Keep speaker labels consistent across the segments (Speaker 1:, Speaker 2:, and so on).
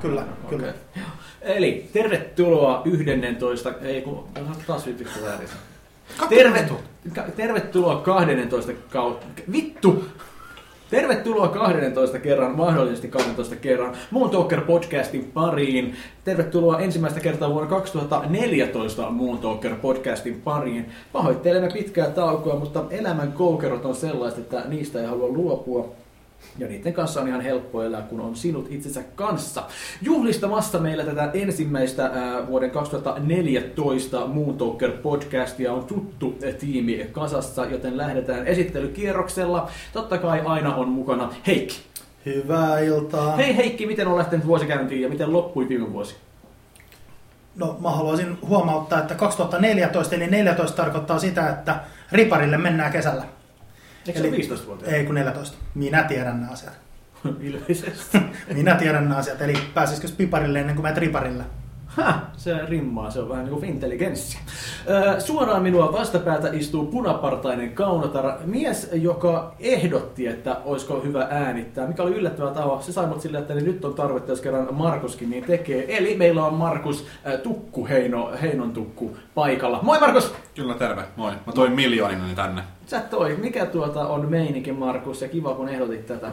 Speaker 1: Kyllä.
Speaker 2: Eli tervetuloa 11, ei kun taas vittu väärin.
Speaker 1: Tervetuloa.
Speaker 2: Ka- tervetuloa 12 kautta, vittu! Tervetuloa 12 kerran, mahdollisesti 12 kerran, Moon Talker podcastin pariin. Tervetuloa ensimmäistä kertaa vuonna 2014 Moon Talker podcastin pariin. Pahoittelemme pitkää taukoa, mutta elämän koukerot on sellaiset, että niistä ei halua luopua. Ja niiden kanssa on ihan helppo elää, kun on sinut itsensä kanssa. Juhlistamassa meillä tätä ensimmäistä ää, vuoden 2014 Moon Talker podcastia on tuttu äh, tiimi kasassa, joten lähdetään esittelykierroksella. Totta kai aina on mukana Heikki.
Speaker 1: Hyvää iltaa.
Speaker 2: Hei Heikki, miten on lähtenyt vuosikäyntiin ja miten loppui viime vuosi?
Speaker 1: No mä haluaisin huomauttaa, että 2014 eli 14 tarkoittaa sitä, että riparille mennään kesällä.
Speaker 2: Eikö se
Speaker 1: Eli-
Speaker 2: ole 15 vuotta?
Speaker 1: Ei kun 14. Minä tiedän nämä asiat.
Speaker 2: Ilmeisesti.
Speaker 1: Minä tiedän nämä asiat. Eli pääsisikö piparille ennen kuin menet riparille?
Speaker 2: Häh, se rimmaa, se on vähän niin kuin intelligenssi. Öö, suoraan minua vastapäätä istuu punapartainen kaunotar, mies, joka ehdotti, että olisiko hyvä äänittää, mikä oli yllättävä taho. Se sai mut silleen, että nyt on tarvetta, jos kerran Markuskin niin tekee. Eli meillä on Markus äh, Tukku, Heino, Heinon Tukku paikalla. Moi Markus!
Speaker 3: Kyllä terve, moi. Mä toin miljooninen tänne.
Speaker 2: Sä toi, mikä tuota on meininki Markus ja kiva kun ehdotit tätä.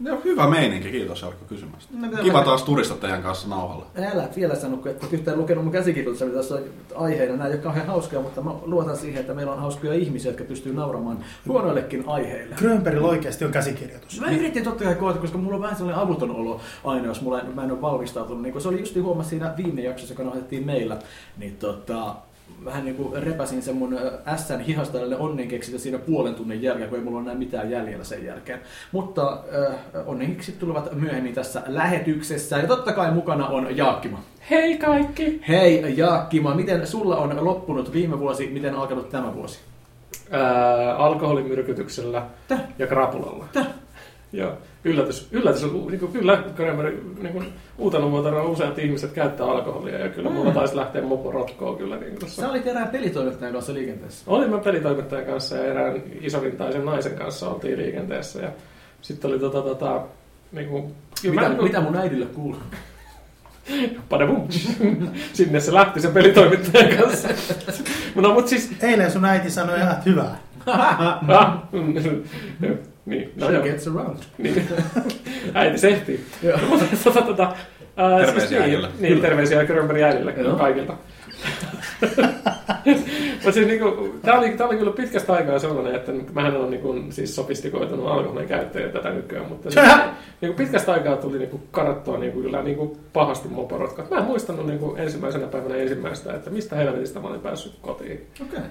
Speaker 3: No, hyvä meininki, kiitos Jarkko kysymästä.
Speaker 2: No, mitä
Speaker 3: Kiva
Speaker 2: mä-
Speaker 3: taas turista teidän kanssa nauhalla.
Speaker 2: Älä vielä sano, kun et ole yhtään lukenut mun käsikirjoitusta, mitä tässä on aiheena. Nämä ei ole kauhean hauskoja, mutta mä luotan siihen, että meillä on hauskoja ihmisiä, jotka pystyy nauramaan huonoillekin aiheille.
Speaker 1: Grönbergillä oikeasti on käsikirjoitus.
Speaker 2: Mä yritin totta kai koota, koska mulla on vähän sellainen avuton olo aina, jos mulla, mä en ole valmistautunut. Niin kun se oli just huomasi siinä viime jaksossa, kun nauhoitettiin meillä, niin tota, vähän niin kuin repäsin sen mun äh, ö, Sn hihasta onnenkeksintä siinä puolen tunnin jälkeen, kun ei mulla ole enää mitään jäljellä sen jälkeen. Mutta äh, onnenkeksit tulevat myöhemmin tässä lähetyksessä. Ja totta kai mukana on Jaakkima.
Speaker 4: Hei kaikki!
Speaker 2: Hei Jaakkima, miten sulla on loppunut viime vuosi, miten on alkanut tämä vuosi?
Speaker 4: Ää, alkoholimyrkytyksellä
Speaker 2: Täh?
Speaker 4: ja krapulalla. Joo. Yllätys, yllätys on, niin kuin, kyllä, Grönberg, niin kuin, uutena vuotena useat ihmiset käyttää alkoholia ja kyllä mulla taisi lähteä mopo rotkoon kyllä. Niin
Speaker 2: Sä
Speaker 4: kuin tuossa.
Speaker 2: olit erään pelitoimittajan kanssa liikenteessä.
Speaker 4: Olin mä pelitoimittajan kanssa ja erään isorintaisen naisen kanssa oltiin liikenteessä ja sitten oli tota, tota, niin kuin,
Speaker 2: Mitä, mitä mun äidille kuuluu?
Speaker 4: Padabum. Sinne se lähti sen pelitoimittajan kanssa. no mut siis,
Speaker 1: Eilen sun äiti sanoi, että hyvää.
Speaker 4: ah, mm, joo, niin, no
Speaker 2: She
Speaker 4: joo.
Speaker 2: gets around.
Speaker 4: Niin. Äiti se ehtii.
Speaker 2: Joo.
Speaker 4: Mutta tota, tota, ää,
Speaker 3: Terveisiä
Speaker 4: siis niin,
Speaker 3: äidille.
Speaker 4: Niin, terveisiä Grönbergin äidille
Speaker 2: Joo.
Speaker 4: kaikilta. Mutta siis niinku, tää oli, tää oli kyllä pitkästä aikaa sellainen, että mähän on niinku, siis sofistikoitunut alkoholin käyttäjä tätä nykyään, mutta siis, niinku, pitkästä aikaa tuli niinku karattua niinku, kyllä niinku pahasti moporotkat. Mä en muistanut niinku ensimmäisenä päivänä ensimmäistä, että mistä helvetistä mä olin päässyt kotiin.
Speaker 2: Okei. Okay.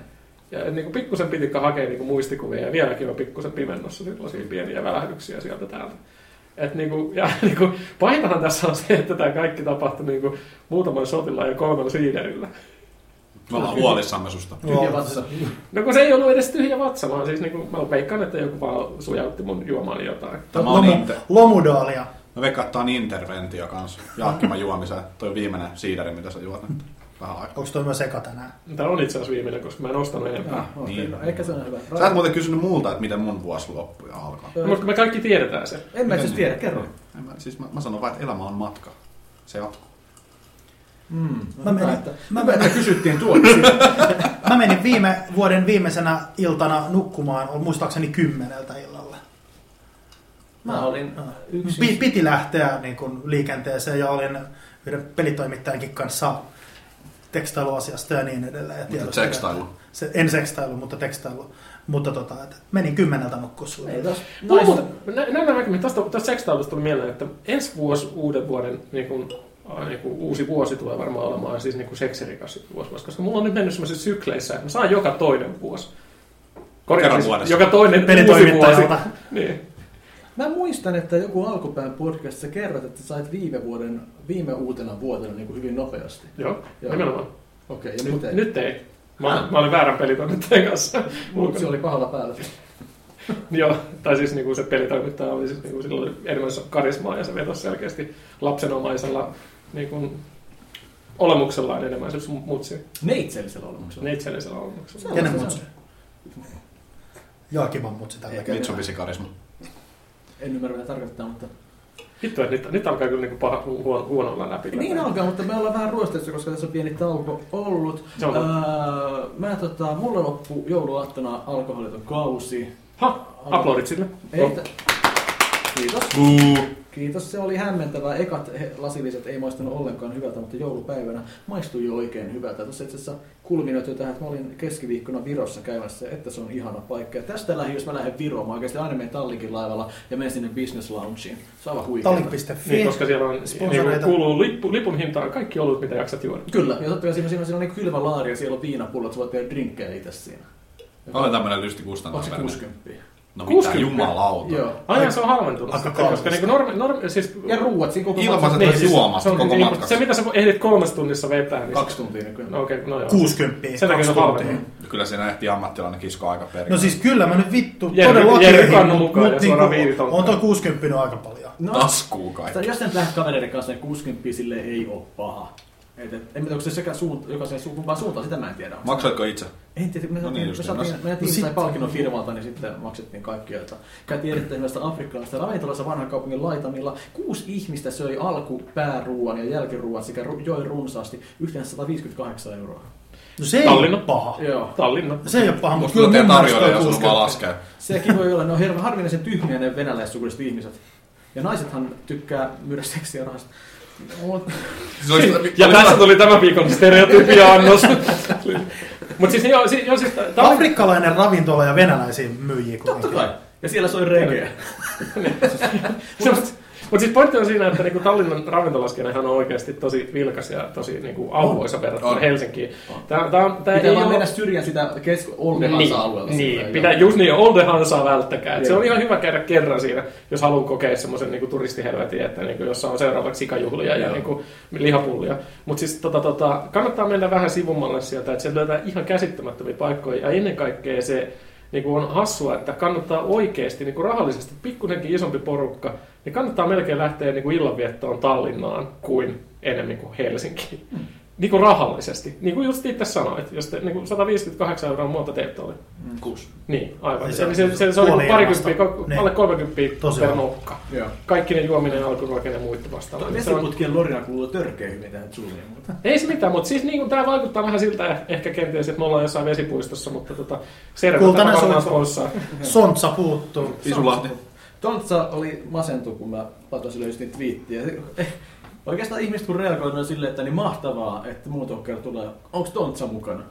Speaker 4: Ja et niinku pikkusen pitikö hakea niinku muistikuvia ja vieläkin on pikkusen pimennossa sellaisia pieniä välähdyksiä sieltä täältä. Et niinku, ja niinku, pahintahan tässä on se, että tämä kaikki tapahtui niinku muutaman shotilla ja kolmella siiderillä.
Speaker 3: Me ollaan huolissamme susta.
Speaker 2: Tyhjä vatsa.
Speaker 4: No kun se ei ollut edes tyhjä vatsa, vaan siis niinku, mä veikkaan, että joku vaan sujautti mun juomaan jotain.
Speaker 3: Tämä
Speaker 2: no
Speaker 3: on
Speaker 2: niin.
Speaker 1: Lomu-
Speaker 3: inter...
Speaker 1: Lomudaalia.
Speaker 3: Mä veikkaan, että tää on interventio kanssa. Jaakkiman juomisen, toi viimeinen siideri, mitä sä juot nyt. Vähän aikaa.
Speaker 1: Onko toi myös eka tänään?
Speaker 4: Tämä on itse asiassa viimeinen, koska mä en ostanut enempää.
Speaker 2: Ah, okay.
Speaker 3: Niin.
Speaker 2: no, ehkä se on hyvä.
Speaker 3: Sä et muuten kysynyt multa, että miten mun vuosi loppui ja alkoi.
Speaker 2: Ö,
Speaker 4: Mutta me kaikki tiedetään se.
Speaker 2: En mä itse asiassa tiedä, kerro.
Speaker 3: En mä, siis mä, mä sanon vaan, että elämä on matka. Se jatkuu.
Speaker 2: Mm.
Speaker 1: Mä menen-
Speaker 2: Hyvä, että-
Speaker 1: mä
Speaker 2: hyvä, että
Speaker 1: menen-
Speaker 2: kysyttiin tuolla.
Speaker 1: Mä menin viime vuoden viimeisenä iltana nukkumaan, oli muistaakseni kymmeneltä illalla.
Speaker 2: Mä olin siis-
Speaker 1: Ah. Pi-
Speaker 2: yksin.
Speaker 1: piti lähteä niin kuin, liikenteeseen ja olin yhden pelitoimittajankin kanssa tekstailuasiasta ja niin edelleen. Ja
Speaker 3: Mutta
Speaker 1: tiedostelen.
Speaker 3: sekstailu.
Speaker 1: Se, en sekstailu, mutta tekstailu. Mutta tota, et, menin kymmeneltä nukkua
Speaker 2: Ei
Speaker 1: sulle.
Speaker 2: tos.
Speaker 4: Mulla
Speaker 2: Naista.
Speaker 4: muuten- nä- Näin näkymin, tästä, tästä sekstailusta tuli mieleen, että ensi vuosi uuden vuoden niin kun, aa, niin kun uusi vuosi tulee varmaan olemaan siis niin kun seksirikas vuosi, koska mulla on nyt mennyt semmoisissa sykleissä, että mä saan joka toinen vuosi. Korjaan siis,
Speaker 3: Kerran vuodessa.
Speaker 4: Joka toinen uusi vuosi.
Speaker 1: Pelitoimittajalta.
Speaker 4: Niin.
Speaker 2: Mä muistan, että joku alkupään podcastissa kerrot, että sait viime vuoden, viime uutena vuotena niin kuin hyvin nopeasti.
Speaker 4: Joo,
Speaker 2: Joo.
Speaker 4: Joo. nimenomaan.
Speaker 2: Okei, ja nyt ei. Ah.
Speaker 4: Nyt ei. Mä, mä olin väärän pelitoimittajan kanssa.
Speaker 2: Mut se oli pahalla päällä.
Speaker 4: Joo, tai siis niinku se pelitoimittaja oli siis niinku silloin enemmän karismaa ja se vetosi selkeästi lapsenomaisella niinku, olemuksellaan enemmän siis mutsi.
Speaker 2: Neitsellisellä
Speaker 4: Niin,
Speaker 2: olemuksella.
Speaker 4: Neitsellisellä olemuksella.
Speaker 1: Ja ne mut. Jaakiman mut sitä
Speaker 2: Ei.
Speaker 1: tekee.
Speaker 3: Mitsubishi karisma.
Speaker 2: En ymmärrä mitä tarkoittaa, mutta
Speaker 4: Vittu, että nyt, nyt alkaa kyllä niinku paha, huono, huono olla läpi.
Speaker 2: Niin alkaa, mutta me ollaan vähän ruosteessa, koska tässä on pieni tauko ollut.
Speaker 4: Se on
Speaker 2: Öö, mä, tota, mulle loppu jouluaattona alkoholiton kausi.
Speaker 4: Ha, aplodit sille.
Speaker 2: Ei,
Speaker 4: No.
Speaker 2: t- Kiitos.
Speaker 3: Buu.
Speaker 2: Kiitos, se oli hämmentävää. Ekat he- lasilliset ei maistanut ollenkaan hyvältä, mutta joulupäivänä maistui jo oikein hyvältä. Tuossa itse asiassa kulminoit jo tähän, että mä olin keskiviikkona Virossa käymässä, että se on ihana paikka. Ja tästä lähi, jos mä lähden Viroon, mä oikeasti aina menen Tallinkin laivalla ja menen sinne Business Loungeen. Se on aivan huikeaa.
Speaker 4: Niin,
Speaker 1: Tallink.fi.
Speaker 4: koska siellä on, niin
Speaker 1: Sponsoreita.
Speaker 4: kuuluu lippu, lipun hintaan kaikki olut, mitä jaksat juoda.
Speaker 2: Kyllä, ja totta kai siinä, siinä, siinä on niin kylmä laari ja siellä on viinapullot, sä voit tehdä drinkkejä itse siinä.
Speaker 3: Olen tämmönen lysti
Speaker 2: Onko se
Speaker 3: kustantaja.
Speaker 2: 60?
Speaker 3: No mitä
Speaker 4: 60?
Speaker 3: jumalauta.
Speaker 2: Joo.
Speaker 4: Aina se on halventunut.
Speaker 1: Aika
Speaker 4: sitten, koska
Speaker 1: kallista.
Speaker 4: niinku normi, normi, siis,
Speaker 2: Ja ruuat siinä koko
Speaker 3: Ilmaiset
Speaker 2: matkan.
Speaker 3: Niin,
Speaker 4: siis
Speaker 3: juomasta
Speaker 4: se on-
Speaker 3: koko
Speaker 4: niin,
Speaker 3: matkaksi.
Speaker 4: Se, mitä sä ehdit kolmessa tunnissa vetää, niin...
Speaker 2: Kaksi tuntia nykyään.
Speaker 4: No okei, okay, no joo.
Speaker 1: 60.
Speaker 4: Sen takia se on
Speaker 1: kaksi tuntia.
Speaker 4: halvempi.
Speaker 3: Kyllä siinä ehti ammattilainen kiskoa aika perin.
Speaker 1: No siis kyllä mä nyt vittu
Speaker 4: Jerry-
Speaker 1: todellakin
Speaker 4: Jerry
Speaker 1: ehdin,
Speaker 4: kannu
Speaker 1: mut-
Speaker 4: mukaan
Speaker 1: mut
Speaker 4: ja suoraan
Speaker 1: niinku,
Speaker 4: viiditonkkaan.
Speaker 1: On toi 60 aika paljon.
Speaker 2: No,
Speaker 3: Taskuu kaikki.
Speaker 2: Sitä, jos sä nyt lähdet kavereiden kanssa, niin 60 sille ei ole paha. Et, et, en tiedä, onko se sekä suunta, joka se suunta, vaan suunta, sitä mä en tiedä.
Speaker 3: Maksoitko itse?
Speaker 2: en tiedä, me saatiin,
Speaker 3: niin,
Speaker 2: me
Speaker 3: just
Speaker 2: saatiin,
Speaker 3: niin.
Speaker 2: meidän tiimi
Speaker 1: No
Speaker 2: sai
Speaker 1: sit-
Speaker 2: palkinnon firmalta, niin sitten maksettiin kaikkia. Että käytiin erittäin hyvästä afrikkalaisesta ravintolassa vanhan kaupungin laitamilla. Kuusi ihmistä söi alku, pääruuan ja jälkiruuan sekä ru- joi runsaasti yhteensä 158 euroa.
Speaker 1: No se ei
Speaker 4: Tallinna.
Speaker 1: ole paha.
Speaker 2: Joo.
Speaker 4: Tallinna.
Speaker 1: Se ei ole paha, mutta
Speaker 3: Musta tuntuu, että
Speaker 1: kyllä mun
Speaker 3: tarjoilija
Speaker 1: mielestä
Speaker 3: jos
Speaker 1: toi
Speaker 3: on vaan
Speaker 1: 60.
Speaker 3: laskee.
Speaker 2: Sekin voi olla, ne on hirveän harvinaisen tyhmiä ne venäläissukuiset ihmiset. Ja naisethan tykkää myydä seksiä rahasta. Mut-
Speaker 3: Siis oli-
Speaker 4: Ja
Speaker 3: oli-
Speaker 4: tässä tuli tämän viikon stereotypia-annos. Mutta siis, joo, siis, joo, siis Tallinna,
Speaker 1: Afrikkalainen ravintola ja venäläisiä myyjiä.
Speaker 2: Totta
Speaker 1: kuitenkin.
Speaker 2: kai. Ja siellä soi regeä.
Speaker 4: Mutta siis pointti on siinä, että niinku Tallinnan ravintolaskenehän on oikeasti tosi vilkas ja tosi niinku auvoisa verrattuna
Speaker 3: On.
Speaker 4: Helsinkiin. Tämä, tämä, tämä
Speaker 2: Pitää
Speaker 4: ei
Speaker 2: vaan
Speaker 4: ole...
Speaker 2: mennä syrjään sitä kesk- Oldehansa-alueella.
Speaker 4: Niin,
Speaker 2: Sitä,
Speaker 4: pitää
Speaker 2: joo.
Speaker 4: just niin, Olde Hansaa välttäkää. Et se
Speaker 2: Joo.
Speaker 3: Niin.
Speaker 4: on ihan hyvä käydä kerran siinä, jos haluaa kokea semmoisen niin turistihelvetin, että niin kuin, jossa on seuraavaksi sikajuhlia ja
Speaker 2: Joo.
Speaker 4: niin kuin, lihapullia. Mutta siis tota, tota, kannattaa mennä vähän sivummalle sieltä, että sieltä löytää ihan käsittämättömiä paikkoja. Ja ennen kaikkea se niin kuin on hassua, että kannattaa oikeasti niin kuin rahallisesti pikkusenkin isompi porukka, niin kannattaa melkein lähteä niin kuin illanviettoon Tallinnaan kuin enemmän kuin Helsinkiin. Niin kuin rahallisesti. Niin kuin just itse sanoit, jos te, niin kuin 158 euroa muuta teet oli.
Speaker 2: Mm, Kuusi.
Speaker 4: Niin, aivan.
Speaker 1: Niin
Speaker 4: Se,
Speaker 1: se
Speaker 4: eli
Speaker 1: on
Speaker 4: se, se, se on
Speaker 1: puoli
Speaker 4: niinku parikymppiä,
Speaker 1: ilmasta.
Speaker 4: ko-
Speaker 1: Niin.
Speaker 4: alle 30 per
Speaker 1: Tosiaan.
Speaker 4: nokka.
Speaker 2: Joo.
Speaker 4: Kaikki ne juominen, alkuruokinen ja muut vastaavat. Se on,
Speaker 2: Vesiputkien lorina kuuluu törkeä hyvin tähän Juliin. Mutta...
Speaker 4: ei se mitään, mutta siis niin tämä vaikuttaa vähän siltä eh- ehkä kenties, että me ollaan jossain vesipuistossa, mutta tota, servetä
Speaker 1: Kultainen
Speaker 4: varmaan
Speaker 1: sovinto.
Speaker 4: sponsaa.
Speaker 1: Sontsa puuttuu.
Speaker 3: Isulahti.
Speaker 2: Tontsa oli masentu, kun mä laitoin sille just niitä twiittiä. Eh, Oikeastaan ihmiset kun reagoivat on silleen, että niin mahtavaa, että muutokkeella tulee. Onko Tontsa mukana?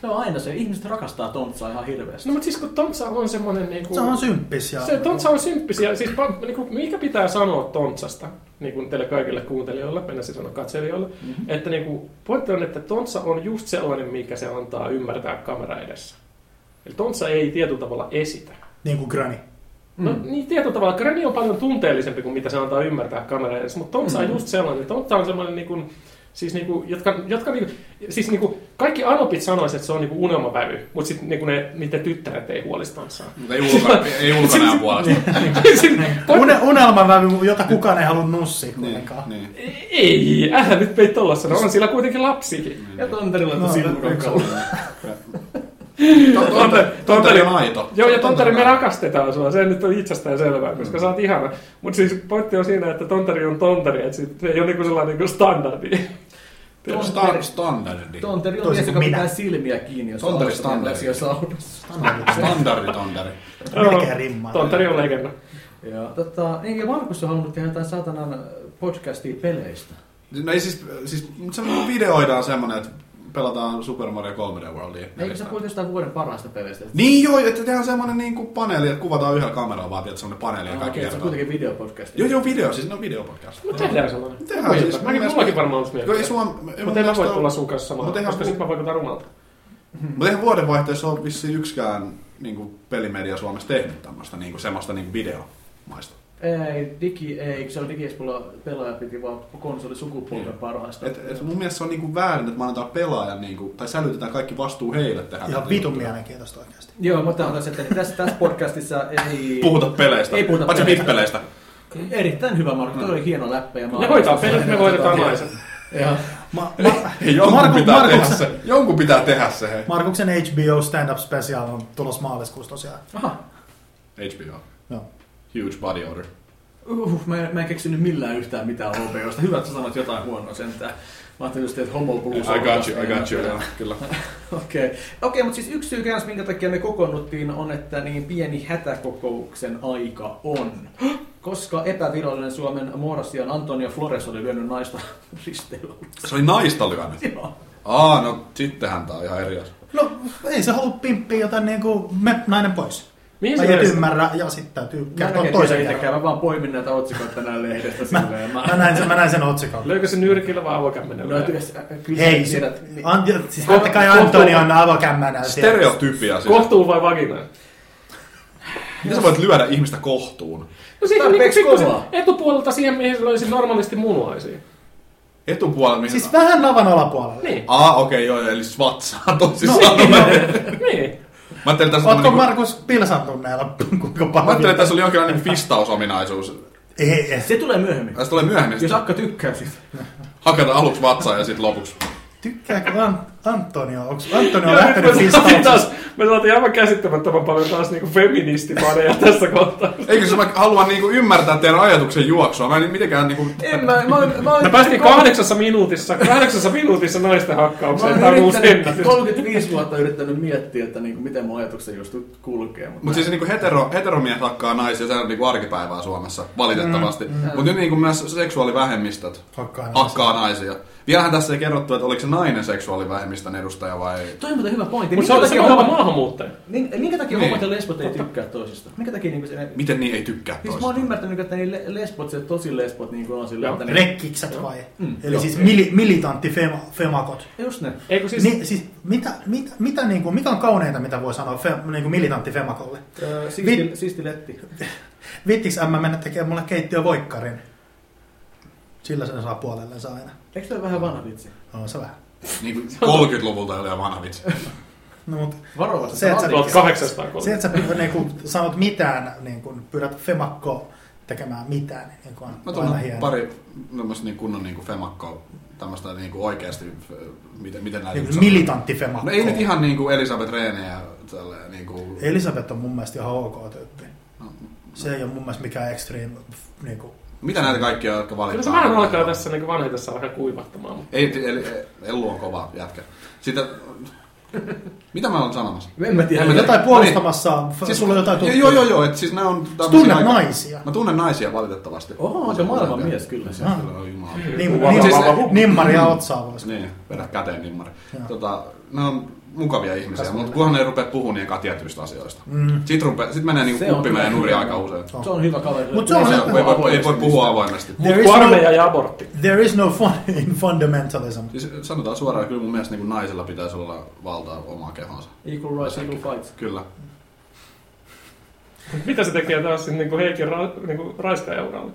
Speaker 2: Se on aina se. Ihmiset rakastaa Tontsaa ihan hirveästi.
Speaker 4: No mutta siis kun Tontsa on semmoinen... Niin kuin,
Speaker 1: Se on symppis. Ja...
Speaker 4: se, Tontsa on symppisiä. Siis, pa- niin kuin, mikä pitää sanoa Tontsasta, niin kuin teille kaikille kuuntelijoille, mennä siis sanoa katselijoille,
Speaker 1: Mhm.
Speaker 4: mm-hmm. että niin kuin, pointti on, että Tontsa on just sellainen, mikä se antaa ymmärtää kamera edessä. Eli Tontsa ei tietyllä tavalla esitä.
Speaker 1: Niin kuin Granny.
Speaker 2: Mm.
Speaker 4: No
Speaker 1: Mm.
Speaker 4: niin, tietyllä tavalla. Granny on paljon tunteellisempi kuin mitä se antaa ymmärtää kameran edessä, mutta
Speaker 1: Mm.
Speaker 4: Tomsa on just sellainen. Tomsa on sellainen, niin kuin, siis niin kuin, jotka, jotka niin kuin, siis niin kuin, kaikki anopit sanoisivat, että se on niin kuin unelmavävy, mutta sitten niin kuin ne, niiden tyttäret ei huolisi Tomsaa.
Speaker 3: Mutta ei ulkona, ei ulkonäön puolesta.
Speaker 4: Niin. Siis,
Speaker 1: Une, unelmavävy, jota kukaan ei halua nussia
Speaker 3: Niin,
Speaker 1: kuitenkaan.
Speaker 3: niin.
Speaker 4: Ei, älä nyt peit tollasena, on sillä kuitenkin lapsikin.
Speaker 2: Ja Tonterilla
Speaker 1: No,
Speaker 2: on silmukon
Speaker 1: yksi-
Speaker 2: kautta.
Speaker 3: Tonteri- Tonteri on aito.
Speaker 4: Joo, ja Tontari me
Speaker 3: on aito.
Speaker 4: rakastetaan sua, se nyt on itsestään selvää, koska sä oot ihana. Mutta siis pointti on siinä, että Tontari on Tontari, että sit se ei ole niinku sellainen niinku standardi.
Speaker 3: Stan- Standardi.
Speaker 2: Tonteri on
Speaker 1: Toisin
Speaker 2: mies,
Speaker 1: kuin
Speaker 2: joka
Speaker 1: minä.
Speaker 2: pitää silmiä kiinni, jos
Speaker 3: Tonteri
Speaker 2: autossa
Speaker 3: standardi.
Speaker 2: mennään siellä saunassa.
Speaker 3: Standardi tonteri.
Speaker 1: Melkein rimmaa.
Speaker 4: Tontari on legenda.
Speaker 2: Ja, tota, niin, ja Markus on halunnut tehdä jotain saatanan äh, podcastia peleistä.
Speaker 3: No ei siis, siis mut se videoidaan semmonen, että pelataan Super Mario 3D Worldia.
Speaker 2: Eikö sä puhut jostain vuoden parhaasta peleistä?
Speaker 3: Niin joo, että tehdään semmonen niinku paneeli, että kuvataan yhdellä kameralla vaan, että semmonen paneeli ja
Speaker 2: Ah,
Speaker 3: kaikki
Speaker 2: okei, se on
Speaker 3: kertoo.
Speaker 2: kuitenkin videopodcast.
Speaker 3: Joo, joo, video, siis ne on videopodcast.
Speaker 4: Mutta tehdään sellainen.
Speaker 3: Tehdään siis.
Speaker 4: Mäkin mullakin varmaan olisi
Speaker 3: Kun ei
Speaker 4: mieltä.
Speaker 3: suom...
Speaker 4: Mutta en mä voi tulla sun kanssa samaan,
Speaker 3: Mut eihän
Speaker 4: koska
Speaker 3: pu-
Speaker 4: sit mä vaikutan rumalta.
Speaker 3: Mutta eihän vuodenvaihteessa ole vissiin yksikään niinku pelimedia Suomessa tehnyt tämmöistä niinku, semmoista niinku videomaista.
Speaker 2: Ei, digi, ei, kun se oli digiespolla pelaaja piti vaan konsoli sukupolven parhaasta.
Speaker 3: Et, et mun mielestä se on niinku väärin, että me annetaan pelaajan, niinku, tai sälytetään kaikki vastuu heille tehdä.
Speaker 1: Ihan
Speaker 3: näitä
Speaker 1: vitun
Speaker 3: juttuja.
Speaker 1: mielenkiintoista oikeasti.
Speaker 2: Joo, mutta on tässä, että tässä, tässä podcastissa ei...
Speaker 3: Puhuta peleistä,
Speaker 2: Ei puhuta
Speaker 3: paitsi
Speaker 2: peleistä.
Speaker 3: pippeleistä.
Speaker 2: Erittäin hyvä, Markus. Toi oli hieno läppä. Ja mä-
Speaker 4: Ne hoitaa pelit, me voitetaan naiset.
Speaker 2: Joo.
Speaker 1: Ma, ma,
Speaker 3: Hei, jonkun,
Speaker 1: Marku-
Speaker 3: pitää
Speaker 1: Markus-
Speaker 3: tehdä se. jonkun pitää tehdä se, hei.
Speaker 1: Markuksen HBO stand-up special on tulos maaliskuussa tosiaan.
Speaker 2: Aha.
Speaker 3: HBO.
Speaker 1: Joo.
Speaker 3: Huge body odor.
Speaker 2: Uh, mä, en, mä en keksinyt millään yhtään mitään OPOsta. Hyvä, että sä sanoit jotain huonoa sentään. Mä ajattelin just, että homo blues
Speaker 3: I
Speaker 2: on
Speaker 3: got
Speaker 2: tästä
Speaker 3: you, I got you,
Speaker 2: enemmän.
Speaker 3: joo, kyllä.
Speaker 2: Okei, okay. okay, mutta siis yksi syy kans, minkä takia me kokoonnuttiin, on, että niin pieni hätäkokouksen aika on. Koska epävirallinen Suomen morsian Antonio Flores oli lyönyt naista risteillä.
Speaker 3: Se oli naista lyönyt.
Speaker 2: Joo.
Speaker 3: Aa, no sittenhän tää on ihan eri asia.
Speaker 1: No, ei se halua pimppiä, joten niin kuin, me nainen pois.
Speaker 4: Mihin
Speaker 1: Mä
Speaker 4: Niin se
Speaker 1: et
Speaker 4: yleensä-
Speaker 1: ymmärrä, ja sitten täytyy
Speaker 2: Mä en
Speaker 1: kertoa
Speaker 2: oikein
Speaker 1: toisen
Speaker 2: tiedä itsekään,
Speaker 1: kerran.
Speaker 2: mä vaan poimin näitä otsikoita tänään lehdestä
Speaker 1: Mä,
Speaker 2: silleen. Mä,
Speaker 1: mä, näin sen, mä näin sen otsikon.
Speaker 4: Löikö se nyrkillä vai avokämmenellä?
Speaker 2: No, tyys, äh, kyllä
Speaker 1: Hei,
Speaker 2: sä
Speaker 1: se,
Speaker 2: tiedät, niin.
Speaker 1: an, siis
Speaker 4: Ko-
Speaker 1: totta kai
Speaker 4: kohtu-
Speaker 1: Antoni on avokämmänä. siellä.
Speaker 3: Stereotypia siis.
Speaker 4: Kohtuun vai No vaginaan?
Speaker 3: Miten sä voit lyödä ihmistä kohtuun?
Speaker 4: No siitä on
Speaker 2: Tarpeeksi
Speaker 4: niinku pikkusen
Speaker 2: kovaa.
Speaker 4: etupuolelta siihen, mihin se löisi normaalisti munuaisiin.
Speaker 3: Etupuolella mihin...
Speaker 1: Siis vähän navan alapuolella.
Speaker 4: Niin,
Speaker 3: Aa, okei, joo, eli siis vatsaa
Speaker 1: No,
Speaker 3: tosissaan. No,
Speaker 4: niin.
Speaker 3: Mä ajattelin, tässä on
Speaker 1: Ootko
Speaker 3: niinku...
Speaker 1: Markus Pilsantun näillä kuinka
Speaker 3: Mä ajattelin,
Speaker 1: paljon?
Speaker 3: että tässä oli jonkinlainen fistausominaisuus.
Speaker 1: Ei, ei.
Speaker 2: se tulee myöhemmin.
Speaker 3: Tästä tulee myöhemmin.
Speaker 2: Jos
Speaker 3: Sitä
Speaker 2: Akka tykkää siitä.
Speaker 3: hakata aluksi vatsaa ja sitten lopuksi.
Speaker 1: Tykkääkö An- Antonio? Onko Antonio on
Speaker 4: Ja nyt
Speaker 1: lähtenyt
Speaker 4: me saatiin
Speaker 1: pistauksesta?
Speaker 4: taas, me saatiin aivan käsittämättömän paljon taas niinku feministipaneja tässä kohtaa.
Speaker 3: Eikö se mä haluan niinku ymmärtää teidän ajatuksen juoksua? Mä en mitenkään niinku...
Speaker 2: En mä, mä, mä, mä
Speaker 4: Me päästiin kahdeksassa minuutissa, kahdeksassa minuutissa naisten
Speaker 2: Mä
Speaker 4: hakkaukseen. Tämä on
Speaker 2: oon
Speaker 4: uusi
Speaker 2: yrittänyt,
Speaker 4: ennätys.
Speaker 2: 35 vuotta yrittänyt miettiä, että niin kuin, miten mun ajatuksen just kulkee. Mutta
Speaker 3: Mutta siis niinku hetero, heteromies hakkaa naisia, se on niinku arkipäivää Suomessa, valitettavasti. Mm, mm. Mutta nyt niinku myös seksuaalivähemmistöt
Speaker 1: Hakkaa naisia.
Speaker 3: hakkaa naisia. Vielähän tässä ei kerrottu, että oliko se nainen seksuaalivähemmistön edustaja vai...
Speaker 2: Toi on muuten hyvä pointti.
Speaker 4: Mutta se on, se on hyvä maahanmuuttaja.
Speaker 2: Niin, minkä takia
Speaker 3: Niin.
Speaker 2: niin. homat ja lesbot ei tykkää toisistaan? Minkä takia niinku se...
Speaker 3: Miten niin ei tykkää
Speaker 2: Siis mä
Speaker 3: toistaan?
Speaker 2: oon ymmärtänyt, että niin le- lesbot, se tosi lesbot niin kuin on sillä,
Speaker 4: Joo.
Speaker 2: että ne...
Speaker 1: Rekkikset vai?
Speaker 2: Mm,
Speaker 1: Eli
Speaker 2: joo.
Speaker 1: siis mili, militantti fema, femakot.
Speaker 2: Just ne.
Speaker 4: Eikö siis,
Speaker 1: Siis,
Speaker 4: niin.
Speaker 1: Ni, siis mitä, mitä, mitä niin kuin, mikä on kauneinta, mitä voi sanoa fe, niin kuin militantti femakolle?
Speaker 2: Öö,
Speaker 1: Vit-
Speaker 2: siisti, siisti letti.
Speaker 1: Vittiks ämmä mennä tekemään mulle keittiövoikkarin? Sillä sen saa puolellensa aina.
Speaker 2: Eikö se ole vähän vanha vitsi?
Speaker 1: No se vähän.
Speaker 3: Niin 30-luvulta oli jo vanha vitsi.
Speaker 1: No, mutta
Speaker 2: Varovasti.
Speaker 1: Se, että sä-
Speaker 2: antiikki.
Speaker 4: 1830.
Speaker 1: se, että sä niin kuin, sanot mitään, niin kuin, pyydät femakkoa tekemään mitään, niin niin kuin on
Speaker 3: Mä
Speaker 1: aina
Speaker 3: tunnen
Speaker 1: hienoa.
Speaker 3: pari tämmöistä niin kunnon niin femakkoa, tämmöistä niin kuin oikeasti, äh, miten, miten
Speaker 1: Niin
Speaker 3: näitä... nyt
Speaker 1: kuin
Speaker 3: sanotaan.
Speaker 1: militantti femakko.
Speaker 3: No ei nyt ihan niin kuin Elisabeth Rehn ja tälleen niin kuin...
Speaker 1: Elisabeth on mun mielestä ihan ok tyyppi.
Speaker 3: No,
Speaker 1: Se ei ole mun mielestä mikään extreme. f- Niinku.
Speaker 3: Mitä näitä kaikkia, jotka valittaa?
Speaker 4: Kyllä se vähän alkaa tässä niin vanhetessa vähän kuivahtamaan. mutta-
Speaker 3: Ei, eli, Ellu on kova jätkä. Sitten, mitä mä olen sanomassa?
Speaker 2: En mä tiedä.
Speaker 3: En mä tiedä.
Speaker 1: Jotain
Speaker 3: niin.
Speaker 1: puolustamassa, f-
Speaker 3: Siis-
Speaker 1: siis sulla on jotain
Speaker 3: Joo,
Speaker 1: tuttuja.
Speaker 3: joo, joo, joo, että siis nämä on...
Speaker 1: Sä
Speaker 3: tämmöisiä
Speaker 1: tunnet
Speaker 3: aika-
Speaker 1: naisia.
Speaker 3: Mä tunnen naisia valitettavasti.
Speaker 2: Oho, aika maailman mies kyllä se.
Speaker 1: Ah.
Speaker 3: Kyllä, oi jumala.
Speaker 1: Niin,
Speaker 4: Vau,
Speaker 1: niin,
Speaker 4: vau, vau.
Speaker 1: siis, nimmaria otsaa voisi.
Speaker 3: siis- Niin, vedä käteen nimmari.
Speaker 1: Joo.
Speaker 3: Tota, ne on mukavia ihmisiä,
Speaker 1: Kasvoi.
Speaker 3: mutta kunhan ne rupea puhumaan niitä tietyistä asioista.
Speaker 1: Mm.
Speaker 3: Sit, rupe, sit menee
Speaker 2: Se
Speaker 3: niinku
Speaker 2: on
Speaker 3: kuppi
Speaker 2: kyllä.
Speaker 3: menee nuri aika usein.
Speaker 2: Se on hyvä kaveri.
Speaker 1: Mut se on
Speaker 3: Se,
Speaker 2: Ei
Speaker 1: hyvä.
Speaker 2: puhu
Speaker 3: ei, voi, ei voi
Speaker 2: avoimesti
Speaker 3: puhua avoimesti.
Speaker 4: Mut
Speaker 1: There is no-
Speaker 4: Armeija ja abortti.
Speaker 1: There is no fun in fundamentalism.
Speaker 3: Siis sanotaan suoraan, kyllä mun mielestä niin naisella pitäisi olla valtaa omaa kehonsa.
Speaker 2: Equal rights, equal fights.
Speaker 3: Kyllä.
Speaker 4: Mitä se tekee taas niin kuin Heikin ra, niin kuin raiskaajauralle?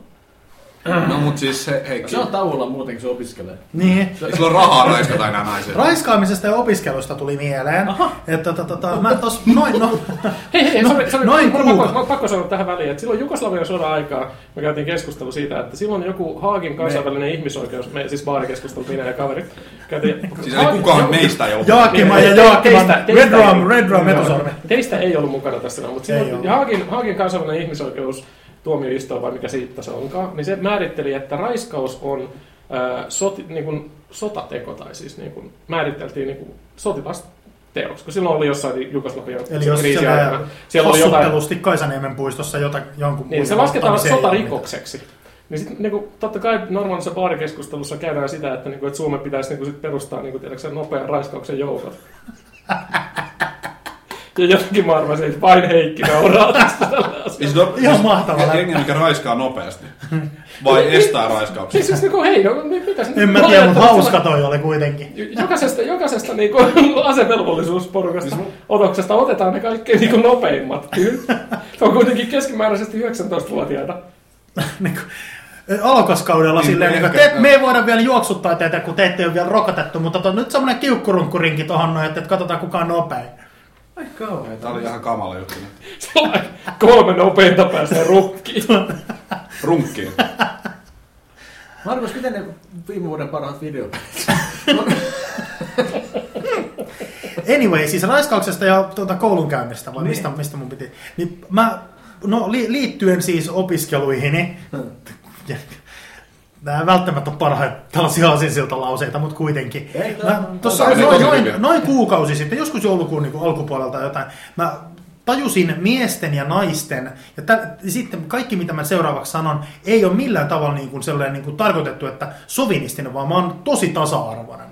Speaker 3: No mut siis he, Heikki,
Speaker 2: Se on tauolla muutenkin, se opiskelee.
Speaker 1: Niin.
Speaker 3: ei sillä on rahaa raiskata enää naisia.
Speaker 1: Raiskaamisesta ja opiskelusta tuli mieleen, Aha. että tota, tota, mä tos noin, no,
Speaker 4: Hei, hei,
Speaker 1: No,
Speaker 4: sorry, sorry,
Speaker 1: noin
Speaker 4: noin pakko,
Speaker 1: kuuka-
Speaker 4: pakko, pakko sanoa tähän väliin, että silloin Jugoslavian sodan aikaa me käytiin keskustelu siitä, että silloin joku Haagin kansainvälinen me. ihmisoikeus, me siis baarikeskustelu, minä ja kaverit, käytiin...
Speaker 3: Siis ei kukaan meistä ei ole.
Speaker 1: Jaakima ja
Speaker 4: Teistä-
Speaker 1: Jaakima,
Speaker 4: teistä-
Speaker 1: Red
Speaker 4: teistä-
Speaker 1: Rum, Red Rum etusormi.
Speaker 4: Teistä ei ollut mukana tässä, näin, mutta
Speaker 1: Ei
Speaker 4: silloin
Speaker 1: ollut.
Speaker 4: Haagin, Haagin kansainvälinen ihmisoikeus, tuomioistuin vai mikä siitä se onkaan, niin se määritteli, että raiskaus on äh, soti, niin kuin sotateko, tai siis niin kuin, määriteltiin niin kuin sotilasteoksi, kun silloin oli jossain Jugoslavian
Speaker 1: Eli jos
Speaker 4: kriisiaikana.
Speaker 1: siellä,
Speaker 4: Siellä oli jotain,
Speaker 1: hassuttelusti Kaisaniemen puistossa jota, jonkun
Speaker 4: niin, se
Speaker 1: puisto-
Speaker 4: lasketaan
Speaker 1: niin se ei ole
Speaker 4: sotarikokseksi. Niin sit, niin kuin, totta kai normaalissa baarikeskustelussa käydään sitä, että, niin kuin, että Suomen pitäisi niin kuin, sit perustaa niin kuin, tiedätkö, nopean raiskauksen joukot. ja jotenkin mä arvasin, että vain Heikki nauraa tästä tällä asialla.
Speaker 3: Siis no,
Speaker 1: Ihan mahtavaa.
Speaker 3: Jengi, mikä raiskaa nopeasti. Vai estää raiskauksia.
Speaker 4: Siis, siis niin kuin, hei, no, mi- mitä se...
Speaker 1: mitään. En mä tiedä, mutta hauska toi oli kuitenkin.
Speaker 4: Jokaisesta, jokaisesta niin kuin, asevelvollisuusporukasta
Speaker 1: Niin
Speaker 3: Siis
Speaker 4: otoksesta otetaan ne kaikki niin kuin, nopeimmat. Se on kuitenkin keskimääräisesti 19-vuotiaita.
Speaker 1: Niinku, alokaskaudella
Speaker 3: Niin,
Speaker 1: silleen, niin,
Speaker 3: ehkä,
Speaker 1: että
Speaker 3: joo.
Speaker 1: te, me ei voida vielä juoksuttaa teitä, kun teitä ei ole vielä rokotettu, mutta to, nyt semmoinen kiukkurinkkurinki tohon noin, että, että katsotaan kuka on nopein.
Speaker 2: Ai kauheeta.
Speaker 3: Tää oli ihan kamala juttu. nyt.
Speaker 4: Sellainen kolme nopeinta pääsee rukkiin.
Speaker 3: Runkkiin.
Speaker 2: Markus, miten ne viime vuoden parhaat videot?
Speaker 1: Anyway, siis raiskauksesta ja tuota, koulunkäynnistä, vai
Speaker 2: Niin.
Speaker 1: mistä, mistä mun piti, niin mä No li, liittyen siis opiskeluihini, nämä välttämättä on parhaita tällaisia asinsiltalauseita, mutta kuitenkin.
Speaker 2: Ei, tää
Speaker 1: Mä,
Speaker 2: on-
Speaker 1: tossa
Speaker 3: tää on
Speaker 1: noin,
Speaker 3: tosi
Speaker 1: noin,
Speaker 3: hyviä.
Speaker 1: noin kuukausi sitten, joskus joulukuun niin alkupuolelta jotain, mä tajusin miesten ja naisten, ja tä, sitten kaikki mitä mä seuraavaksi sanon, ei ole millään tavalla niin kuin sellainen niin kuin tarkoitettu, että sovinistinen, vaan mä oon tosi tasa-arvoinen.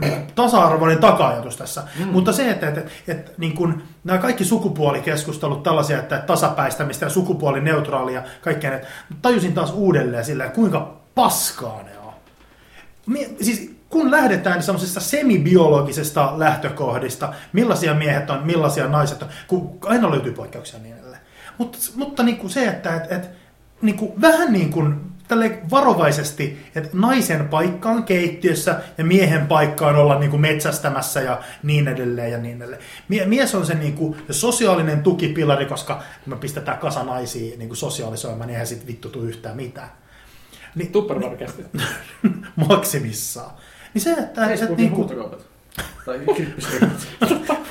Speaker 1: Niin, Tasa-arvoinen taka-ajatus tässä. Mm. Mutta se, että, että, että niin kuin, nämä kaikki sukupuolikeskustelut tällaisia, että tasapäistämistä ja sukupuolineutraalia, kaikkea näitä, tajusin taas uudelleen sillä, kuinka paskaa ne on. Mi- siis kun lähdetään semmoisesta semibiologisesta lähtökohdista, millaisia miehet on, millaisia naiset on, kun aina löytyy poikkeuksia niin edelleen. Mutta, mutta niin kuin se, että et, et, niin kuin, vähän niin kuin tälle varovaisesti, että naisen paikka on keittiössä ja miehen paikka on olla niin kuin metsästämässä ja niin edelleen ja niin edelleen. Mie- Mies on se niin kuin sosiaalinen tukipilari, koska kun me pistetään kasa naisia niin kuin sosiaalisoimaan, niin eihän sit vittu tuu yhtään mitään. Niin,
Speaker 4: Tuppermarkesti.
Speaker 1: maksimissaan. Niin se, että, että, että
Speaker 2: niin
Speaker 1: niin kuin,
Speaker 2: huutokaupat. Tai krippiskaupat.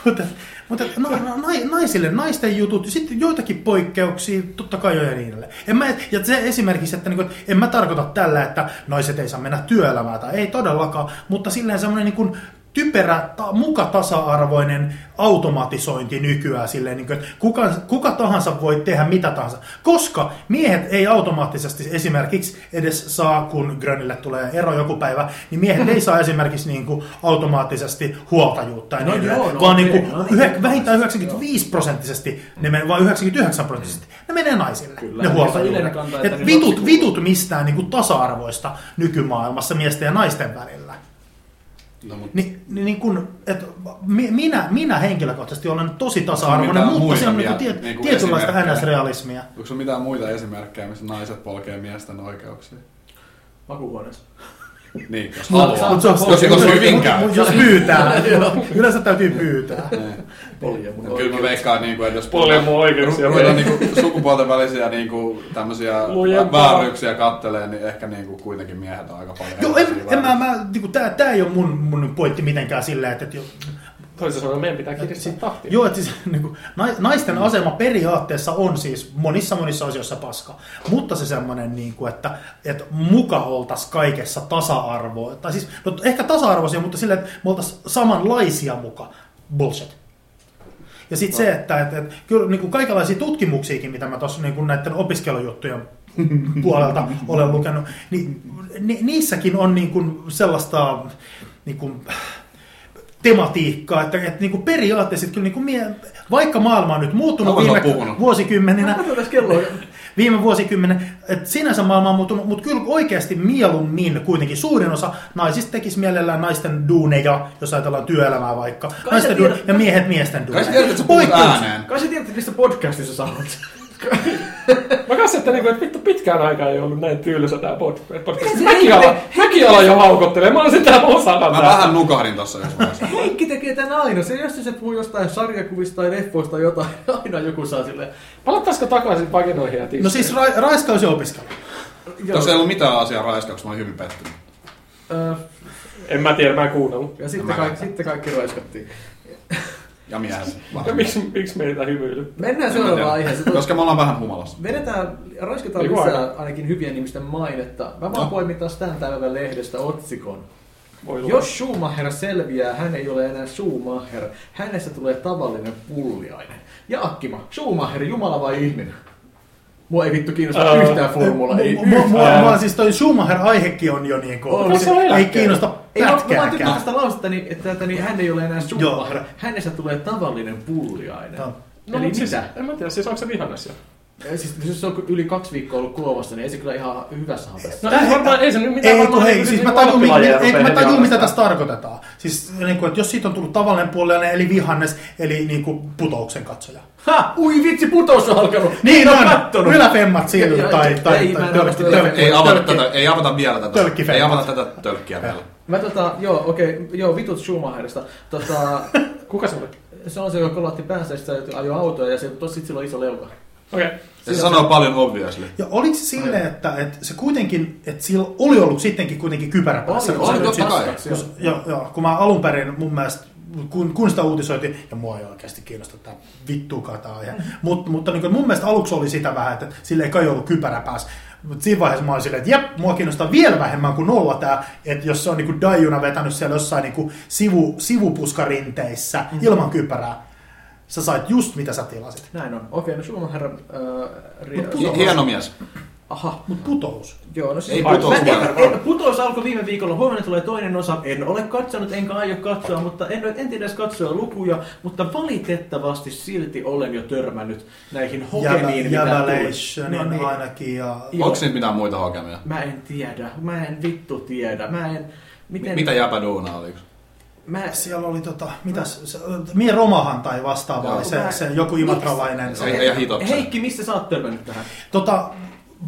Speaker 1: mutta, mutta että na, na, nai- naisille naisten jutut, ja sitten joitakin poikkeuksia, totta kai jo ja niin edelleen. En mä, ja se esimerkiksi, että niin kuin, en mä tarkoita tällä, että naiset ei saa mennä työelämään, tai ei todellakaan, mutta silleen semmoinen niin kuin, typerä, ta, muka tasa-arvoinen automatisointi nykyään silleen, niin kuin, että kuka, kuka tahansa voi tehdä mitä tahansa, koska miehet ei automaattisesti esimerkiksi edes saa, kun Grönille tulee ero joku päivä, niin miehet ei saa esimerkiksi niin kuin, automaattisesti huoltajuutta ja
Speaker 2: No
Speaker 1: niin edelleen,
Speaker 2: joo, no
Speaker 1: vaan
Speaker 2: okei,
Speaker 1: niin kuin,
Speaker 2: no niin.
Speaker 1: yhä, vähintään 95 prosenttisesti, ne men, vaan 99 prosenttisesti, ne menee naisille.
Speaker 2: Kyllä,
Speaker 1: ne
Speaker 2: ja
Speaker 1: huoltajuudet.
Speaker 2: Yle kantaa, että
Speaker 1: Et
Speaker 2: ne
Speaker 1: vitut,
Speaker 2: lapsi-
Speaker 1: vitut mistään niin kuin tasa-arvoista nykymaailmassa miesten ja naisten välillä.
Speaker 3: No, mut
Speaker 1: Ni, ni, niin kun, et, mi, minä, minä henkilökohtaisesti olen tosi tasa-arvoinen,
Speaker 3: mitään
Speaker 1: mutta
Speaker 3: muita
Speaker 1: se on niin
Speaker 3: vielä,
Speaker 1: kuin tiet,
Speaker 3: niin kuin
Speaker 1: tietynlaista
Speaker 3: esimerkkejä?
Speaker 1: NS-realismia.
Speaker 3: onko sulla mitään muita esimerkkejä, missä naiset polkee miesten oikeuksia?
Speaker 2: Makuuhuoneessa.
Speaker 3: Niin, jos
Speaker 2: No,
Speaker 3: haluaa.
Speaker 2: saa- saa-
Speaker 3: Jos, jos hyvin käy.
Speaker 1: Mut Jos pyytää. Yleensä täytyy pyytää.
Speaker 3: Niin.
Speaker 2: Polje
Speaker 3: No, Kyllä mä veikkaan, niin kuin, että jos
Speaker 4: Polje mun oikeuksia.
Speaker 3: Meillä on niin sukupuolten välisiä niin kuin, tämmöisiä
Speaker 4: Lujempaa.
Speaker 3: vääryyksiä kattelee, niin ehkä niin kuin, kuitenkin miehet on aika paljon.
Speaker 1: Joo, en,
Speaker 3: erilaisia
Speaker 1: en mä, mä, niinku, tää, tää ei ole mun, mun pointti mitenkään sillä, että, että jo-
Speaker 4: Toisin sanoen meidän pitää kiristää tahtia.
Speaker 1: Joo, että siis, niin kuin, naisten asema periaatteessa on siis monissa monissa asioissa paska. Mutta se semmoinen, niin kuin, että, että muka oltaisiin kaikessa tasa-arvoa. Tai siis, no, ehkä tasa-arvoisia, mutta silleen, että me oltaisiin samanlaisia muka. Bullshit. Ja sitten se, että, että, että kyllä niin kuin kaikenlaisia tutkimuksiakin, mitä mä tuossa niin kuin näiden opiskelujuttujen puolelta olen lukenut, niin ni, niissäkin on niin kuin sellaista niin kuin, tematiikkaa, että, että niin kuin periaatteessa että kyllä niin kuin mie, vaikka maailma on nyt muuttunut
Speaker 3: Kauan se on
Speaker 1: viime
Speaker 3: puhunut?
Speaker 1: vuosikymmeninä,
Speaker 2: Mä tässä kello.
Speaker 1: viime vuosikymmenen, että sinänsä maailma on muuttunut, mutta kyllä oikeasti mieluummin kuitenkin suurin osa naisista tekisi mielellään naisten duuneja, jos ajatellaan työelämää vaikka.
Speaker 2: sä
Speaker 1: Naisten
Speaker 2: tiedät-
Speaker 1: duuneja, ja miehet miesten
Speaker 3: Kai sä
Speaker 1: duuneja.
Speaker 3: tiedät, että sä puhut
Speaker 1: Poikkeus.
Speaker 3: ääneen.
Speaker 2: Kai sä tiedät, mistä podcastissa sanot.
Speaker 4: Mä kanssa, että, niinku, että vittu pitkään aikaan ei ollut näin tylsä tää pod- podcast.
Speaker 2: Se-
Speaker 4: Mäkin ala, mäkin ala jo haukottelee. Mä oon sitä osana
Speaker 3: Mä
Speaker 4: tää.
Speaker 3: vähän nukahdin tossa yhdessä vaiheessa.
Speaker 2: Heikki tekee tän aina. Se jos se puhuu jostain sarjakuvista tai leffoista tai jotain, aina joku saa silleen.
Speaker 4: Palattaisiko takaisin paginoihin ja tiisteihin?
Speaker 1: No siis ra- raiskaus ja opiskelu.
Speaker 3: Tuossa ei ollut mitään asiaa raiskauksessa, mä olin hyvin pettynyt.
Speaker 2: Öö,
Speaker 4: En mä tiedä, mä en kuunnellut.
Speaker 2: Ja sitten,
Speaker 3: Mä-
Speaker 2: kaikki, sitten kaikki roiskattiin.
Speaker 3: Ja miehet.
Speaker 4: Ja miksi, miksi meitä hymyilyt?
Speaker 2: Mennään
Speaker 3: En mä tiedä.
Speaker 2: seuraavaan aiheeseen.
Speaker 3: Koska me ollaan vähän humalassa.
Speaker 2: Vedetään, raiskataan
Speaker 4: Ei vaan.
Speaker 2: lisää ainakin hyvien ihmisten mainetta. Mä vaan
Speaker 3: No.
Speaker 2: poimin taas tämän päivän lehdestä otsikon.
Speaker 4: Voi luo.
Speaker 2: Jos Schumacher selviää, hän ei ole enää Schumacher. Hänestä tulee tavallinen pulliainen. Ja Akkima, Schumacher, jumala vai ihminen? Mua ei vittu kiinnosta
Speaker 4: Ää,
Speaker 2: yhtään formula, ei
Speaker 1: Mu- mu-
Speaker 2: yhtään.
Speaker 1: mua- mua siis toi Schumacher-aihekin on jo niin
Speaker 2: On,
Speaker 1: kuin,
Speaker 4: mutta se on
Speaker 1: ei
Speaker 4: eläkkeellä.
Speaker 1: kiinnosta
Speaker 2: Ei, no, mä, mä vaan tykkään
Speaker 1: pätkääkään.
Speaker 2: tästä lausetta, niin, että, että niin, hän ei ole enää Schumacher.
Speaker 1: Joo.
Speaker 2: Hänestä tulee tavallinen pulliainen.
Speaker 1: Joo.
Speaker 2: Eli
Speaker 4: mut
Speaker 2: mitä?
Speaker 4: siis, en mä tiedä, siis onko se vihannes jo?
Speaker 2: Siis, jos se on yli kaksi viikkoa ollut kuomassa, niin ei se kyllä ihan hyvässä hapessa.
Speaker 4: No ei varmaan, ei se nyt mitään
Speaker 1: Ei kun
Speaker 4: varmaan
Speaker 1: hei,
Speaker 4: niinku
Speaker 1: siis mä
Speaker 4: niinku
Speaker 1: tajun, mi-
Speaker 4: alapelaajia
Speaker 1: ei,
Speaker 4: rupee
Speaker 1: mä
Speaker 4: heti
Speaker 1: tajun mitä
Speaker 4: arvostaa.
Speaker 1: tässä tarkoitetaan. Siis niin kuin, että jos siitä on tullut tavallinen puolelle, eli vihannes, eli niin kuin putouksen katsoja.
Speaker 2: Ha! Ui vitsi, putous on alkanut!
Speaker 1: Niin
Speaker 2: En oo
Speaker 1: on,
Speaker 2: kattonut.
Speaker 1: yläfemmat sillä
Speaker 2: Ei,
Speaker 1: tai,
Speaker 2: ei,
Speaker 1: tai,
Speaker 2: ei, mä
Speaker 1: tai
Speaker 2: en
Speaker 1: tölkki,
Speaker 2: ole-
Speaker 1: tölkki,
Speaker 3: Ei avata,
Speaker 1: tölkki.
Speaker 3: tätä, ei avata vielä tätä.
Speaker 1: Tölkkifemmat.
Speaker 3: Ei avata tätä tölkkiä vielä.
Speaker 2: Mä tota, joo, okei, joo, vitut Schumacherista. Tota,
Speaker 4: Kuka se oli?
Speaker 2: se on se, joka kolatti päänsä, ja sitten se ajoi autoja, ja se tosi silloin iso leuka.
Speaker 4: Okei.
Speaker 3: Ja se sanoo paljon obviously.
Speaker 1: Ja oliko se silleen, että, että se kuitenkin, että sillä oli ollut sittenkin kuitenkin kypärä päässä?
Speaker 2: Oli,
Speaker 1: kun se
Speaker 2: oli,
Speaker 1: nyt
Speaker 3: totta
Speaker 1: sit-
Speaker 2: siis-
Speaker 3: kai.
Speaker 2: paskaksi, joo.
Speaker 1: kun, joo, joo, kun mä alun perin mun mielestä kun, kun sitä uutisoitiin, ja mua ei oikeasti kiinnosta tämä vittuukaan tämä aihe. Mut, mutta niin kuin mun mielestä aluksi oli sitä vähän, että sille ei kai ollut kypärä päässä. Mutta siinä vaiheessa mä olin silleen, että jep, mua kiinnostaa vielä vähemmän kuin nolla tämä, että jos se on niin kuin Daijuna vetänyt siellä jossain niin kuin sivu, sivupuskarinteissä mm. ilman kypärää, sä sait just mitä sä tilasit.
Speaker 2: Näin on. Okei, no Schumacher... Äh, ri-
Speaker 1: Mut puto-
Speaker 3: Hi- Hieno mies.
Speaker 2: Aha.
Speaker 1: Mutta putous.
Speaker 2: Joo, no siis...
Speaker 3: Ei
Speaker 2: Mä en
Speaker 3: putous
Speaker 2: tiedä,
Speaker 3: varmaan.
Speaker 2: en- Putous alkoi viime viikolla, huomenna tulee toinen osa. En ole katsonut, enkä aio katsoa, mutta en, en tiedä edes katsoa lukuja. Mutta valitettavasti silti olen jo törmännyt näihin hokemiin, mitä tuli.
Speaker 1: Jäbäleissionin
Speaker 2: No niin.
Speaker 1: ainakin. Ja...
Speaker 2: Joo.
Speaker 3: Onko niitä mitään muita hokemia?
Speaker 2: Mä en tiedä, mä en vittu tiedä, mä en... Miten,
Speaker 3: M- Mitä jäpä duuna oli?
Speaker 2: Mä,
Speaker 1: Siellä oli tota, mitäs, se, Mie Romahan tai vastaava,
Speaker 3: Joo.
Speaker 1: oli se, se joku imatralainen.
Speaker 3: Se ei- ei- hitoksen.
Speaker 2: Heikki, mistä sä oot törmännyt tähän?
Speaker 1: Tota,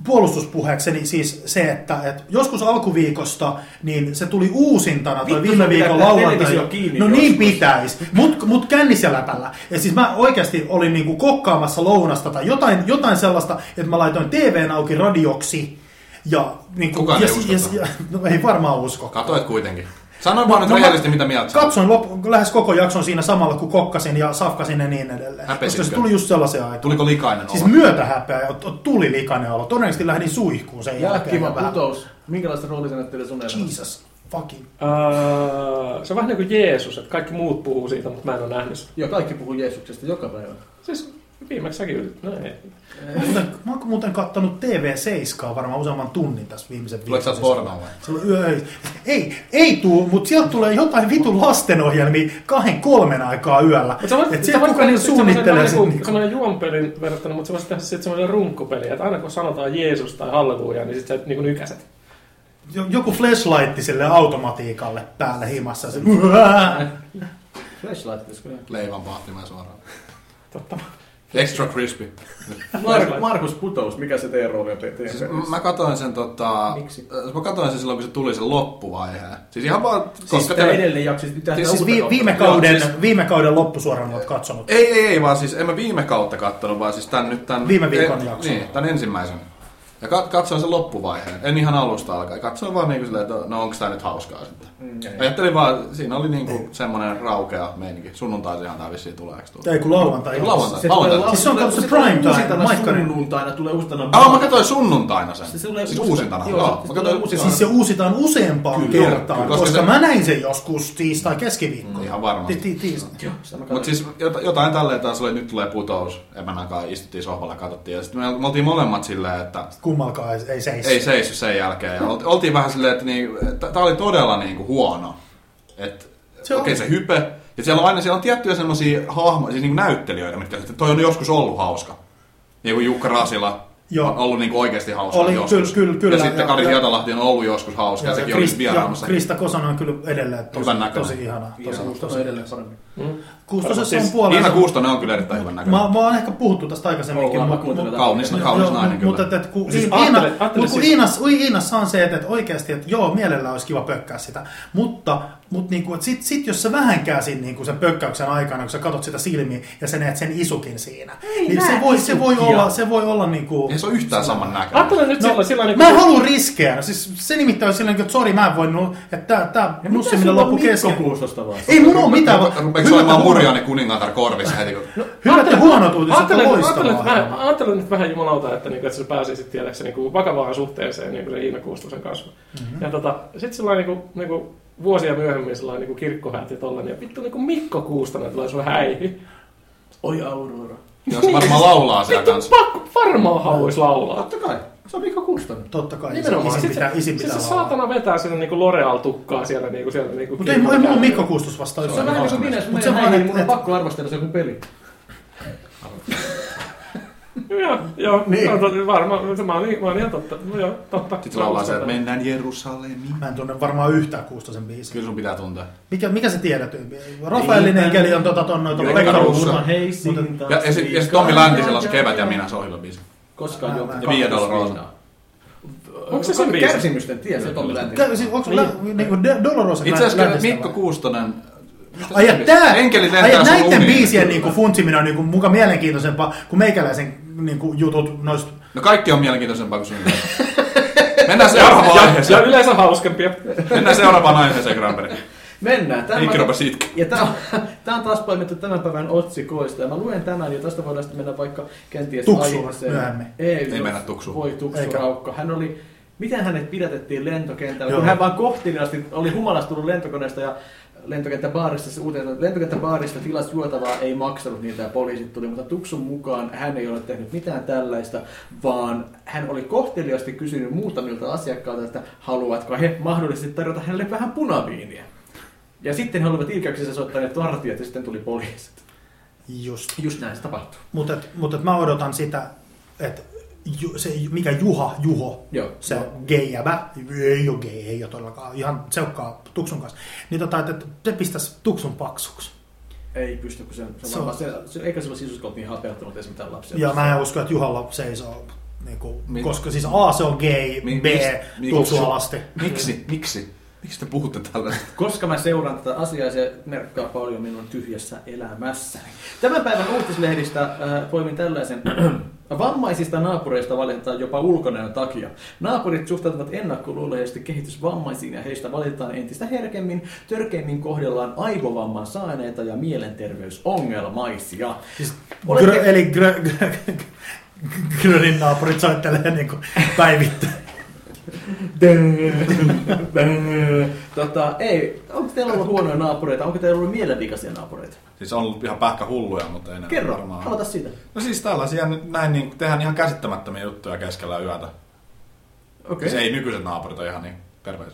Speaker 1: puolustuspuheekseni siis se, että, että joskus alkuviikosta niin se tuli uusintana toi
Speaker 2: Vittu,
Speaker 1: viime
Speaker 2: sun pitää
Speaker 1: viikon
Speaker 2: pitää
Speaker 1: lauantai.
Speaker 2: televisio kiinni
Speaker 1: No niin
Speaker 2: joskus.
Speaker 1: pitäis, mut, mut kännissä läpällä. Ja siis mä oikeasti olin niinku kokkaamassa lounasta tai jotain, jotain sellaista, että mä laitoin TVn auki radioksi. Ja, niinku,
Speaker 3: Kukaan
Speaker 1: ja,
Speaker 3: ei usko
Speaker 1: ja,
Speaker 3: tota.
Speaker 1: ja, no ei varmaan usko.
Speaker 3: Katoit kuitenkin. Sanoin vaan nyt
Speaker 1: No mä-
Speaker 3: rehellisesti, mitä mieltä sä oot.
Speaker 1: Katsoin lop- lähes koko jakson siinä samalla, kun kokkasin ja safkasin ja niin edelleen.
Speaker 3: Häpesitkö?
Speaker 1: Koska se tuli just sellaiseen aikaan.
Speaker 3: Tuliko likainen
Speaker 1: Siis
Speaker 3: olo?
Speaker 1: myötä häpeä ja t- tuli likainen olo. Todennäköisesti lähdin suihkuun sen jälkeen.
Speaker 2: Jääkkimä
Speaker 1: ja vähän-
Speaker 2: putous. Minkälaista roolia sä näyttelet sun elämässä?
Speaker 1: Jesus fucking.
Speaker 4: Ää, se on vähän niin kuin Jeesus, että kaikki muut puhuu siitä, mutta mä en ole nähnyt sitä.
Speaker 2: Joo, kaikki puhuu Jeesuksesta joka päivä.
Speaker 4: Siis viimeksi säkin yritit. No ei.
Speaker 1: Mä oon muuten- Mä oon muuten kattonut TV7 varmaan useamman tunnin tässä viimeisen
Speaker 3: Tuleeko sä
Speaker 1: sisällä.
Speaker 3: pornoa vai?
Speaker 1: Silloin yö, ei, ei, ei tuu, mutta sieltä tulee jotain vitun lastenohjelmia kahden kolmen aikaa yöllä.
Speaker 4: Mut sä voit-
Speaker 1: Et
Speaker 4: sä
Speaker 1: sieltä
Speaker 4: voit
Speaker 1: kuka
Speaker 4: tehdä
Speaker 1: niin
Speaker 4: sit semmosen
Speaker 1: suunnittelee
Speaker 4: vähän
Speaker 1: sen.
Speaker 4: niinku-
Speaker 1: niinku-
Speaker 4: Se on juonpelin verrattuna, mutta sä voisit tehdä sitten semmoinen runkkopeli, että aina kun sanotaan Jeesus tai Halleluja, niin sit sä niinku nykäset.
Speaker 1: jo- Joku flashlight sille automatiikalle päälle himassa. ja Se,
Speaker 2: Flashlight, iskö?
Speaker 3: Leivän pahtimen suoraan.
Speaker 4: Totta.
Speaker 3: Extra crispy.
Speaker 2: Mar- Markus Putous, mikä se teidän rooli on te- teidän
Speaker 3: Siis
Speaker 2: pelissä?
Speaker 3: mä katsoin sen tota...
Speaker 2: Miksi?
Speaker 3: äh, Mä katsoin sen silloin, kun se tuli sen loppuvaiheen. Siis ihan vaan...
Speaker 2: Siis
Speaker 3: koska
Speaker 2: tää
Speaker 3: tele-
Speaker 2: edellinen jakso, siis pitää
Speaker 3: Siis-
Speaker 2: sitä
Speaker 1: siis
Speaker 2: uutta
Speaker 1: vi-
Speaker 2: kautta.
Speaker 1: viime,
Speaker 3: kautta.
Speaker 1: kauden,
Speaker 3: Joo, siis-
Speaker 1: viime kauden loppusuoran olet katsonut.
Speaker 3: Ei, ei, ei, vaan siis en mä viime kautta kattonut, vaan siis tän nyt tän...
Speaker 1: Viime viikon
Speaker 3: ei,
Speaker 1: jakson.
Speaker 3: Niin, tän ensimmäisen. Ja kat, katsoin sen loppuvaiheen. En ihan alusta alkaen. Katsoin vaan niinku silleen, että no onks tää nyt hauskaa sitten.
Speaker 2: Mm, ei.
Speaker 3: Ajattelin vaan, siinä oli
Speaker 1: Niin.
Speaker 3: niinku semmonen raukea meininki. Sunnuntaisin ihan tää vissiin tulee, eiks tule?
Speaker 1: Ei kun lauantai.
Speaker 3: Lauantai.
Speaker 2: Se
Speaker 3: Mä oon
Speaker 2: tulee
Speaker 3: täällä.
Speaker 1: Siis se on
Speaker 2: tulee-
Speaker 1: tämmöstä
Speaker 2: tulee
Speaker 1: prime time,
Speaker 2: uusintana
Speaker 1: Maikkarin.
Speaker 2: Sunnuntaina tulee uutena.
Speaker 3: Ah, mä katsoin sunnuntaina sen.
Speaker 2: Se tulee
Speaker 3: siis
Speaker 2: uusi-
Speaker 3: uusintana.
Speaker 2: joo,
Speaker 3: Joo,
Speaker 2: se
Speaker 3: mä
Speaker 2: tulee
Speaker 3: katsoin
Speaker 2: uusintana.
Speaker 3: uusintana.
Speaker 1: Siis se uusitaan useampaan
Speaker 3: Kyllä,
Speaker 1: kertaan,
Speaker 3: kyllä, koska
Speaker 1: koska, koska
Speaker 3: se-
Speaker 1: mä näin sen joskus tiistai keskiviikkona.
Speaker 3: Mm, ihan varmasti.
Speaker 1: Ti- ti- tiistai.
Speaker 2: Joo, sitä mä
Speaker 3: Mutta
Speaker 2: katsoin.
Speaker 3: siis jot- jotain tälleen taas oli, että nyt tulee putous. Emän aikaa istuttiin sohvalla ja katsottiin. Ja sitten me me oltiin molemmat silleen, että
Speaker 1: Kummalkaan ei, ei seis.
Speaker 3: ei seissyt sen jälkeen. Ja olti- oltiin vähän silleen, että niin, tämä oli todella niin kuin huono. Et,
Speaker 1: Se
Speaker 3: se
Speaker 1: on.
Speaker 3: okei, se hype. Ja siellä on aina siellä on tiettyjä semmoisia hahmoja, siis niin kuin näyttelijöitä, mitkä että toi on joskus ollut hauska. Niin kuin Jukka Rasila
Speaker 1: Joo.
Speaker 3: on ollut niin kuin oikeasti hauska
Speaker 1: Oli,
Speaker 3: joskus.
Speaker 1: kyllä, kyllä, kyllä,
Speaker 3: ja sitten
Speaker 1: joo,
Speaker 3: Kari
Speaker 1: joo.
Speaker 3: Hietalahti on ollut joskus hauska, ja,
Speaker 1: Ja,
Speaker 3: sekin
Speaker 1: ja,
Speaker 3: oli
Speaker 1: Krist,
Speaker 3: nyt
Speaker 1: ja
Speaker 3: vieraamassa.
Speaker 1: Krista Kosonen on kyllä edelleen tosi,
Speaker 3: Hyvän näköinen.
Speaker 1: tosi ihana.
Speaker 2: Ja
Speaker 1: Tosi,
Speaker 2: se
Speaker 1: tosi,
Speaker 2: on edelleen paremmin.
Speaker 4: Mm.
Speaker 1: Kuustosessa on
Speaker 4: Siis
Speaker 1: puolella.
Speaker 3: Niina Kuustonen on kyllä erittäin hyvän näköinen.
Speaker 1: Mä, mä oon ehkä puhuttu tästä aikaisemminkin.
Speaker 2: Ollaan, mä
Speaker 1: mut-
Speaker 2: kuuntelen
Speaker 1: mut-
Speaker 2: tätä.
Speaker 3: Kaunis, kaunis
Speaker 1: joo,
Speaker 3: nainen
Speaker 1: mut-
Speaker 3: kyllä.
Speaker 1: Mutta että, että kun,
Speaker 4: Siis
Speaker 1: siis
Speaker 4: ajattele-
Speaker 1: Iina,
Speaker 4: ajattele
Speaker 1: mut kun
Speaker 4: siis-
Speaker 1: Iinas, oi Iinassa on se, että, että oikeasti, että joo, mielellä olisi kiva pökkää sitä. Mutta, mutta niin kuin, että sit, sit, jos sä vähän käsin niin kuin sen pökkäyksen aikana, kun sä katot sitä silmiin ja sä näet sen isukin siinä, Ei niin se
Speaker 2: näe
Speaker 1: voi, se voi
Speaker 2: isukia.
Speaker 1: olla, se voi olla niin kuin,
Speaker 3: Ei se ole yhtään saman näköinen.
Speaker 4: Ajattelen nyt sillä,
Speaker 1: No,
Speaker 4: sillä
Speaker 1: mä en
Speaker 4: niinku...
Speaker 1: halua riskejä. No Siis se nimittäin on silleen, että sori, mä en voi, nu- että tää, tää
Speaker 2: Ja mitä
Speaker 1: nussiminen
Speaker 2: sulla on
Speaker 1: loppu
Speaker 2: Mikko
Speaker 1: kesken.
Speaker 2: Kuustosta vaan?
Speaker 1: Ei mun oo mitään. vaan-
Speaker 3: Rupeeko olemaan
Speaker 1: hyvät-
Speaker 3: murjaani kuningatar korvissa heti kun...
Speaker 1: Hyvät ja huonot uutiset on
Speaker 4: Ajattelen, ajattelen, nyt
Speaker 1: loistavaa.
Speaker 4: vähän, ajattelen nyt vähän jumalauta, että, niinku, että se pääsi sitten tiedäksä niinku, vakavaan suhteeseen niinku, se Iina Kuustosen kanssa.
Speaker 1: Mhm.
Speaker 4: Mm-hmm. Ja tota, sitten sillä niinku, niinku, vuosia myöhemmin sillä niinku, kirkkohäät ja tollanen. Ja vittu niinku Mikko Kuustonen tulee sun häihin.
Speaker 2: Oi Aurora.
Speaker 3: Jos se varmaan laulaa siellä
Speaker 4: Vittu
Speaker 3: kanssa.
Speaker 4: pakko varmaan haluaisi laulaa.
Speaker 2: Totta kai. Se on Mikko Kuustonen.
Speaker 1: Totta kai, isin
Speaker 4: Nimenomaan.
Speaker 1: isin
Speaker 4: Sitten
Speaker 1: pitää,
Speaker 4: se,
Speaker 1: isin
Speaker 4: sit
Speaker 1: pitää
Speaker 4: se
Speaker 1: laulaa.
Speaker 4: saatana vetää sinne niinku L'Oreal-tukkaa siellä niinku siellä niinku
Speaker 1: Mutta ei, ei mulla ole Mikko Kuustos vastaan
Speaker 2: Se on vähän niin kuin minä, jos mä
Speaker 1: Mut se
Speaker 2: menen
Speaker 1: vaan,
Speaker 2: häihin, niin
Speaker 1: et-
Speaker 2: mun on
Speaker 1: et-
Speaker 2: pakko arvostella se joku peli.
Speaker 4: Joo, joo,
Speaker 1: Niin.
Speaker 4: niin. no, varmaan, se mä oon, ihan- mä oon ihan totta. No joo, totta.
Speaker 3: Sitten se laulaa se, että
Speaker 4: Mä uskon
Speaker 3: mennään Jerusalemiin.
Speaker 1: Mä en tunne varmaan yhtään Kuustosen biisiä.
Speaker 3: Kyllä sun pitää tuntea.
Speaker 1: Mikä, mikä se tiedetyn? Rafaelin
Speaker 2: Ei,
Speaker 1: enkeli
Speaker 2: mä-
Speaker 1: on tota ton noita
Speaker 3: Joo,
Speaker 1: Pekka
Speaker 3: Pekka
Speaker 1: Ruussa.
Speaker 3: Ruussa. Ja, ja sitten sit Tommi Läntisellä on se kevät ja minä se ohjelmabiisi.
Speaker 2: Koskaan
Speaker 1: Mä-
Speaker 2: joutuu.
Speaker 1: mä-
Speaker 3: Ja Via Dolorosa.
Speaker 2: Onko se sen biisi? Kärsimysten tie, se on Tommi Läntisellä.
Speaker 1: Kä- siis Onko lä- niinku Do- Dolorosa
Speaker 3: Niin. Itse asiassa
Speaker 1: läntistä
Speaker 3: Mikko
Speaker 1: vai?
Speaker 3: Kuustonen... Mitä
Speaker 1: Ai
Speaker 3: se
Speaker 1: ja
Speaker 3: oli?
Speaker 1: tää,
Speaker 3: Enkeli
Speaker 1: ai ja
Speaker 3: lentää sun
Speaker 1: näiden
Speaker 3: uniin.
Speaker 1: biisien niinku funtsiminen on niinku muka mielenkiintoisempaa kuin meikäläisen niinku jutut noista.
Speaker 3: No kaikki on mielenkiintoisempaa kuin sun. Mennään seuraavaan
Speaker 4: Se on
Speaker 3: aiheeseen.
Speaker 4: yleensä hauskempia.
Speaker 3: Mennään seuraavaan aiheeseen, Granberg.
Speaker 2: Mennään.
Speaker 3: Mikki rupesi itke.
Speaker 2: ja tämä on, tää on taas poimittu tämän päivän otsikoista. Ja mä luen tämän ja tästä voidaan sitten mennä vaikka kenties
Speaker 1: Tuksuun myöhemmin.
Speaker 2: Ei,
Speaker 3: Ei mennä tuksuun.
Speaker 2: Voi tuksu
Speaker 1: Eikä.
Speaker 2: raukka. Hän oli, miten hänet pidätettiin lentokentällä,
Speaker 1: Joo.
Speaker 2: kun hän vaan kohtilasti oli humalasta tullut lentokoneesta ja lentokenttäbaarista, se uuteen lentokenttäbaarista tilas juotavaa ei maksanut niitä ja poliisit tuli, mutta Tuksun mukaan hän ei ole tehnyt mitään tällaista, vaan hän oli kohteliaasti kysynyt muutamilta asiakkailta, että haluatko he mahdollisesti tarjota hänelle vähän punaviiniä. Ja sitten he olivat ilkeyksissä soittaneet vartijat ja sitten tuli poliisit.
Speaker 1: Just.
Speaker 2: Just näin se tapahtuu.
Speaker 1: Mutta et, mut et mä odotan sitä, että ju, se, mikä Juha, Juho,
Speaker 2: Joo.
Speaker 1: se
Speaker 2: Joo.
Speaker 1: geijävä, ei ole gei, ei ole todellakaan, ihan seukkaa Tuksun kanssa, niin tota, että se pistäisi Tuksun paksuksi.
Speaker 2: Ei pysty, kun se, se,
Speaker 1: Se
Speaker 2: se,
Speaker 1: on-
Speaker 2: varmaan, se, se eikä sillä sisuskot niin hapeuttanut edes mitään lapsia.
Speaker 1: Ja mä en usko, että Juhalla seisoo, niin kuin,
Speaker 3: Mi-
Speaker 1: koska siis A se on gei,
Speaker 3: Mi-
Speaker 1: B
Speaker 3: mist- mi-
Speaker 1: Tuksu alasti.
Speaker 3: Miksi? Miksi? Miksi te puhutte tällaista?
Speaker 2: Koska mä seuraan tätä asiaa, se merkkaa paljon minun tyhjässä elämässäni. Tämän päivän uutislehdistä äh, poimin tällaisen. Vammaisista naapureista valitetaan jopa ulkonäön takia. Naapurit suhtautuvat ennakkoluuloisesti kehitysvammaisiin ja heistä valitetaan entistä herkemmin. Törkeimmin kohdellaan aivovamman saaneita ja mielenterveysongelmaisia.
Speaker 1: Siis,
Speaker 2: Olette-
Speaker 1: grö, eli grö, grö, Grönin naapurit soittelee niin kuin päivittäin.
Speaker 2: tota, ei, onko teillä ollut huonoja naapureita? Onko teillä ollut mielenvikaisia naapureita?
Speaker 3: Siis on ollut ihan pähkähulluja, mutta ei ne
Speaker 2: Kerro,
Speaker 3: varmaan-
Speaker 2: aloita siitä.
Speaker 3: No siis tällaisia nyt näin niin, tehdään ihan käsittämättömiä juttuja keskellä yötä.
Speaker 2: Okei.
Speaker 3: Okay. Se ei nykyiset naapurit ole ihan niin terveys.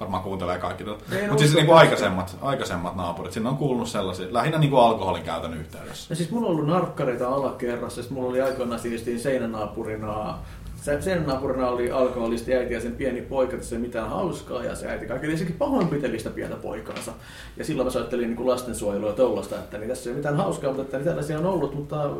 Speaker 3: Varmaan kuuntelee kaikki tuota.
Speaker 2: Ei
Speaker 1: no
Speaker 3: Mutta siis
Speaker 2: usko.
Speaker 3: niinku aikaisemmat, aikaisemmat naapurit, sinne on kuulunut sellaisia, lähinnä niinku alkoholin käytön yhteydessä.
Speaker 2: No siis mulla on ollut narkkareita alakerrassa, siis mulla oli aikoinaan siistiin seinänaapurina. Se- Seinänaapurina oli alkoholisti äiti ja sen pieni poika, tässä ei mitään hauskaa ja se äiti kaiken lisäksi pahoinpitelistä pientä poikaansa. Ja silloin mä soittelin niin lastensuojelua ja tollasta, että niin tässä ei mitään hauskaa, mutta että niin tällaisia on ollut, mutta öö,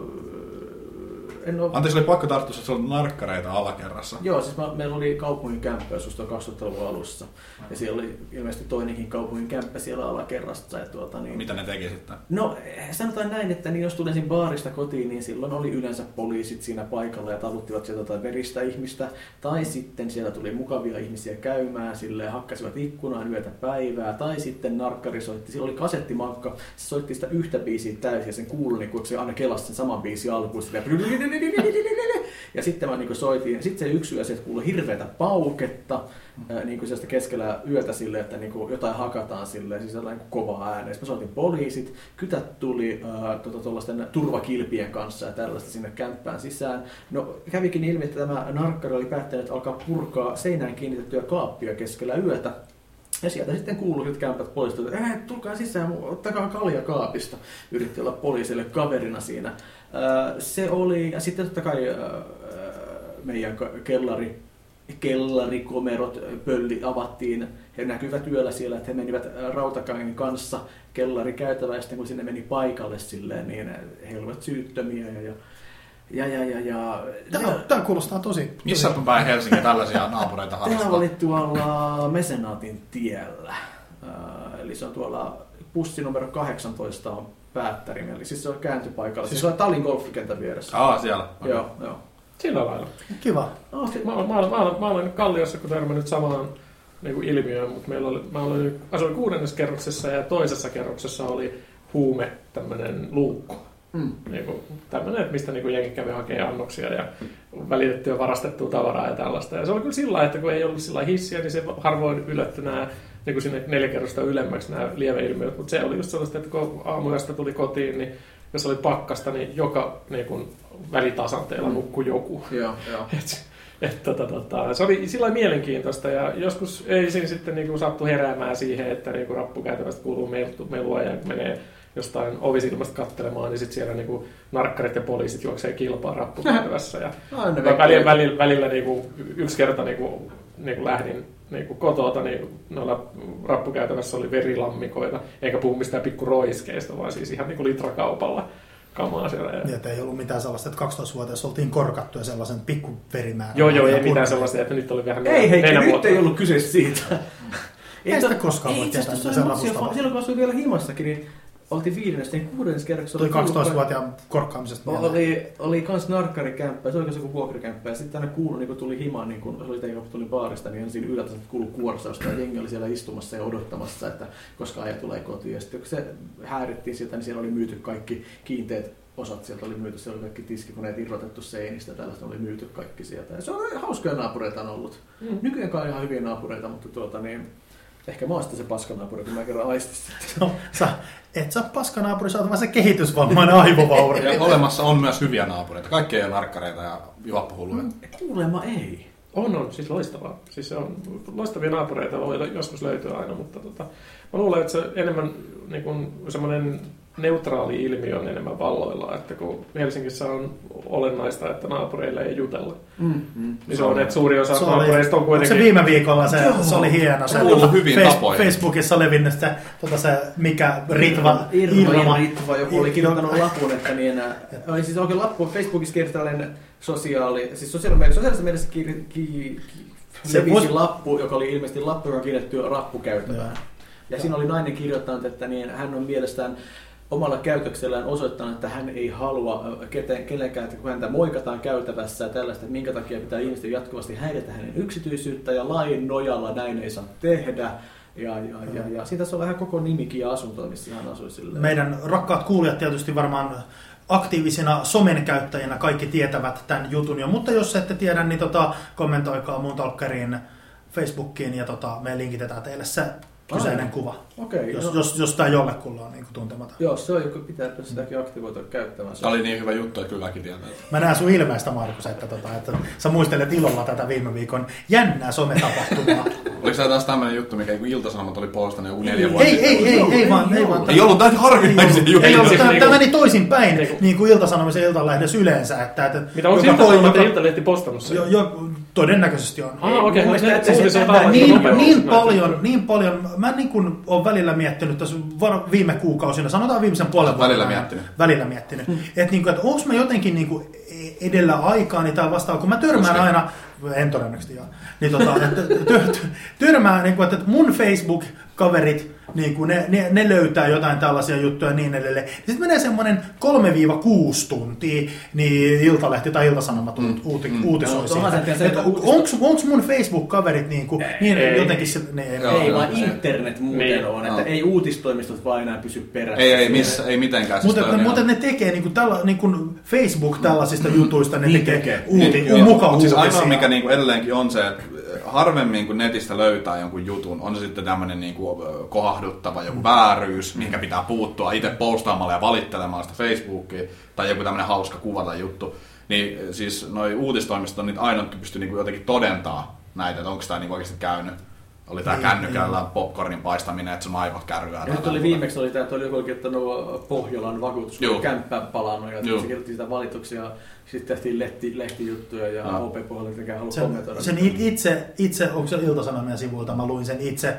Speaker 2: en ole...
Speaker 3: Anteeksi, oli pakko tarttua, että sulla on narkkareita alakerrassa.
Speaker 2: Joo, siis mä, meillä oli kaupungin kämppä joskus tuon 2000-luvun alussa. Ja siellä oli ilmeisesti toinenkin kaupungin kämppä siellä alakerrassa. Ja tuota, niin...
Speaker 3: Mitä ne teki sitten?
Speaker 2: No eh, sanotaan näin, että niin jos tulisin baarista kotiin, niin silloin oli yleensä poliisit siinä paikalla ja taluttivat sieltä jotain veristä ihmistä. Tai sitten siellä tuli mukavia ihmisiä käymään, sille hakkasivat ikkunaan yötä päivää. Tai sitten narkkari soitti, sillä oli kasettimankka, se soitti sitä yhtä biisiä täysin ja sen kuului, niin kun se aina kelasi sen saman biisin alkuun. Sitä ja sitten mä niin soitin, ja sitten se yksi yö sieltä kuului hirveätä pauketta, ää, niin kuin keskellä yötä sille, että niin kuin jotain hakataan sille, siis sellainen kuin kova ääni. Sitten mä soitin poliisit, kytät tuli ää, tuota, tuollaisten turvakilpien kanssa ja tällaista sinne kämppään sisään. No kävikin ilmi, että tämä narkkari oli päättänyt alkaa purkaa seinään kiinnitettyä kaappia keskellä yötä. Ja sieltä sitten kuuluiset kämpät poliisit, että "Eh, tulkaa sisään, ottakaa kalja kaapista. Yritti olla poliisille kaverina siinä. Öö, Se oli, ja sitten totta kai öö, meidän ka- kellari, kellarikomerot pölli avattiin. He näkyvät yöllä siellä, että he menivät öö, Rautakangen kanssa kellarikäytävään, ja sitten kun sinne meni paikalle silleen, niin he olivat syyttömiä. Ja, ja, ja, ja, ja, ja
Speaker 1: Tämä, tämä kuulostaa tosi...
Speaker 3: Missä päin Helsinki tällaisia naapureita
Speaker 2: Tämä
Speaker 3: harrastaa?
Speaker 2: oli tuolla Mesenaatin tiellä. Äh, Eli se on tuolla pussi numero 18 on päättärin, eli siis se on kääntöpaikalla. Siis se on Tallin golfikentän vieressä.
Speaker 3: Aa, siellä.
Speaker 1: Ah, no niin.
Speaker 2: Joo, joo.
Speaker 4: Sillä lailla.
Speaker 1: Kiva.
Speaker 2: No, se-
Speaker 4: Mä, olen- mä, olen- mä, olen- mä olen Kalliossa, kun törmännyt samaan niin kuin ilmiöön, mutta meillä oli, mä olin, asuin kuudennessa kerroksessa ja toisessa kerroksessa oli huume tämmöinen luukku.
Speaker 2: Mm.
Speaker 4: Niin kuin, tämmöinen, että mistä niin kuin jengi kävi hakemaan annoksia ja välitettyä varastettua tavaraa ja tällaista. Ja se oli kyllä sillä lailla, että kun ei ollut sillä lailla hissiä, niin se harvoin ylättyi nämä niin kuin sinne neljä kerrosta ylemmäksi nämä lieveilmiöt. Mutta se oli just sellaista, että kun aamuyöstä tuli kotiin, niin jos oli pakkasta, niin joka niin kuin, välitasanteella nukkui joku.
Speaker 2: Joo, joo.
Speaker 4: Et, et, tota, tota, se oli sillä lailla mielenkiintoista ja joskus ei siinä sitten niinku sattu heräämään siihen, että niinku rappukäytävästä kuuluu meltu- melua ja menee jostain ovisilmasta kattelemaan, niin sitten siellä niinku narkkarit ja poliisit juoksee kilpaa rappukäytävässä. Ja
Speaker 2: Aina
Speaker 4: välillä,
Speaker 2: vekkeli.
Speaker 4: välillä, välillä niinku, yksi kerta niinku, niinku lähdin niinku kotota, niin noilla rappukäytävässä oli verilammikoita, eikä puhu mistään pikku roiskeista, vaan siis ihan niinku litrakaupalla kamaa siellä. Ja
Speaker 1: Niin, että ei ollut mitään sellaista, että 12-vuotias oltiin korkattu ja sellaisen pikkuverimään.
Speaker 4: Joo, joo, ei mitään sellaista, että nyt oli vähän
Speaker 2: Ei Heikki,
Speaker 4: meidän
Speaker 2: nyt
Speaker 4: vuotta.
Speaker 2: ei ollut kyse siitä.
Speaker 1: Ei sitä
Speaker 2: tot-
Speaker 1: Mm. koskaan voi
Speaker 2: ei itse
Speaker 1: tietää,
Speaker 2: asiassa
Speaker 1: mitä
Speaker 2: se
Speaker 1: se
Speaker 2: on lapsia,
Speaker 1: ravusta
Speaker 2: silloin kun asuin vielä himassakin, niin oltiin viidennestä ja kuudennes kerroksessa.
Speaker 1: Toi
Speaker 2: oli kuullut-
Speaker 1: 12-vuotiaan korkkaamisesta.
Speaker 2: O-
Speaker 1: mieleen.
Speaker 2: Oli, oli kans narkkarikämppä, se oli kans joku vuokrakämppä, ja sitten aina kuului, niin kun tuli himaan, niin kun se oli teillä, kun tuli baarista, niin siinä yllätys, että kuului kuorsausta, ja jengi oli siellä istumassa ja odottamassa, että koska aja tulee kotiin, ja sitten kun se häärittiin sieltä, niin siellä oli myyty kaikki kiinteät osat sieltä oli myyty, siellä oli kaikki tiskikoneet irrotettu seinistä, tällaista oli myyty kaikki sieltä. Ja se on hauskoja naapureita on ollut.
Speaker 4: Mm.
Speaker 2: Nykyään kai ihan hyviä naapureita, mutta tuota niin, ehkä mä oon sitten se paskanaapuri, kun mä kerran aistin sitä.
Speaker 1: No, sä, et sä ole paskanaapuri, sä oot vaan se kehitysvammainen aivovaurio.
Speaker 3: Ja olemassa on myös hyviä naapureita. Kaikki ei ole narkkareita ja juoppuhulluja.
Speaker 1: Mm.
Speaker 2: Kuulemma ei.
Speaker 4: On, on, siis loistavaa. Siis se on loistavia naapureita, voi joskus löytyä aina, mutta tota, mä luulen, että se enemmän niin kuin, semmoinen neutraali ilmiö on enemmän valloilla, että kun Helsingissä on olennaista, että naapureille ei jutella,
Speaker 2: Mm-hmm.
Speaker 4: niin se on, että suuri osa
Speaker 1: Se oli-
Speaker 4: naapureista on
Speaker 1: Se
Speaker 4: kuitenkin...
Speaker 1: viime viikolla se, se oli hieno. Se,
Speaker 3: Kuuluu hyviin tapoihin.
Speaker 1: Facebookissa levinnyt se, tota se mikä Ritva,
Speaker 2: Irma,
Speaker 1: Irma.
Speaker 2: Irma, Ritva, joku oli kirjoittanut lapun, että niin enää. Oli siis oikein lappu, Facebookissa kirjoittaa tällainen sosiaali, siis sosiaali, sosiaalisessa mielessä kir, ki, ki,
Speaker 1: Se
Speaker 2: se levisi
Speaker 1: must-
Speaker 2: lappu, joka oli ilmeisesti lappu, joka on kirjoitettu rappukäytävään.
Speaker 1: Joo.
Speaker 2: Ja siinä oli nainen kirjoittanut, että niin hän on mielestään omalla käytöksellään osoittanut, että hän ei halua ö, keten, kenenkään, että kun häntä moikataan käytävässä ja tällaista, että minkä takia pitää ihmisten jatkuvasti häiritä hänen yksityisyyttä ja lain nojalla näin ei saa tehdä. Ja, ja, ja, ja siitä se on vähän koko nimikin ja asunto, missä hän asui silleen.
Speaker 1: Meidän rakkaat kuulijat tietysti varmaan aktiivisina somen käyttäjinä kaikki tietävät tämän jutun jo, mutta jos ette tiedä, niin tota, kommentoikaa mun talkkeriin Facebookiin ja tota, me linkitetään teille se kyseinen
Speaker 2: Aivan.
Speaker 1: kuva,
Speaker 2: Okei,
Speaker 1: jos,
Speaker 2: no,
Speaker 1: jos, jos tämä jollekulla on niin tuntematon.
Speaker 2: Joo, se on joku, pitää sitäkin aktivoitua käyttämään. Se
Speaker 3: Tämä
Speaker 2: on-
Speaker 3: oli niin hyvä juttu, että kyllä kaikki tietää.
Speaker 1: Mä näen sun ilmeistä, Markus, että, tota, että sä muistelet ilolla tätä viime viikon jännää sometapahtumaa.
Speaker 3: Oliko tämä taas tämmöinen juttu, mikä joku iltasanomat oli postannut joku neljä vuotta
Speaker 1: ei, ei, ei, ei, vaan, ei vaan.
Speaker 3: Ei ollut näin harvinaisia
Speaker 1: Ei ollut. Ei ollut.
Speaker 3: juttuja.
Speaker 1: Tämä, tämä meni toisinpäin,
Speaker 4: Niinku-
Speaker 1: niin kuin iltasanomisen iltalähdessä yleensä. Että, että
Speaker 4: Mitä on
Speaker 1: joka
Speaker 4: siltä sanoa, että
Speaker 1: joka-
Speaker 4: Iltalehti postannut sen?
Speaker 1: jo, jo, todennäköisesti on.
Speaker 4: Ah, okei,
Speaker 2: Mun
Speaker 4: no,
Speaker 2: mielestä-
Speaker 4: se uutiset on
Speaker 2: Niin,
Speaker 4: aivan
Speaker 1: niin,
Speaker 4: nopeus.
Speaker 1: niin
Speaker 4: Mä en
Speaker 1: paljon, niin paljon. Mä niin kuin olen välillä miettinyt tässä var- viime kuukausina, sanotaan viimeisen puolen vuoden
Speaker 3: Välillä
Speaker 1: ajan.
Speaker 3: miettinyt.
Speaker 1: Välillä miettinyt.
Speaker 4: Hmm.
Speaker 1: Että, niin kuin, että onko mä jotenkin niin kuin edellä aikaa, niin tämä vastaa, kun mä törmään
Speaker 3: Koska-
Speaker 1: aina, en todennäköisesti joo, niin tota, että tö- tö- törmää, niin kuin, että mun Facebook-kaverit, niin kuin ne, ne, ne, löytää jotain tällaisia juttuja ja niin edelleen. Sitten menee semmoinen 3-6 tuntia, niin Iltalehti tai Iltasanomat mm, uuti, mm.
Speaker 2: No,
Speaker 1: uutisoi
Speaker 2: onhan se,
Speaker 1: siitä.
Speaker 2: että se-
Speaker 1: Että Onks, onks mun Facebook-kaverit niinku, niin
Speaker 4: ei.
Speaker 1: jotenkin se, ne ei.
Speaker 3: Joo.
Speaker 2: ei,
Speaker 3: Joo,
Speaker 2: vaan
Speaker 3: se-
Speaker 2: internet muuten
Speaker 4: Niin.
Speaker 2: on, että
Speaker 3: Joo.
Speaker 2: ei uutistoimistot vaan enää pysy perässä.
Speaker 3: Ei, ei, missä, ei mitenkään. Siis
Speaker 1: Mutta,
Speaker 3: toi on
Speaker 1: mutta
Speaker 3: ihan-
Speaker 1: ne tekee niinku tällä, niinku Facebook tällaisista jutuista, ne
Speaker 2: Niin
Speaker 1: tekee,
Speaker 2: tekee.
Speaker 1: Uuti,
Speaker 3: Niin,
Speaker 1: mukaan
Speaker 3: mut siis
Speaker 1: uutisia.
Speaker 3: ainoa, mikä niinku edelleenkin on se, että äh, harvemmin kun netistä löytää jonkun jutun, on se sitten tämmöinen niinku ö, kohahduttava joku vääryys, mihinkä pitää puuttua itse postaamalla ja valittelemalla sitä Facebookiin, tai joku tämmöinen hauska kuva tai juttu, niin ö, siis noi uutistoimistot on niitä ainoa, jotka pystyy niinku jotenkin todentaa näitä, että onko tämä niinku oikeasti käynyt. Oli tämä
Speaker 1: Niin,
Speaker 3: kännykällä popcornin paistaminen, että sun aivot kärryää.
Speaker 2: Ja nyt oli viimeksi oli tämä, että oli joku kirjoittanut Pohjolan vakuutus, kun
Speaker 3: Joo.
Speaker 2: kämppään palannut ja
Speaker 3: Joo.
Speaker 2: se kirjoitti sitä valituksia. Sitten tehtiin lehti, lehtijuttuja ja
Speaker 3: Joo.
Speaker 2: op puolella tietenkään halunnut
Speaker 1: sen,
Speaker 2: kommentoida. No
Speaker 1: sen it- itse, itse, onko se Iltasanomien sivuilta, mä luin sen itse,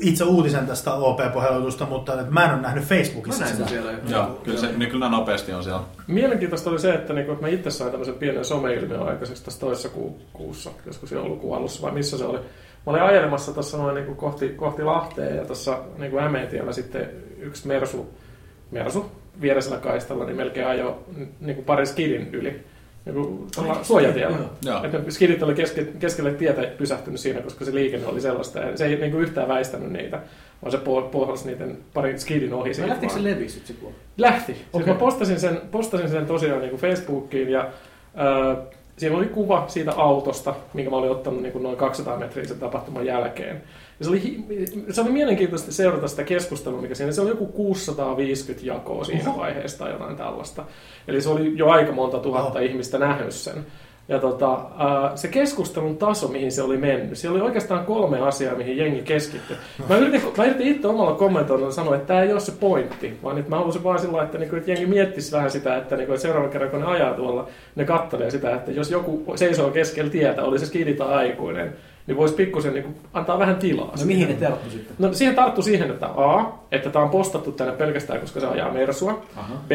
Speaker 1: itse uutisen tästä OP-puhelutusta, mutta et mä en ole nähnyt
Speaker 2: Mä
Speaker 1: Facebookissa
Speaker 2: näin sen siellä.
Speaker 3: Joo, kyllä, se, niin kyllä nopeasti on siellä.
Speaker 4: Mielenkiintoista oli se, että, niin kuin, että mä itse sain tämmöisen pienen someilmiön aikaiseksi tässä toisessa ku- kuussa, joskus joulukuun alussa, vai missä se oli. Mä olin ajelemassa tuossa noin niin kuin kohti, kohti Lahteen ja tuossa niin Ämeentiellä sitten yksi Mersu, Mersu viereisellä kaistalla, niin melkein ajoi niin kuin parin skidin yli. Niin kuin tuolla suojatiellä.
Speaker 2: Joo.
Speaker 3: Joo.
Speaker 4: Että ne skidit oli keske, keskelle tietä pysähtynyt siinä, koska se liikenne oli sellaista. Ja se ei niin kuin yhtään väistänyt niitä, vaan se puol- puolasi niiden parin skidin ohi.
Speaker 2: No
Speaker 4: siitä
Speaker 2: lähtikö
Speaker 4: vaan.
Speaker 2: se levi sit se kuva?
Speaker 4: Lähti. Siis
Speaker 2: Okei.
Speaker 4: mä postasin sen, postasin sen tosiaan niin kuin Facebookiin ja öö, siinä oli kuva siitä autosta, minkä mä olin ottanut niin kuin noin 200 metriä sen tapahtuman jälkeen. Ja se, oli, hi- se oli mielenkiintoista seurata sitä keskustelua, mikä siinä, se oli joku 650 jakoa siinä vaiheessa tai jotain tällaista. Eli se oli jo aika monta tuhatta ihmistä nähnyt sen. Ja tota, ää, se keskustelun taso, mihin se oli mennyt, siellä oli oikeastaan kolme asiaa, mihin jengi keskittyi. Mä yritin, mä yritin itse omalla kommentoinnilla sanoa, että tämä ei ole se pointti, vaan että mä halusin vaan sillä lailla, että, niinku, että jengi miettisi vähän sitä, että, niinku, että seuraavan kerran kun ne ajaa tuolla, ne kattelee sitä, että jos joku seisoo keskellä tietä, oli se skidi tai aikuinen, niin voisi pikkusen niinku, antaa vähän tilaa.
Speaker 2: No
Speaker 4: siihen.
Speaker 2: mihin ne tarttu sitten?
Speaker 4: No siihen tarttu siihen, että A, että tämä on postattu tänne pelkästään, koska se ajaa Mersua.
Speaker 2: Aha.
Speaker 4: B,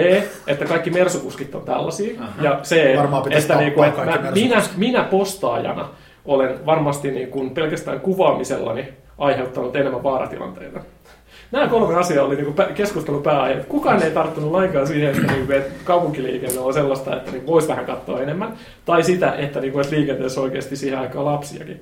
Speaker 4: että kaikki Mersukuskit on tällaisia.
Speaker 2: Aha.
Speaker 4: Ja C,
Speaker 1: Varmaan pitäisi
Speaker 4: että,
Speaker 1: tappaa
Speaker 4: niinku, että
Speaker 1: kaikki
Speaker 4: mä,
Speaker 1: Mersukuskit.
Speaker 4: minä, minä postaajana olen varmasti niinku pelkästään kuvaamisellani aiheuttanut enemmän vaaratilanteita. Nämä kolme asiaa oli niinku pä- keskustelun pääaihe. Kukaan ei tarttunut lainkaan siihen, että, niinku, että kaupunkiliikenne on sellaista, että niinku voisi vähän katsoa enemmän. Tai sitä, että, niinku, että liikenteessä oikeasti siihen aikaan lapsiakin.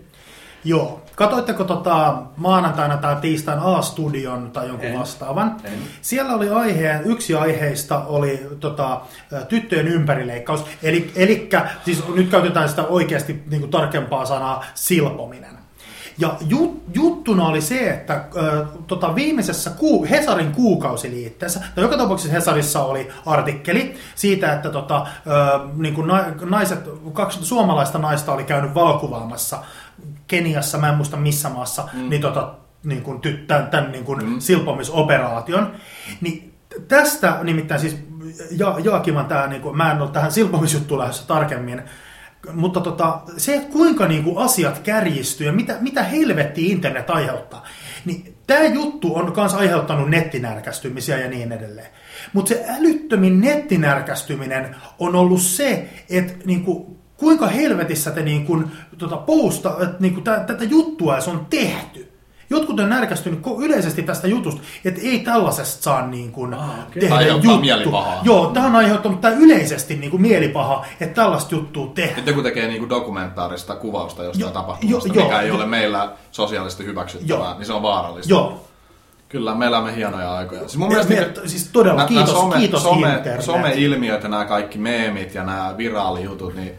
Speaker 1: Joo. Katoitteko tota maanantaina tai tiistain A-studion tai jonkun
Speaker 2: En.
Speaker 1: vastaavan?
Speaker 2: En.
Speaker 1: Siellä oli aihe, yksi aiheista oli tota, ö, tyttöjen ympärileikkaus. Eli, elikkä, siis nyt käytetään sitä oikeasti niin kuin tarkempaa sanaa silpominen. Ja jut, juttuna oli se, että ö, tota, viimeisessä ku, Hesarin kuukausiliitteessä, tai joka tapauksessa Hesarissa oli artikkeli siitä, että tota, ö, niin kuin na, naiset, kaksi suomalaista naista oli käynyt valokuvaamassa Keniassa, mä en muista missä maassa, mm. niin tota, niin kuin tyt, tämän, tämän niin kuin mm. silpomisoperaation. Niin tästä nimittäin siis ja, Jaakiman tämä, niin kuin, mä en ole tähän silpomisjuttuun lähdössä tarkemmin, mutta tota, se, että kuinka niin kuin asiat kärjistyy ja mitä, mitä helvettiä internet aiheuttaa, niin tämä juttu on myös aiheuttanut nettinärkästymisiä ja niin edelleen. Mutta se älyttömin nettinärkästyminen on ollut se, että niinku, kuinka helvetissä te niinku, tota, posta, et, niinku, tä, tätä juttua se on tehty. Jotkut on närkästynyt ko- yleisesti tästä jutusta, että ei tällaisesta saa niin kuin ah, okay. tehdä
Speaker 3: Aiheuttaa
Speaker 1: juttu.
Speaker 3: mielipahaa.
Speaker 1: Joo, tämä on aiheuttanut tämä yleisesti niin kuin mielipaha, että tällaista juttua tehdään.
Speaker 3: Nyt joku tekee niinku dokumentaarista kuvausta jostain
Speaker 1: Niin. Jo-
Speaker 3: tapahtumasta,
Speaker 1: jo-
Speaker 3: mikä
Speaker 1: joo.
Speaker 3: ei ole meillä sosiaalisesti hyväksyttävää,
Speaker 1: Joo.
Speaker 3: niin se on vaarallista.
Speaker 1: Joo,
Speaker 3: Kyllä, me elämme hienoja aikoja. Siis mun
Speaker 1: Ja
Speaker 3: mielestä
Speaker 1: me-
Speaker 3: niinku-
Speaker 1: siis todella,
Speaker 3: nää-
Speaker 1: kiitos-
Speaker 3: nää
Speaker 1: kiitos
Speaker 3: some,
Speaker 1: internet.
Speaker 3: Some-ilmiöt ja nämä kaikki meemit ja nämä viraalijutut, niin,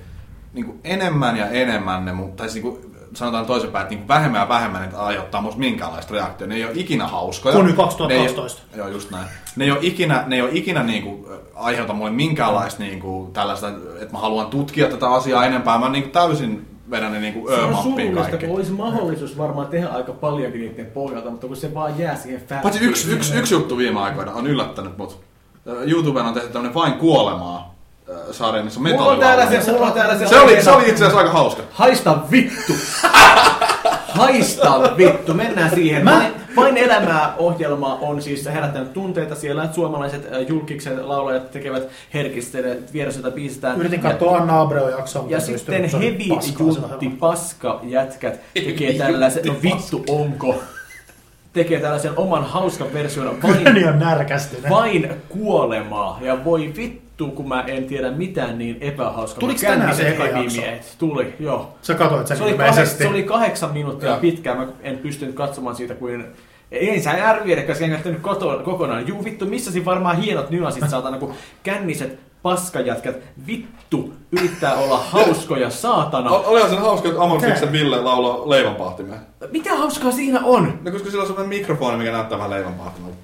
Speaker 3: niin kuin enemmän ja enemmän ne, mu- tai siis niin kuin, sanotaan toisinpäin, että niin kuin vähemmän ja vähemmän ne aiheuttaa musta minkäänlaista reaktiota. Ne ei ole ikinä hauskoja.
Speaker 1: Kony
Speaker 3: Ne
Speaker 1: 2012.
Speaker 3: ei, joo, just näin. Ne ei ole ikinä, ne ei ole ikinä niin kuin, aiheuta mulle minkäänlaista niin kuin, tällaista, että mä haluan tutkia tätä asiaa enempää. Mä niin kuin, täysin vedän ne niin kuin,
Speaker 2: Se on
Speaker 3: ö-mappiin
Speaker 2: surullista,
Speaker 3: kaikki.
Speaker 2: kun olisi mahdollisuus varmaan tehdä aika paljonkin niiden pohjalta, mutta kun se vaan jää siihen fäätiin.
Speaker 3: Paitsi yksi, yksi, yksi juttu viime aikoina on yllättänyt mut. Ö, YouTubeen on tehty tämmönen vain kuolemaa ö, sarja, missä on
Speaker 2: Mulla on täällä se,
Speaker 3: metallilauluja.
Speaker 2: mulla on täällä se.
Speaker 3: Se oli, se
Speaker 2: aiheena.
Speaker 3: oli itse asiassa aika hauska.
Speaker 2: Haista vittu! Haista vittu, mennään siihen.
Speaker 1: Mä-
Speaker 2: Vain, vain elämää ohjelma on siis herättänyt tunteita siellä, että suomalaiset äh, julkikset laulajat tekevät herkisteleet vieressä, jota biisitään.
Speaker 1: yritin
Speaker 2: Ja-
Speaker 1: katsoa Anna Abreu jaksoa, mutta
Speaker 2: ja
Speaker 1: en
Speaker 2: sitten
Speaker 1: pystynyt, se oli
Speaker 2: hevi
Speaker 1: paskaa se
Speaker 2: juntti
Speaker 1: ohjelma.
Speaker 2: paska jätkät tekee tällaisen, no vittu onko, tekee tällaisen oman hauskan version
Speaker 1: Kyllä
Speaker 2: vain,
Speaker 1: niin on närkästynyt.
Speaker 2: vain kuolemaa. Ja voi vittu, kun mä en tiedä mitään niin epähauska.
Speaker 1: Tuliko
Speaker 2: Känniset
Speaker 1: tänään se eka
Speaker 2: hevimiehet. Tuli, joo.
Speaker 1: Sä katsoit sen
Speaker 2: Se oli, kahdeksan,
Speaker 1: ilmeisesti.
Speaker 2: se oli kahdeksan minuuttia
Speaker 3: Joo.
Speaker 2: pitkään, mä en pystynyt katsomaan siitä kuin... Ei sä ärviedä, koska en kattonut koto- kokonaan. Juu vittu, missä siinä varmaan hienot nyanssit saatana, kun känniset paskajätkät vittu yrittää olla hauskoja saatana.
Speaker 3: O- Olihan se hauska, että Amon
Speaker 1: Tää.
Speaker 3: Fixen Ville laulaa leivänpahtimeen.
Speaker 2: Mitä hauskaa siinä on?
Speaker 3: No koska sillä on semmonen mikrofoni, mikä näyttää vähän leivänpahtimelta.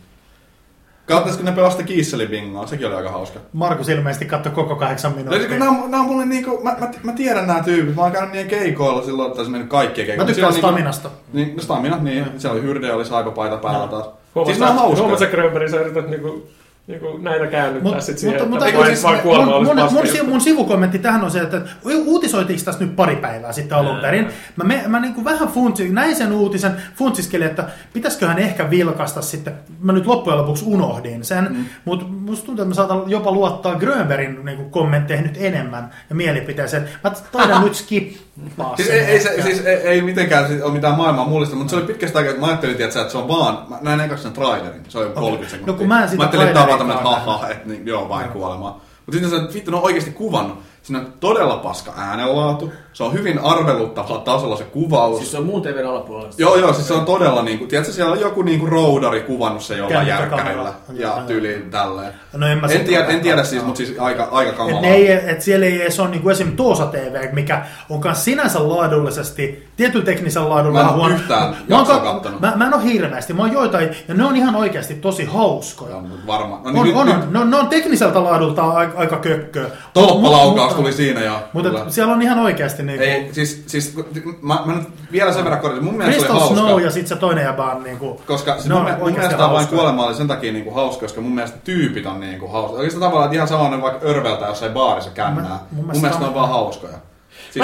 Speaker 3: Katsotaan, kun ne pelasivat kiisselibingoa, sekin oli aika hauska.
Speaker 1: Markus ilmeisesti katsoi koko kahdeksan
Speaker 3: No, siis
Speaker 1: minuuttia.
Speaker 3: kun nää, on- nää on mulle niinku, mä, mä, mä tiedän nää tyypit, mä oon käynyt niiden keikoilla silloin, tai siis mennyt kaikkien keikoilla.
Speaker 1: Mä tykkään
Speaker 3: Siellä on niinku-
Speaker 1: staminasta.
Speaker 3: Niin, no stamina, niin. Siellä oli hyrde, oli saipapaita päällä taas.
Speaker 4: Huomaat
Speaker 3: Siis nää on
Speaker 4: sä-
Speaker 3: hauskoja.
Speaker 4: huomaat sä Grönberg, sä yrität niinku, niinku näitä käännyttää
Speaker 1: Mut-
Speaker 4: sit siihen,
Speaker 1: mutta- mutta-
Speaker 4: että vaan,
Speaker 1: siis
Speaker 4: vaan kuolema
Speaker 1: mun-
Speaker 4: olisi
Speaker 1: mun-
Speaker 4: paska
Speaker 1: mun,
Speaker 4: juttu.
Speaker 1: si- mun sivukommentti tähän on se, että u- uutisoitiinko tässä nyt pari päivää sitten alun perin. Mä, me, mä niin kuin vähän funtsi, näin sen uutisen, funtsiskelin, että pitäisiköhän ehkä vilkaista sitten. Mä nyt loppujen lopuksi unohdin sen, mm. mutta musta tuntuu, että mä saatan jopa luottaa Grönbergin niin kuin kommentteihin nyt enemmän ja mielipiteeseen. Mä taidan nyt skippaa
Speaker 3: Siis
Speaker 1: sen
Speaker 3: ei, ei, se,
Speaker 1: ehkä.
Speaker 3: siis ei, ei mitenkään siis ole mitään maailmaa mullista, mutta se oli pitkästä aikaa, että mä ajattelin, tiiätkö, että se on vaan, mä näin ekaksi sen trailerin, se on joku
Speaker 1: Okei.
Speaker 3: 30 sekuntia.
Speaker 1: No kun mä en sitä
Speaker 3: mä ajattelin, että tämä on vaan tämmöinen
Speaker 1: trailerikaan
Speaker 3: haha, että niin, joo, vain kuolemaa. Mutta sitten se, että vittu, ne on oikeasti kuvannut. Siinä on todella paska äänenlaatu, se on hyvin arveluttavalla tasolla se kuvaus.
Speaker 2: Siis se on muun TVn alapuolella.
Speaker 3: Joo, joo, siis se on todella niinku, tiedätkö, siellä on joku niinku roudari kuvannut se jollain
Speaker 1: Kännykkäkameralla.
Speaker 3: järkkärillä ja tyyliin tälleen.
Speaker 1: No en mä
Speaker 3: en,
Speaker 1: sitä
Speaker 3: tiedä, en
Speaker 1: tarkkaan.
Speaker 3: tiedä siis, mutta siis aika, aika kamalaa.
Speaker 1: Et ne ei, et siellä ei edes ole niinku esimerkiksi Toosa TV, mikä on kans sinänsä laadullisesti, tietyn teknisen laadulla
Speaker 3: Mä en oo
Speaker 1: huono.
Speaker 3: yhtään
Speaker 1: mä, oon
Speaker 3: jaksoa
Speaker 1: kat-
Speaker 3: kattonut.
Speaker 1: mä, mä, en ole hirveästi, mä oon joitain, ja ne on ihan oikeasti tosi hauskoja.
Speaker 3: Joo, mut varmaan. No,
Speaker 1: On, on, on, ne, on, ne on tekniseltä laadulta aika, aika kökköä.
Speaker 3: Tolppalaukaus
Speaker 1: Mut-
Speaker 3: tuli siinä ja...
Speaker 1: Mutta
Speaker 3: kyllä.
Speaker 1: mut, et siellä on ihan oikeasti niinku...
Speaker 3: Ei, siis, siis mä, mä nyt vielä sen verran korjasin. Mun mielestä se oli
Speaker 1: Crystal
Speaker 3: hauska.
Speaker 1: Snow ja sitten se toinen ja vaan niinku...
Speaker 3: Koska se,
Speaker 1: ne
Speaker 3: no,
Speaker 1: on
Speaker 3: mun, mun
Speaker 1: oikeasti
Speaker 3: mielestä tämä vain
Speaker 1: hauskoja.
Speaker 3: kuolema oli sen takia niinku hauska, koska mun mielestä tyypit on niinku hauska. Oikeastaan tavallaan, että ihan sama ne vaikka örveltä jossain baarissa kännää.
Speaker 1: Mä-
Speaker 3: Mä,
Speaker 1: mun
Speaker 3: mun,
Speaker 1: mielestä
Speaker 3: mielestä ne on
Speaker 1: on-
Speaker 3: vaan hauskoja.
Speaker 4: Siis...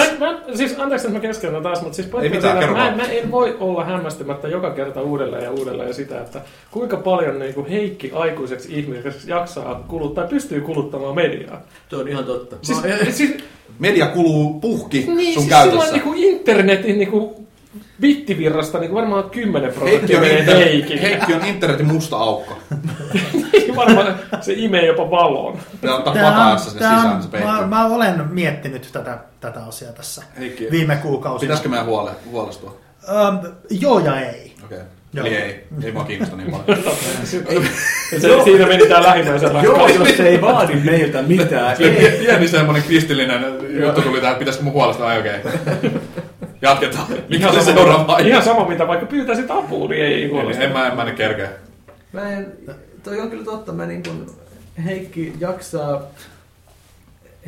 Speaker 3: Siis,
Speaker 4: Mä, en- mä, siis anteeksi, että mä keskeytän taas, mutta siis pointti
Speaker 3: Ei
Speaker 4: on
Speaker 3: mitään,
Speaker 4: siinä, että
Speaker 3: kerro
Speaker 4: mä,
Speaker 3: vaan.
Speaker 4: mä, en voi olla hämmästymättä joka kerta uudelleen ja uudelleen ja sitä, että kuinka paljon niin kuin heikki aikuiseksi ihmiseksi jaksaa kuluttaa, pystyy kuluttamaan mediaa.
Speaker 2: Tuo on ihan totta.
Speaker 4: Siis,
Speaker 2: Mä-
Speaker 4: siis,
Speaker 3: media kuluu puhki
Speaker 4: niin,
Speaker 3: sun
Speaker 4: siis silloin
Speaker 3: käytössä.
Speaker 4: niin kuin internetin niin kuin bittivirrasta niin kuin varmaan 10
Speaker 3: Heikki
Speaker 4: prosenttia
Speaker 3: on,
Speaker 4: menee
Speaker 3: inter-
Speaker 4: Heikille.
Speaker 3: Heikki on internetin musta aukko.
Speaker 4: Niin varmaan se imee jopa valon.
Speaker 3: Ja ottaa
Speaker 1: Tää on-
Speaker 3: vataassa sen
Speaker 1: tää on-
Speaker 3: sisään, se peittyy.
Speaker 1: mä, mä, olen miettinyt tätä, tätä asiaa tässä
Speaker 3: Heikki.
Speaker 1: viime kuukausina.
Speaker 3: Pitäisikö meidän huole, huolestua?
Speaker 1: Öm, joo ja ei.
Speaker 3: Okei. Okay.
Speaker 1: Joo.
Speaker 3: Eli ei. Ei mua kiinnosta niin paljon.
Speaker 4: Ja se, siinä meni tää lähimmäisen
Speaker 2: Joo,
Speaker 4: rakkaus.
Speaker 2: jos se ei vaadi meiltä mitään.
Speaker 3: Pieni, pieni semmoinen kristillinen juttu tuli tähän, pitäisikö mun huolesta? Ai okei. Jatketaan. Mikä oli
Speaker 4: sama-
Speaker 3: seuraava aihe?
Speaker 4: Ihan sama, mitä vaikka pyytäisit apua, niin ei huolesta.
Speaker 3: Niin, En mä, en mä nyt kerkeä.
Speaker 2: Mä en, toi on kyllä totta, mä niin kun, Heikki jaksaa,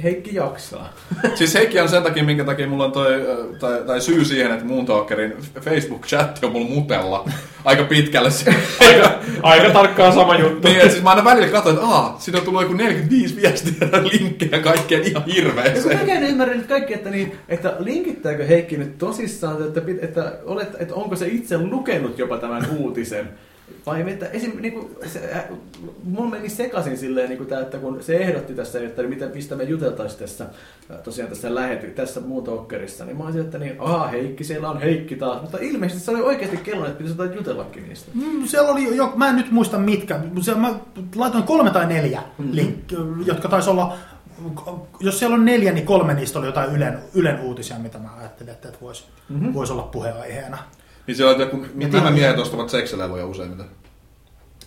Speaker 2: Heikki jaksaa.
Speaker 3: Siis Heikki on sen takia, minkä takia mulla on toi, ö, tai, tai syy siihen, että muun talkerin Facebook-chatti on mulla mutella aika pitkälle. se-
Speaker 4: Aika, aika tarkkaan sama juttu.
Speaker 3: niin, että siis mä aina välillä katsoin, että aah, siinä on tullut joku 45 viestiä ja linkkejä kaikkeen ihan
Speaker 2: Ja kun
Speaker 3: hirveeseen.
Speaker 2: mäkään en ymmärrä nyt kaikki, että, niin, että linkittääkö Heikki nyt tosissaan, että, pit- että, olet, että onko se itse lukenut jopa tämän uutisen. Vai että esim, niin kuin, se, äh, mun meni sekaisin silleen, niin kuin tämä, että kun se ehdotti tässä, että mitä, mistä me juteltaisiin tässä, äh, tosiaan tässä lähety, tässä muun talkerissa, niin mä olisin, että niin, aha Heikki, siellä on Heikki taas. Mutta ilmeisesti se oli oikeasti kello, että pitäisi jotain jutellakin niistä.
Speaker 1: Mm, Siellä oli, jo, mä en nyt muista mitkä, mutta siellä mä laitoin kolme tai neljä
Speaker 3: Mm.
Speaker 1: mm-hmm. linkkiä, jotka taisi olla, jos siellä on neljä, niin kolme niistä oli jotain Ylen, Ylen uutisia, mitä mä ajattelin, että voisi
Speaker 3: Mhm.
Speaker 1: mm-hmm. vois olla puheenaiheena.
Speaker 3: Niin se on, että kun nämä miehet ostavat seksileluja useimmiten.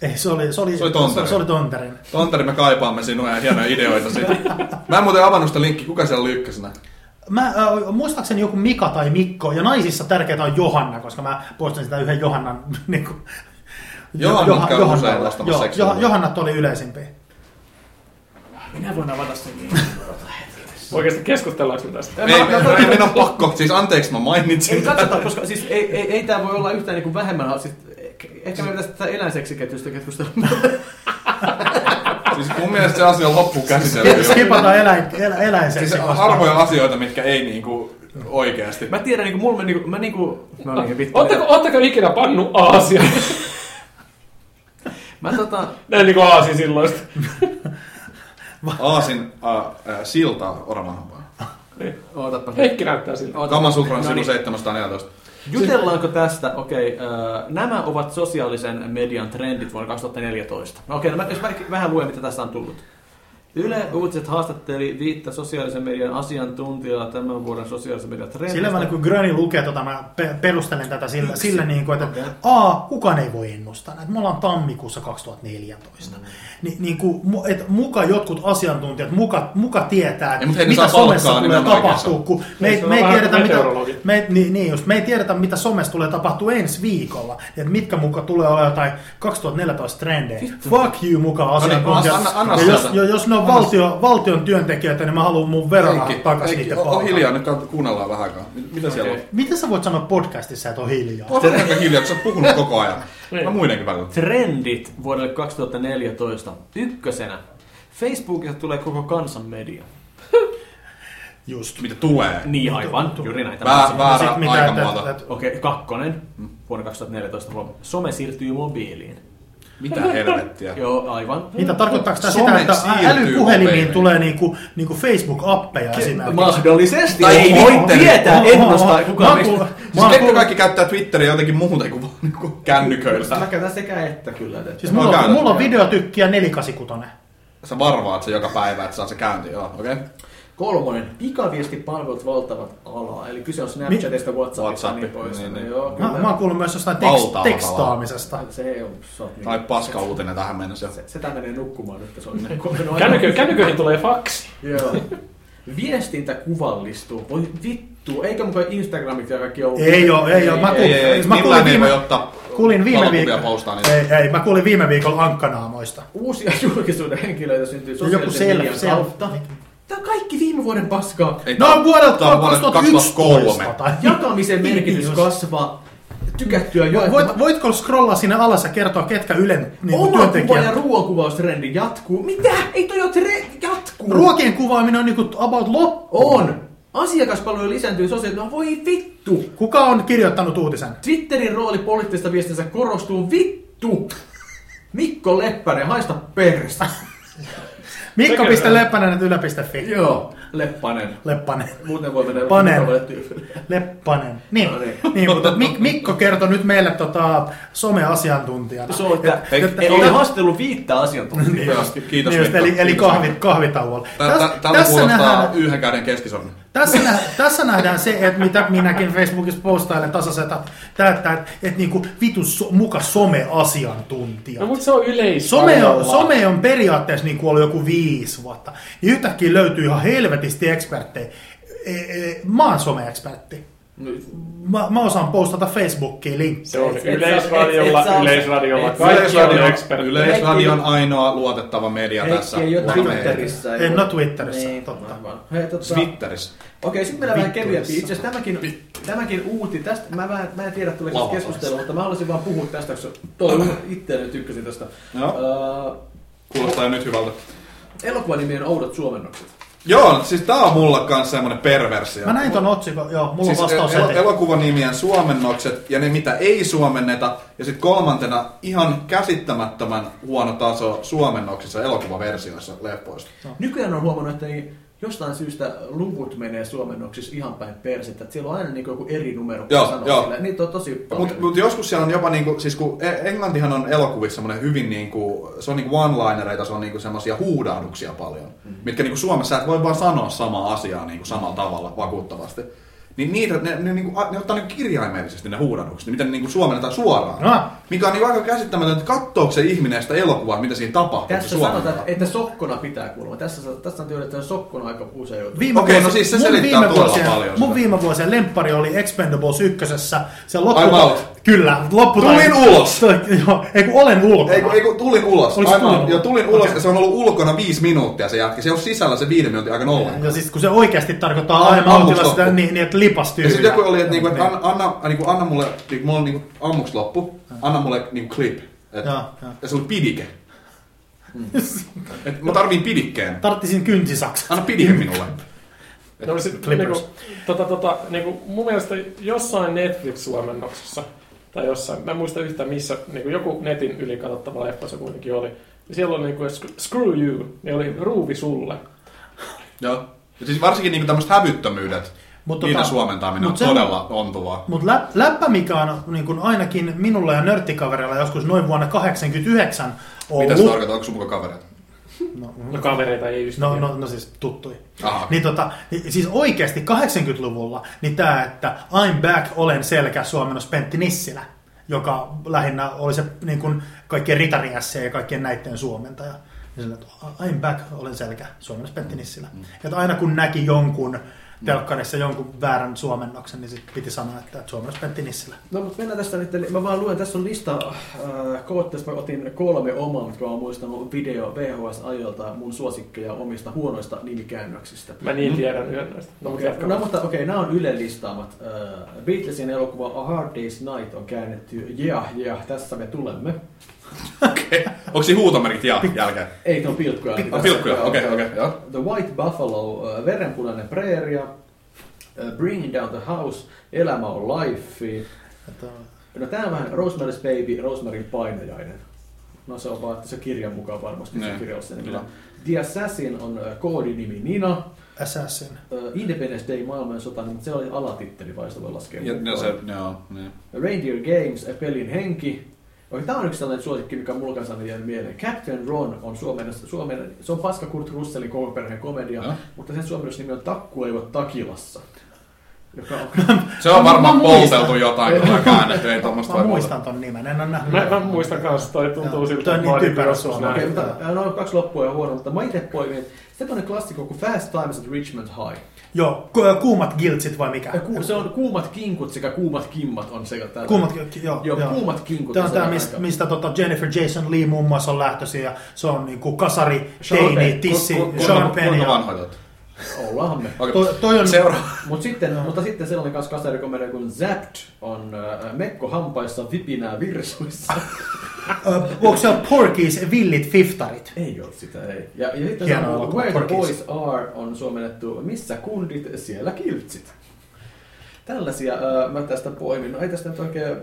Speaker 1: Ei, se oli, se oli,
Speaker 3: Se oli Tonterin.
Speaker 1: Se oli tonterin.
Speaker 3: Tonteri, me kaipaamme sinua ja hienoja ideoita siitä. Mä en muuten avannut sitä linkkiä, kuka siellä oli ykkösenä?
Speaker 1: Mä äh, muistaakseni joku Mika tai Mikko, ja naisissa tärkeää on Johanna, koska mä postin sitä yhden Johannan. Niin kuin,
Speaker 3: Johannat käy usein ostamassa
Speaker 1: joo,
Speaker 3: seksiä.
Speaker 1: Joh- Johannat oli yleisimpiä.
Speaker 2: Minä voin avata sen.
Speaker 4: Oikeasti keskustellaanko me tästä?
Speaker 3: Ei, me, ei, meidän on pakko. Siis anteeksi, mä mainitsin.
Speaker 2: Ei katsota, koska siis ei, ei, ei tämä voi olla yhtään niin kuin vähemmän ha- siis, eh- Ehkä me pitäisi tästä eläinseksiketjusta keskustella.
Speaker 3: Siis mun mielestä se asia on loppukäsitelty. jo.
Speaker 1: Skipataan eläin, elä, eläinseksi.
Speaker 3: Siis harvoja asioita, mitkä ei niinku oikeasti.
Speaker 2: Mä tiedän, niin kuin mulla meni, niin kuin, mä niin kuin, mä olin vittu.
Speaker 4: Ootteko, ootteko ikinä pannu aasia?
Speaker 2: Mä tota,
Speaker 4: Näin niinku aasi silloista.
Speaker 3: Aasin äh, äh, silta oramahampaa.
Speaker 2: ootappa.
Speaker 4: Heikki näyttää siltä.
Speaker 2: Oota.
Speaker 3: Kamasutran sivu
Speaker 2: niin.
Speaker 3: 714.
Speaker 2: Jutellaanko tästä? Okei, okay, nämä ovat sosiaalisen median trendit vuonna 2014. No Okei, okay, no mä, jos mä vähän luen, mitä tässä on tullut. Yle Uutiset haastatteli viittä sosiaalisen median asiantuntijaa tämän vuoden sosiaalisen median trendistä.
Speaker 1: Sillä välin kun Gröni lukee, tota, mä pe- perustelen tätä sillä, sillä niin kuin, että A, kukaan ei voi ennustaa näitä. Me ollaan tammikuussa 2014.
Speaker 4: Mm.
Speaker 1: Ni, niin kuin, mu- et muka jotkut asiantuntijat, muka, muka tietää,
Speaker 3: Ja mut hei, ne
Speaker 1: mitä
Speaker 3: saa palkkaa,
Speaker 1: somessa
Speaker 3: niin
Speaker 1: tulee
Speaker 3: ne on oikeassa.
Speaker 1: tapahtuu. Kun me,
Speaker 4: Niin,
Speaker 1: ei,
Speaker 4: se on
Speaker 1: me, ei
Speaker 4: vähän
Speaker 1: tiedetä,
Speaker 4: kuin
Speaker 1: mitä,
Speaker 4: meteorologit.
Speaker 1: me, niin, niin just, me ei tiedetä, mitä somessa tulee tapahtua ensi viikolla. Et mitkä muka tulee olla jotain 2014 trendejä. Fuck you muka asiantuntijat.
Speaker 3: No niin, anna- anna
Speaker 1: ja jos,
Speaker 3: sieltä.
Speaker 1: jo- jos ne on valtio, valtion työntekijöitä, niin mä haluan mun verorahat
Speaker 3: Heikki,
Speaker 1: takaisin
Speaker 3: Heikki,
Speaker 1: niiden
Speaker 3: o- o-
Speaker 1: palkalta.
Speaker 3: hiljaa, nyt kat- kuunnellaan vähän aikaa. Mit- Mitä siellä on?
Speaker 1: Miten sä voit sanoa podcastissa, että on hiljaa?
Speaker 3: Oot aika hiljaa, kun sä oot puhunut koko ajan. Mä muidenkin välillä.
Speaker 2: Trendit vuodelle 2014. Ykkösenä. Facebookista tulee koko kansan media.
Speaker 1: Just.
Speaker 3: Mitä tulee?
Speaker 2: Niin aivan, juuri näitä.
Speaker 3: Vää-
Speaker 2: Mä-
Speaker 3: väärä
Speaker 1: Sit mitä, että-
Speaker 3: aikamuoto.
Speaker 1: että-
Speaker 2: Okei, okay, kakkonen. Vuonna 2014. huom- Some siirtyy mobiiliin.
Speaker 3: Mitä helvettiä?
Speaker 2: Joo, aivan.
Speaker 1: Mitä tarkoittaako tämä sitä,
Speaker 3: Some
Speaker 1: että
Speaker 3: siirtyy
Speaker 1: älypuhelimiin
Speaker 3: mobiiliin.
Speaker 1: tulee niinku, niinku Facebook-appeja esimerkiksi?
Speaker 2: Mahdollisesti.
Speaker 3: Tai
Speaker 2: ei voi
Speaker 3: Twitter.
Speaker 2: tietää,
Speaker 1: Oho,
Speaker 2: ennustaa
Speaker 1: oho.
Speaker 2: kukaan
Speaker 1: Mä
Speaker 2: mistä.
Speaker 1: kuulen-
Speaker 3: Siis
Speaker 1: oon
Speaker 3: ketkä
Speaker 1: kuullut-
Speaker 3: kaikki käyttää Twitteriä jotenkin muuten kuin vaan niinku
Speaker 2: Mä
Speaker 3: kännyköillä?
Speaker 2: käytän sekä että kyllä. että-
Speaker 1: Siis
Speaker 3: Mä oon
Speaker 1: mulla, on,
Speaker 3: käynyt.
Speaker 1: mulla on videotykki ja 486.
Speaker 3: Sä varvaat se joka päivä, että saat se käynti. Joo, okei. Okay.
Speaker 2: Kolmonen. Pikaviestipalvelut valtavat alaa. Eli kyse on Snapchatista, Whatsappista ja niin
Speaker 3: WhatsApp,
Speaker 2: pois.
Speaker 3: niin,
Speaker 2: Niin,
Speaker 3: niin.
Speaker 2: Joo, kyllä.
Speaker 1: Mä, mä oon kuullut myös jostain
Speaker 3: Valtaava
Speaker 1: tekst- tekstaamisesta.
Speaker 2: Se ei ole... se on-
Speaker 3: Niin. Tai paska uutinen tähän mennessä.
Speaker 2: Se, se menee nukkumaan nyt, se on kokenut
Speaker 4: Kännykö, kännyköihin tulee faksi.
Speaker 2: Joo. Viestintä kuvallistuu. Voi vittu, eikä mukaan Instagramit ja kaikki ollut.
Speaker 1: Ei oo, ei oo. Mä
Speaker 3: Ei, ei, ei.
Speaker 1: Mä
Speaker 3: Millään
Speaker 1: kuulin
Speaker 3: ei
Speaker 1: viime,
Speaker 3: voi ottaa
Speaker 1: kuulin viime
Speaker 3: valokuvia niin
Speaker 1: viikolla.
Speaker 3: postaa niitä. Niin,
Speaker 1: Ei, ei, mä kuulin viime viikolla ankkanaamoista.
Speaker 2: Uusia julkisuuden henkilöitä syntyy
Speaker 1: Ja No joku
Speaker 2: sosiaalisen median
Speaker 1: self- self-
Speaker 2: kautta. Tämä on kaikki viime vuoden paskaa.
Speaker 3: Ei,
Speaker 1: No
Speaker 3: tää-
Speaker 1: on vuodelta
Speaker 3: tää on vuodelta
Speaker 1: 2011.
Speaker 3: 2003.
Speaker 1: tai-
Speaker 2: Jakamisen
Speaker 1: Niin,
Speaker 2: merkitys
Speaker 1: just.
Speaker 2: kasvaa. Tykättyä jo.
Speaker 1: Voit, voitko scrollaa sinne alas ja kertoa, ketkä Ylen niin
Speaker 2: Oma kuva ja
Speaker 1: työntekijät?
Speaker 2: ruoankuvaustrendi jatkuu. Mitä? Ei toi ole tre- jatkuu.
Speaker 1: Ruokien kuvaaminen on niinku about loppu.
Speaker 2: On. Asiakaspalvelu lisääntyy sosiaalisesti. No voi vittu.
Speaker 1: Kuka on kirjoittanut uutisen?
Speaker 2: Twitterin rooli poliittisessa viestissä korostuu vittu. Mikko Leppänen, haista perstä.
Speaker 1: Mikko
Speaker 4: Tekee
Speaker 1: piste Leppänen, että yle.fi.
Speaker 2: Joo. Leppanen.
Speaker 1: Leppanen.
Speaker 2: Muuten voi mennä
Speaker 1: Panen.
Speaker 2: mukavalle tyypille.
Speaker 1: Leppanen. Niin,
Speaker 2: No niin.
Speaker 1: niin mutta Mik- Mikko kertoi nyt meille tota, someasiantuntijana.
Speaker 2: Se on, että
Speaker 3: No Ei-
Speaker 2: ei
Speaker 1: ei-
Speaker 2: ole haastellut viittä asiantuntijaa.
Speaker 3: Kiitos, kiitos
Speaker 1: Niin just,
Speaker 3: Mikko.
Speaker 1: eli, eli
Speaker 3: Kiitos.
Speaker 1: kahvit, kahvitauolla.
Speaker 3: Tää- tää- Täällä kuulostaa yhden käden keskisormi.
Speaker 1: Tässä, nä, tässä nähdään se, että mitä minäkin Facebookissa postailen tasaiselta, että, että, että, että niin kuin vitu so, muka someasiantuntija.
Speaker 4: No, mutta se on yleis.
Speaker 1: Some on,
Speaker 4: varmaan.
Speaker 1: some on periaatteessa niin kuin ollut joku viisi vuotta. Niin yhtäkkiä löytyy ihan helvetisti eksperttejä. E, e, mä oon some-ekspertti.
Speaker 3: No.
Speaker 1: Mä, mä osaan postata Facebookiin linkki.
Speaker 4: Se on
Speaker 2: Et sä- et-
Speaker 4: yleisradiolla,
Speaker 2: et sä-
Speaker 4: yleisradiolla.
Speaker 2: et-
Speaker 4: Kaikki
Speaker 3: Yleisradio,
Speaker 4: on ekspertit.
Speaker 3: yleisradio on ainoa luotettava media tässä.
Speaker 2: Heikki ei ole
Speaker 3: Luotamme heitä.
Speaker 2: Twitterissä.
Speaker 1: En ole Twitterissä,
Speaker 2: Niin,
Speaker 1: totta.
Speaker 2: varmaan. Hei, tota,
Speaker 3: Twitterissä.
Speaker 2: Okei, sitten mennään vähän
Speaker 1: Vittu
Speaker 2: kevyempiin. Itse
Speaker 1: jossain.
Speaker 2: asiassa tämäkin, tämäkin uuti, tästä, mä, vähän, mä en tiedä tuleeko tästä
Speaker 3: Lavapaista.
Speaker 2: keskustelua, mutta mä haluaisin vaan puhua tästä, koska toi itseäni tykkäsin tästä.
Speaker 3: Joo.
Speaker 2: Öö,
Speaker 3: Kuulostaa jo nyt hyvältä.
Speaker 2: elokuvanimien oudot suomennokset.
Speaker 3: Joo, siis tää on mulla kans semmonen perversio.
Speaker 1: Mä näin ton otsikon, joo, mulla
Speaker 3: Siis
Speaker 1: on vastaus
Speaker 3: el-
Speaker 1: heti.
Speaker 3: elokuvanimien suomennokset ja ne mitä ei suomenneta. Ja sitten kolmantena ihan käsittämättömän huono taso suomennoksissa elokuvaversioissa leffoista.
Speaker 2: Nykyään on huomannut, että niin jostain syystä luvut menee suomennoksissa ihan päin persettä. Että siellä on aina niin joku eri numero, kun
Speaker 3: Joo,
Speaker 2: sanoo
Speaker 3: joo.
Speaker 2: sille. Niitä on tosi paljon.
Speaker 3: Mutta mut joskus siellä on jopa niinku, siis kun E- Englantihan on elokuvissa semmoinen hyvin niinku, se on niinku one-linereita, se on niinku semmoisia huudahduksia paljon, mm. mitkä niinku Suomessa et voi vaan sanoa samaa asiaa niinku samalla tavalla vakuuttavasti. Niin niitä, ne, ne, niinku, a- ne ottaa niinku kirjaimellisesti ne huudahdukset, mitä ne niinku suomennetaan suoraan.
Speaker 1: Ah.
Speaker 3: Mikä on niinku aika käsittämätöntä, että katsooko se ihminen sitä elokuvaa, mitä siinä tapahtuu. kun se
Speaker 2: tässä
Speaker 3: suomennetaan.
Speaker 2: sanotaan, että sokkona pitää kuulla. Tässä, tässä on työnnetty, että sokkona aika usein joutuu.
Speaker 1: Viime
Speaker 3: Okei,
Speaker 1: vuosi-
Speaker 3: no siis se
Speaker 1: mun
Speaker 3: selittää
Speaker 1: viime
Speaker 3: todella
Speaker 1: vuosien-
Speaker 3: paljon sitä.
Speaker 1: Mun viime vuosien lemppari oli Expendables 1. Se
Speaker 3: I'm
Speaker 1: loppu...
Speaker 3: out.
Speaker 1: Kyllä, loppu...
Speaker 3: Tulin ulos.
Speaker 1: Joo, ei kun olen ulkona.
Speaker 3: Ei kun, ei kun tulin ulos.
Speaker 1: Oliko se tullut?
Speaker 3: ja tulin ulos
Speaker 1: Okei.
Speaker 3: ja se on ollut ulkona viisi minuuttia se jätkä. Se on sisällä se viiden minuutin aikana ollenkaan.
Speaker 1: Ja siis kun se oikeasti tarkoittaa
Speaker 3: Ai,
Speaker 1: aina autilla
Speaker 3: ammusloppu.
Speaker 1: sitä niin, niin että lipas tyhjää.
Speaker 3: Ja sitten joku oli,
Speaker 1: Niin.
Speaker 3: että, niinku, että anna, anna, niinku, anna mulle, niinku, mulla on niinku, ammuks loppu, anna mulle niinku, clip. Et,
Speaker 1: Joo, niin. joo.
Speaker 3: ja se oli pidike. Mm. Et, mä tarviin pidikkeen.
Speaker 1: Tarttisin kynsisaksa.
Speaker 3: Anna pidike minulle.
Speaker 4: No, sit,
Speaker 1: Clippers.
Speaker 4: niinku, tota, tota, niinku, mun mielestä jossain Netflix-suomennoksessa, tai jossain, mä en muista yhtään missä, niinku, joku netin yli katsottava leffa se kuitenkin oli. Ja Siellä oli niinku, "Sc- Screw You, niin oli ruuvi sulle.
Speaker 3: Joo. Ja siis varsinkin niinku tämmöiset hävyttömyydet,
Speaker 1: Mut
Speaker 3: niitä
Speaker 1: tota-
Speaker 3: suomentaminen
Speaker 1: mut
Speaker 3: on
Speaker 1: se-
Speaker 3: todella ontuvaa.
Speaker 1: Mutta lä, läppä, mikä on niin kuin ainakin minulla ja nörttikavereilla joskus noin vuonna 89 ollut.
Speaker 3: Mitä se tarkoittaa? Onko sun muka kavereita?
Speaker 1: no,
Speaker 4: No kavereita ei ystäviä.
Speaker 1: no, no, no siis tuttui.
Speaker 3: Aha.
Speaker 1: Niin tota, niin siis oikeasti 80-luvulla, niin tämä, että I'm back, olen selkä, suomennos Pentti Nissilä, joka lähinnä oli se niin kuin kaikkien ritariässä ja kaikkien näitteen suomentaja. Niin sillä, että I'm back, olen selkä, suomennos Pentti Nissilä. Että aina kun näki jonkun telkkarissa jonkun väärän suomennoksen, niin sit piti sanoa, että suomennos Pentti Nissilä.
Speaker 2: No mutta mennään tästä nyt, eli mä vaan luen, tässä on lista äh, kootteista, mä otin kolme omaa, mitkä mä oon muistanut video VHS-ajoilta mun suosikkeja omista huonoista nimikäännöksistä.
Speaker 4: Mä
Speaker 1: Mm.
Speaker 4: niin tiedän yhden näistä. No, mutta
Speaker 2: Okei,
Speaker 4: jatka.
Speaker 2: no mutta okei, nämä on Yle listaamat. Äh, Beatlesin elokuva A Hard Day's Night on käännetty Yeah, yeah, tässä me tulemme.
Speaker 3: Okei. Onko siinä huutomerkit jää jälkeen?
Speaker 2: Ei, tuon pilkkuja.
Speaker 3: Ah, pilkkuja, okei, okei, joo.
Speaker 2: The White Buffalo, äh, Verenpunainen preeria, äh, Bringing Down the House, Elämä on life,
Speaker 1: Että,
Speaker 2: No tää on vähän Rosemary's Baby, Rosemaryn painajainen. No se on vaan, että se kirjan mukaan varmasti se
Speaker 3: Niin.
Speaker 2: kirjallisen nimellä.
Speaker 3: Kyllä.
Speaker 2: The Assassin on ö, koodinimi Nina.
Speaker 1: Assassin.
Speaker 2: Ö, Independence Day maailman sota, mutta se oli alatitteli vai se voi laskea.
Speaker 3: Ja,
Speaker 2: mukaan.
Speaker 3: no se, joo, niin.
Speaker 2: Reindeer Games, ä, pelin henki. Oikein, tää on yksi sellainen suosikki, mikä mulla kanssa on jäänyt mieleen. Captain Ron on suomen, suomen se on paska Kurt Russellin koko perheen komedia,
Speaker 3: Joo.
Speaker 2: mutta sen suomen nimi on Takku ei ole takilassa. Joka on
Speaker 3: Se on
Speaker 1: Mä-
Speaker 3: varmaan
Speaker 1: mä muistan.
Speaker 3: polteltu jotain, kun on käännetty, ei tuommoista
Speaker 1: Mä
Speaker 3: voi
Speaker 1: muistan ton nimen, en ole nähnyt.
Speaker 4: Mä, mä muistan kanssa, toi tuntuu
Speaker 1: Joo.
Speaker 4: siltä,
Speaker 1: Toi on
Speaker 4: että
Speaker 1: niin
Speaker 4: mä oon niinku
Speaker 1: typerä
Speaker 4: joskus
Speaker 1: suomalainen.
Speaker 2: Okei,
Speaker 4: nähnyt.
Speaker 2: mutta no, on kaksi loppua ja huono, mutta mä itse poimin semmoinen klassikko kuin Fast Times at Richmond High.
Speaker 1: Joo, ku- kuumat giltsit vai mikä?
Speaker 2: Ja ku, se on kuumat kinkut sekä kuumat kimmat on sekä täällä.
Speaker 1: Kuumat, ki- joo,
Speaker 2: Joo, kuumat kinkut.
Speaker 1: Tämä on tämä,
Speaker 2: sekä
Speaker 1: mistä,
Speaker 2: aika-
Speaker 1: mistä tota Jennifer Jason Lee muun muassa on lähtöisin ja se on niinku kasari,
Speaker 2: Sean
Speaker 1: teini,
Speaker 2: Penn.
Speaker 1: tissi,
Speaker 3: Ku- ku-
Speaker 1: Sean
Speaker 3: kuinka-
Speaker 1: Penn.
Speaker 3: Kuinka
Speaker 1: ja-
Speaker 3: vanhoja te ootte?
Speaker 2: Ollaanhan me.
Speaker 3: Okei.
Speaker 1: Toi, toi on,
Speaker 3: Seuraava.
Speaker 2: Mut sitten, mutta sitten sellainen kanssa kasarikomedia kuin Zapped on äh, mekko hampaissa vipinää virsuissa.
Speaker 1: ö, onko siellä Porkies villit fiftarit?
Speaker 2: ei ole sitä, ei. Ja, ja sitten
Speaker 1: Hieno
Speaker 2: se on
Speaker 1: elokuva,
Speaker 2: Where
Speaker 1: Porky's.
Speaker 2: the Boys Are on suomennettu Missä kundit, siellä kiltsit. Tällaisia äh, mä tästä poimin. No ei tästä nyt oikein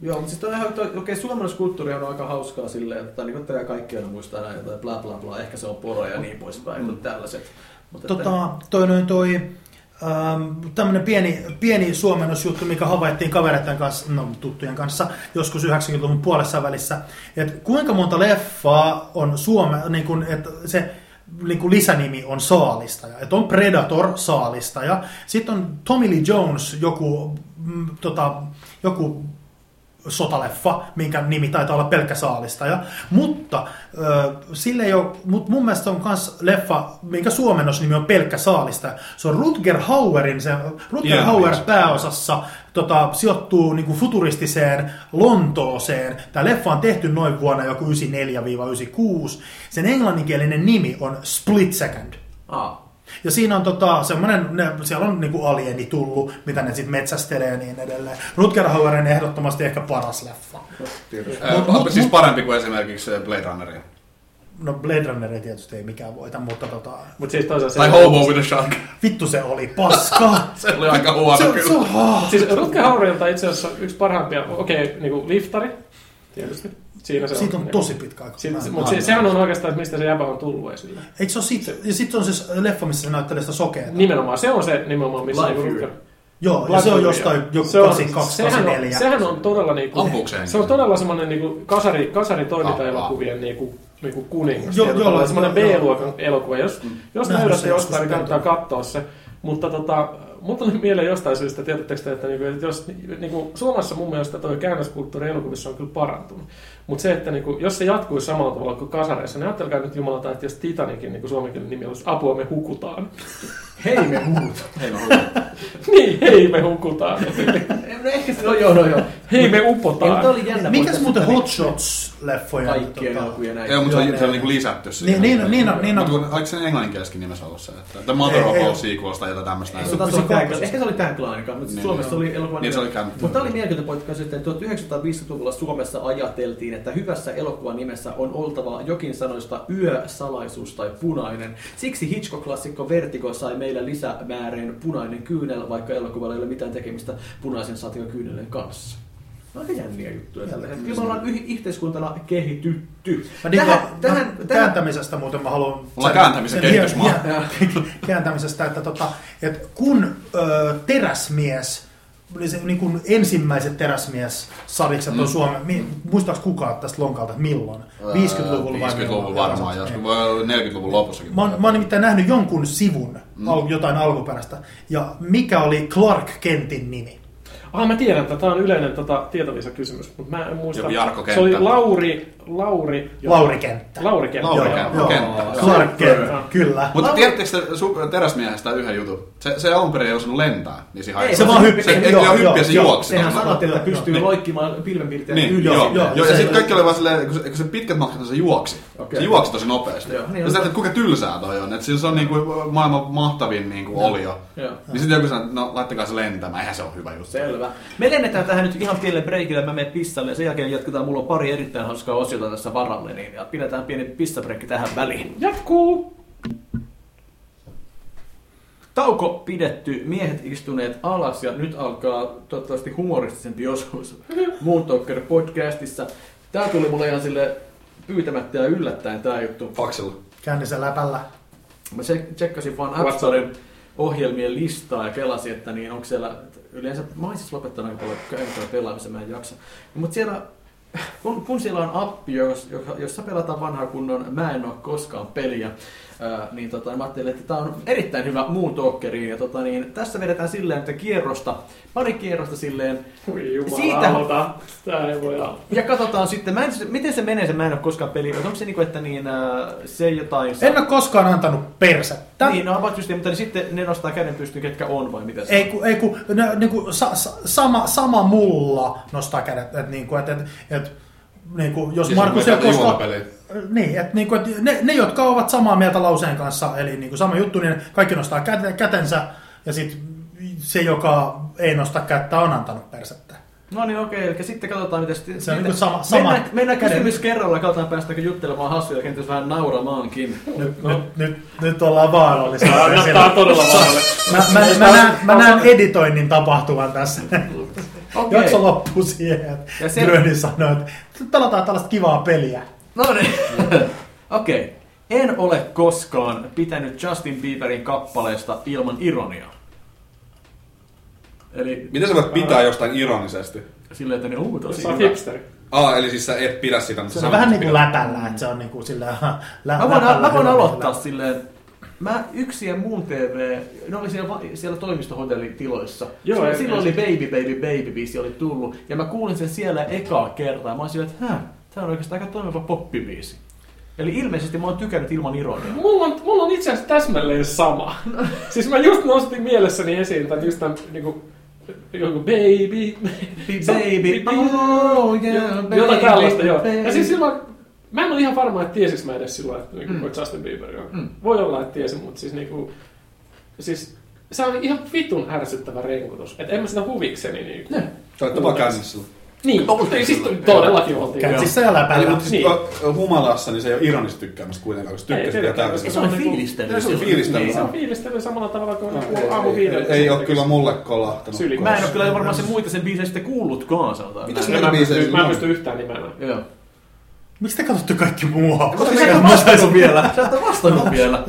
Speaker 2: Joo, mutta siis toi on ihan, toi, okei, suomalaiskulttuuri on aika hauskaa silleen, että niin tämä kaikki aina muistaa näin jotain bla bla bla, ehkä se on poro ja niin poispäin, mm. tällaiset. Mutta että,
Speaker 1: Tota, toi noin toi, ähm, tämmönen pieni, pieni suomennusjuttu, mikä havaittiin kavereiden kanssa, no tuttujen kanssa, joskus 90-luvun puolessa välissä, että kuinka monta leffaa on suome, niin kun, että se niin kun lisänimi on saalistaja, että on Predator saalistaja, sitten on Tommy Lee Jones joku, mm, tota, joku sotaleffa, minkä nimi taitaa olla pelkkä saalistaja, mutta ö, sille ei ole, mut mun mielestä se on kans leffa, minkä suomennos nimi on pelkkä saalistaja. Se on Rutger Hauerin, se Rutger
Speaker 3: Joo,
Speaker 1: Hauer
Speaker 3: just.
Speaker 1: pääosassa tota, sijoittuu niinku futuristiseen Lontooseen. Tämä leffa on tehty noin vuonna joku 94-96. Sen englanninkielinen nimi on Split Second.
Speaker 2: aa,
Speaker 1: Ja siinä on tota, semmoinen, ne, siellä on niinku alieni tullut, mitä ne sitten metsästelee ja niin edelleen. Rutger Hauerin ehdottomasti ehkä paras leffa. Mut-
Speaker 3: Mut,
Speaker 1: mut-
Speaker 3: siis
Speaker 1: mut-
Speaker 3: parempi kuin esimerkiksi Blade Runneria.
Speaker 1: No Blade Runner ei tietysti ei mikään voita, mutta tota,
Speaker 4: Mutta siis toisaalta...
Speaker 3: Tai
Speaker 4: se-
Speaker 3: Hobo with a Shark.
Speaker 1: vittu se oli paska.
Speaker 3: Se oli aika huono
Speaker 1: se,
Speaker 3: kyllä.
Speaker 1: se on haa.
Speaker 4: Siis Rutger Hauerilta itse asiassa yksi parhaimpia, okei, okay, niinku liftari, tietysti. Siinä se
Speaker 1: Siitä on
Speaker 4: niinku-
Speaker 1: tosi pitkä aika. Mä
Speaker 4: Siitä,
Speaker 1: en-
Speaker 4: mutta se, sehän on oikeastaan, että mistä se jäbä on tullut esille.
Speaker 1: Eikö se ole sit, ja sit on se leffa, missä se näyttelee sitä sokeeta?
Speaker 4: Nimenomaan, se on se nimenomaan, missä
Speaker 2: Life
Speaker 4: niinku-
Speaker 2: Fury.
Speaker 1: Joo, ja
Speaker 4: Niin. Black
Speaker 1: se on
Speaker 4: Fury.
Speaker 1: jostain joku
Speaker 4: Se on-
Speaker 1: 82,
Speaker 4: sehän on-
Speaker 1: 84.
Speaker 4: Sehän on todella niinku...
Speaker 3: Ampuukseen.
Speaker 4: Se on todella semmoinen niinku kasari, kasari toimintaelokuvien niinku, niinku kuningas.
Speaker 1: Joo,
Speaker 4: Joo,
Speaker 1: joo,
Speaker 4: joo, semmoinen
Speaker 1: joo.
Speaker 4: B-luokan elokuva. Jos, jos
Speaker 1: Nähnyt
Speaker 4: löydätte
Speaker 1: sen
Speaker 4: jostain,
Speaker 1: joskus
Speaker 4: niin kannattaa katsoa se. Mutta tota, mun tuli mieleen jostain syystä, tiedättekö te, että, niinku, että jos, niinku, Suomessa mun mielestä toi käännöskulttuuri elokuvissa on kyllä parantunut. Mutta se, että niinku, jos se jatkuisi samalla tavalla kuin kasareissa, niin ajattelkaa nyt jumalata, että jos Titanikin niinku suomenkielinen nimi olisi Apua me hukutaan.
Speaker 2: hei me muut.
Speaker 3: Hei, mä huudan.
Speaker 4: niin, hei me hukutaan.
Speaker 2: no ehkä se, no joo, no joo.
Speaker 4: hei me
Speaker 2: Ei, mutta
Speaker 4: upotaan.
Speaker 2: oli jännä.
Speaker 1: Mikäs
Speaker 2: pointti,
Speaker 1: muuten
Speaker 2: että
Speaker 1: Hot Shots-leffoja?
Speaker 2: Kaikkien
Speaker 1: tota-
Speaker 2: alkuja näin.
Speaker 3: Joo, mutta se
Speaker 1: Joo,
Speaker 3: on, se on
Speaker 1: ne-
Speaker 3: niinku lisätty
Speaker 1: Niin, niin, niin on- niin on.
Speaker 3: Mutta eikö sen englanninkieliskin nimessä ollut se, että The Mother
Speaker 1: Ei,
Speaker 3: of
Speaker 1: ei
Speaker 3: All
Speaker 1: ole.
Speaker 3: Sequels tai jotain tämmöistä.
Speaker 2: Ei,
Speaker 3: näin.
Speaker 2: se taas
Speaker 1: Se
Speaker 2: oli tämän,
Speaker 1: kompensi-
Speaker 2: ehkä se oli tämän klaanika, mutta
Speaker 3: Niin,
Speaker 2: niin, Suomessa
Speaker 3: joo.
Speaker 2: oli elokuva.
Speaker 3: Niin, se oli kääntänyt.
Speaker 2: Mutta tämä oli mielenkiintoinen pointti myös, että 1950-luvulla Suomessa ajateltiin, että hyvässä elokuvan nimessä on oltava jokin sanoista yö, salaisuus tai punainen. Siksi Hitchcock-klassikko Vertigo sai meillä lisämääreen punainen kyynel, vaikka elokuvalla ei ole mitään tekemistä punaisen satiokyynelen kanssa. No aika jänniä juttuja tällä hetkellä. Kyllä me ollaan yh- yhteiskuntana kehitytty.
Speaker 1: Mä digaan,
Speaker 2: Tähän,
Speaker 1: tähän,
Speaker 2: tähän, tähän,
Speaker 1: kääntämisestä muuten mä haluan...
Speaker 3: Ollaan kääntämisen
Speaker 1: sen-
Speaker 3: kehitysmaa.
Speaker 1: jä- jä- Kääntämisestä, että tota, et kun ö, teräsmies, niin se, niin kun ensimmäiset teräsmies-sarikset on Suomen, mi, muistaaks kukaan tästä lonkalta, että milloin? 50-luvulla vai
Speaker 3: 50-luvulla
Speaker 1: milloin?
Speaker 3: varmaan,
Speaker 1: Jotain
Speaker 3: joskus
Speaker 1: semmoista.
Speaker 3: voi olla 40-luvun lopussakin.
Speaker 1: Mä oon, mä oon nimittäin nähnyt jonkun sivun, al, jotain alkuperäistä, ja mikä oli Clark Kentin nimi?
Speaker 4: Ah, mä tiedän, että tämä on yleinen tota, tietovisakysymys, mutta mä en muista.
Speaker 3: Joku Jarkko
Speaker 4: Se
Speaker 3: Kenttä.
Speaker 4: oli Lauri, Lauri,
Speaker 1: Lauri Kenttä.
Speaker 4: Lauri Kenttä.
Speaker 3: Lauri
Speaker 4: joo.
Speaker 3: Kenttä.
Speaker 1: Joo,
Speaker 3: Kenttä.
Speaker 1: Clark Kenttä,
Speaker 4: Joo.
Speaker 1: kyllä.
Speaker 3: Mutta
Speaker 2: Lauri-
Speaker 3: tiedättekö te su- teräsmiehestä yhden jutun? Se, se alun perin ei osannut lentää, niin se haisi.
Speaker 1: se vaan hyppi-
Speaker 3: Se,
Speaker 1: joo,
Speaker 3: joo,
Speaker 1: joo,
Speaker 3: hyppi ja se
Speaker 1: joo.
Speaker 3: juoksi.
Speaker 2: sehän
Speaker 3: tuolla.
Speaker 2: sanottiin, että
Speaker 1: Joo,
Speaker 2: pystyy
Speaker 1: joo.
Speaker 2: loikkimaan pilvenpiirtejä
Speaker 3: Niin,
Speaker 2: ylös.
Speaker 3: joo, joo,
Speaker 1: joo,
Speaker 3: joo, ja
Speaker 1: se-
Speaker 3: sitten kaikki oli vaan silleen, kun se, kun se pitkät matkat niin se juoksi.
Speaker 2: Okei.
Speaker 3: Se juoksi tosi nopeasti.
Speaker 2: Joo,
Speaker 3: Joo,
Speaker 2: niin
Speaker 3: niin ja
Speaker 2: on.
Speaker 3: sä ajattelet, kuinka tylsää toi on, että siis se on niinku maailman mahtavin niinku olio.
Speaker 2: Joo.
Speaker 3: Niin sitten joku sanoo, että no laittakaa se lentämään, eihän se ole hyvä juttu.
Speaker 2: Selvä. Me lennetään tähän nyt ihan pienelle breikille, mä menen pissalle ja sen jälkeen jatketaan. Mulla on pari erittäin hauskaa osiota tässä varalle, niin ja pidetään pieni pissabreikki tähän väliin.
Speaker 4: Jatkuu.
Speaker 2: Tauko pidetty, miehet istuneet alas ja nyt alkaa toivottavasti humoristisempi osuus Moon Talker podcastissa. Tää tuli mulle ihan sille pyytämättä ja yllättäen tää juttu.
Speaker 3: Faksilla.
Speaker 1: Käännisellä läpällä.
Speaker 2: Mä tsek- tsekkasin vaan App Storen ohjelmien listaa ja kelasin, että niin onko siellä, yleensä mä oon siis lopettanut aika paljon käyttöä pelaamisen, mä en jaksa. Mutta siellä, kun, kun siellä on appi, jos, joka- jossa pelataan vanhaa kunnon Mä en oo koskaan peliä, ää, niin tota, mä ajattelin, että tämä on erittäin hyvä muun talkeriin. Ja tota, niin, tässä vedetään silleen, että kierrosta, pari kierrosta silleen,
Speaker 4: Voi
Speaker 2: Siitä-
Speaker 4: jumalauta. Tää ei voi olla.
Speaker 2: ja katsotaan sitten, mä en, miten se menee se Mä en oo koskaan peli, onko se niinku, että niin, ää, se jotain...
Speaker 1: En ole koskaan antanut persettä.
Speaker 2: Niin, no ovat just niin, mutta niin sitten ne nostaa käden pystyyn, ketkä on vai mitä se
Speaker 1: Ei kun, ei kun ne, niin kuin, sa, sa, sama, sama mulla nostaa kädet, että niin kuin, et, et, et, niin kuin, jos
Speaker 3: Ja
Speaker 1: Markus ei
Speaker 3: sitten
Speaker 1: ole
Speaker 3: mennään
Speaker 1: koskaan...
Speaker 3: juomapeliin.
Speaker 1: Niin, että niin kuin, et ne, ne, jotka ovat samaa mieltä lauseen kanssa, eli niin kuin sama juttu, niin kaikki nostaa käte, kätensä ja sitten se, joka ei nosta kättä, on antanut persettä.
Speaker 2: No niin, okei, eli sitten katsotaan, miten sitten...
Speaker 1: Se on
Speaker 2: miten-
Speaker 1: niinku sama- sama
Speaker 2: Mennään, mennään
Speaker 1: käden-
Speaker 2: kysymys kerralla, katsotaan päästäkö juttelemaan hassuja, kenties vähän nauramaankin.
Speaker 1: Nyt,
Speaker 4: No.
Speaker 1: nyt, nyt, nyt ollaan vaarallisella.
Speaker 4: Tää on todella vaarallinen.
Speaker 1: Mä, mä, mä, näen, mä näen editoinnin tapahtuvan tässä.
Speaker 2: Okei.
Speaker 1: Jakso loppuu siihen,
Speaker 2: Ja
Speaker 1: että
Speaker 2: se-
Speaker 1: se... Gröni sanoi, että pelataan tällaista kivaa peliä.
Speaker 2: No niin. Okei. Okay. En ole koskaan pitänyt Justin Bieberin kappaleesta ilman ironiaa. Eli
Speaker 3: Miten sä voit pitää jostain ironisesti?
Speaker 2: silleen, että ne on tosi
Speaker 4: Sä oot
Speaker 2: hyvä.
Speaker 4: hipsteri.
Speaker 3: Aa, eli siis sä et pidä sitä, mutta
Speaker 1: Se
Speaker 3: sä
Speaker 1: on vähän
Speaker 3: sanot,
Speaker 1: niin kuin
Speaker 3: että
Speaker 1: läpällä, että se on niin kuin sillä... Lä,
Speaker 2: Mä voin,
Speaker 1: läpällä
Speaker 2: mä voin
Speaker 1: hyvä
Speaker 2: aloittaa
Speaker 1: peli.
Speaker 2: silleen. Mä yksi ja mun TV, ne oli siellä, va- siellä toimistohotellitiloissa.
Speaker 4: Joo,
Speaker 2: Joo,
Speaker 4: ja-
Speaker 2: silloin
Speaker 4: ja-
Speaker 2: oli Baby Baby Baby biisi oli tullut. Ja mä kuulin sen siellä ekaa kertaa. Mä olin silleen, että hä, tää on oikeastaan aika toimiva poppibiisi. Eli ilmeisesti mä oon tykännyt ilman ironiaa.
Speaker 4: Mulla on, mulla on itse asiassa täsmälleen sama. siis mä just nostin mielessäni esiin tämän just tämän niinku, joku baby,
Speaker 2: baby, oh yeah, baby,
Speaker 4: jotain tällaista, joo. Ja
Speaker 2: baby.
Speaker 4: siis silloin, mä en ole ihan varma, että tiesis mä edes silloin, että niinku, mm. Justin Bieber on.
Speaker 2: Mm.
Speaker 4: Mm. Voi olla, että tiesin, mutta siis niinku, siis se oli ihan vitun ärsyttävä renkutus. Että en mä sitä huvikseni niinku.
Speaker 2: Joo.
Speaker 3: Sä oot vaan kännissä.
Speaker 4: Niin,
Speaker 2: Oltiin
Speaker 4: ei, siis
Speaker 2: silloin.
Speaker 4: todellakin oltiin.
Speaker 1: Kätsissä ja
Speaker 3: Eli
Speaker 1: läpällä.
Speaker 3: mutta siis kun humalassa, niin se ei ole ironista tykkäämistä kuitenkaan, koska
Speaker 4: Ei,
Speaker 3: tykkäsit
Speaker 4: ei,
Speaker 3: ja
Speaker 4: ei,
Speaker 3: täysin.
Speaker 4: ei,
Speaker 2: Se on
Speaker 4: Niin,
Speaker 2: fiilistely.
Speaker 3: se on
Speaker 2: silloin.
Speaker 3: fiilistely.
Speaker 4: Niin, se on fiilistely samalla tavalla kuin
Speaker 3: Ei,
Speaker 4: no, aamu
Speaker 3: ei,
Speaker 4: viideltä.
Speaker 3: Ei ole kyllä mulle kolahtanut.
Speaker 4: Syli.
Speaker 2: Mä en ole kyllä varmaan sen muita sen biisejä sitten kuullutkaan, sanotaan.
Speaker 3: Mitäs
Speaker 2: näin.
Speaker 4: Mä en pysty-
Speaker 3: biisejä
Speaker 4: Mä en
Speaker 3: on?
Speaker 4: pysty yhtään nimeämään.
Speaker 2: Joo.
Speaker 1: Miksi te katsotte kaikki mua?
Speaker 2: Koska sä et ole vastannut vielä. Sä et ole vastannut vielä.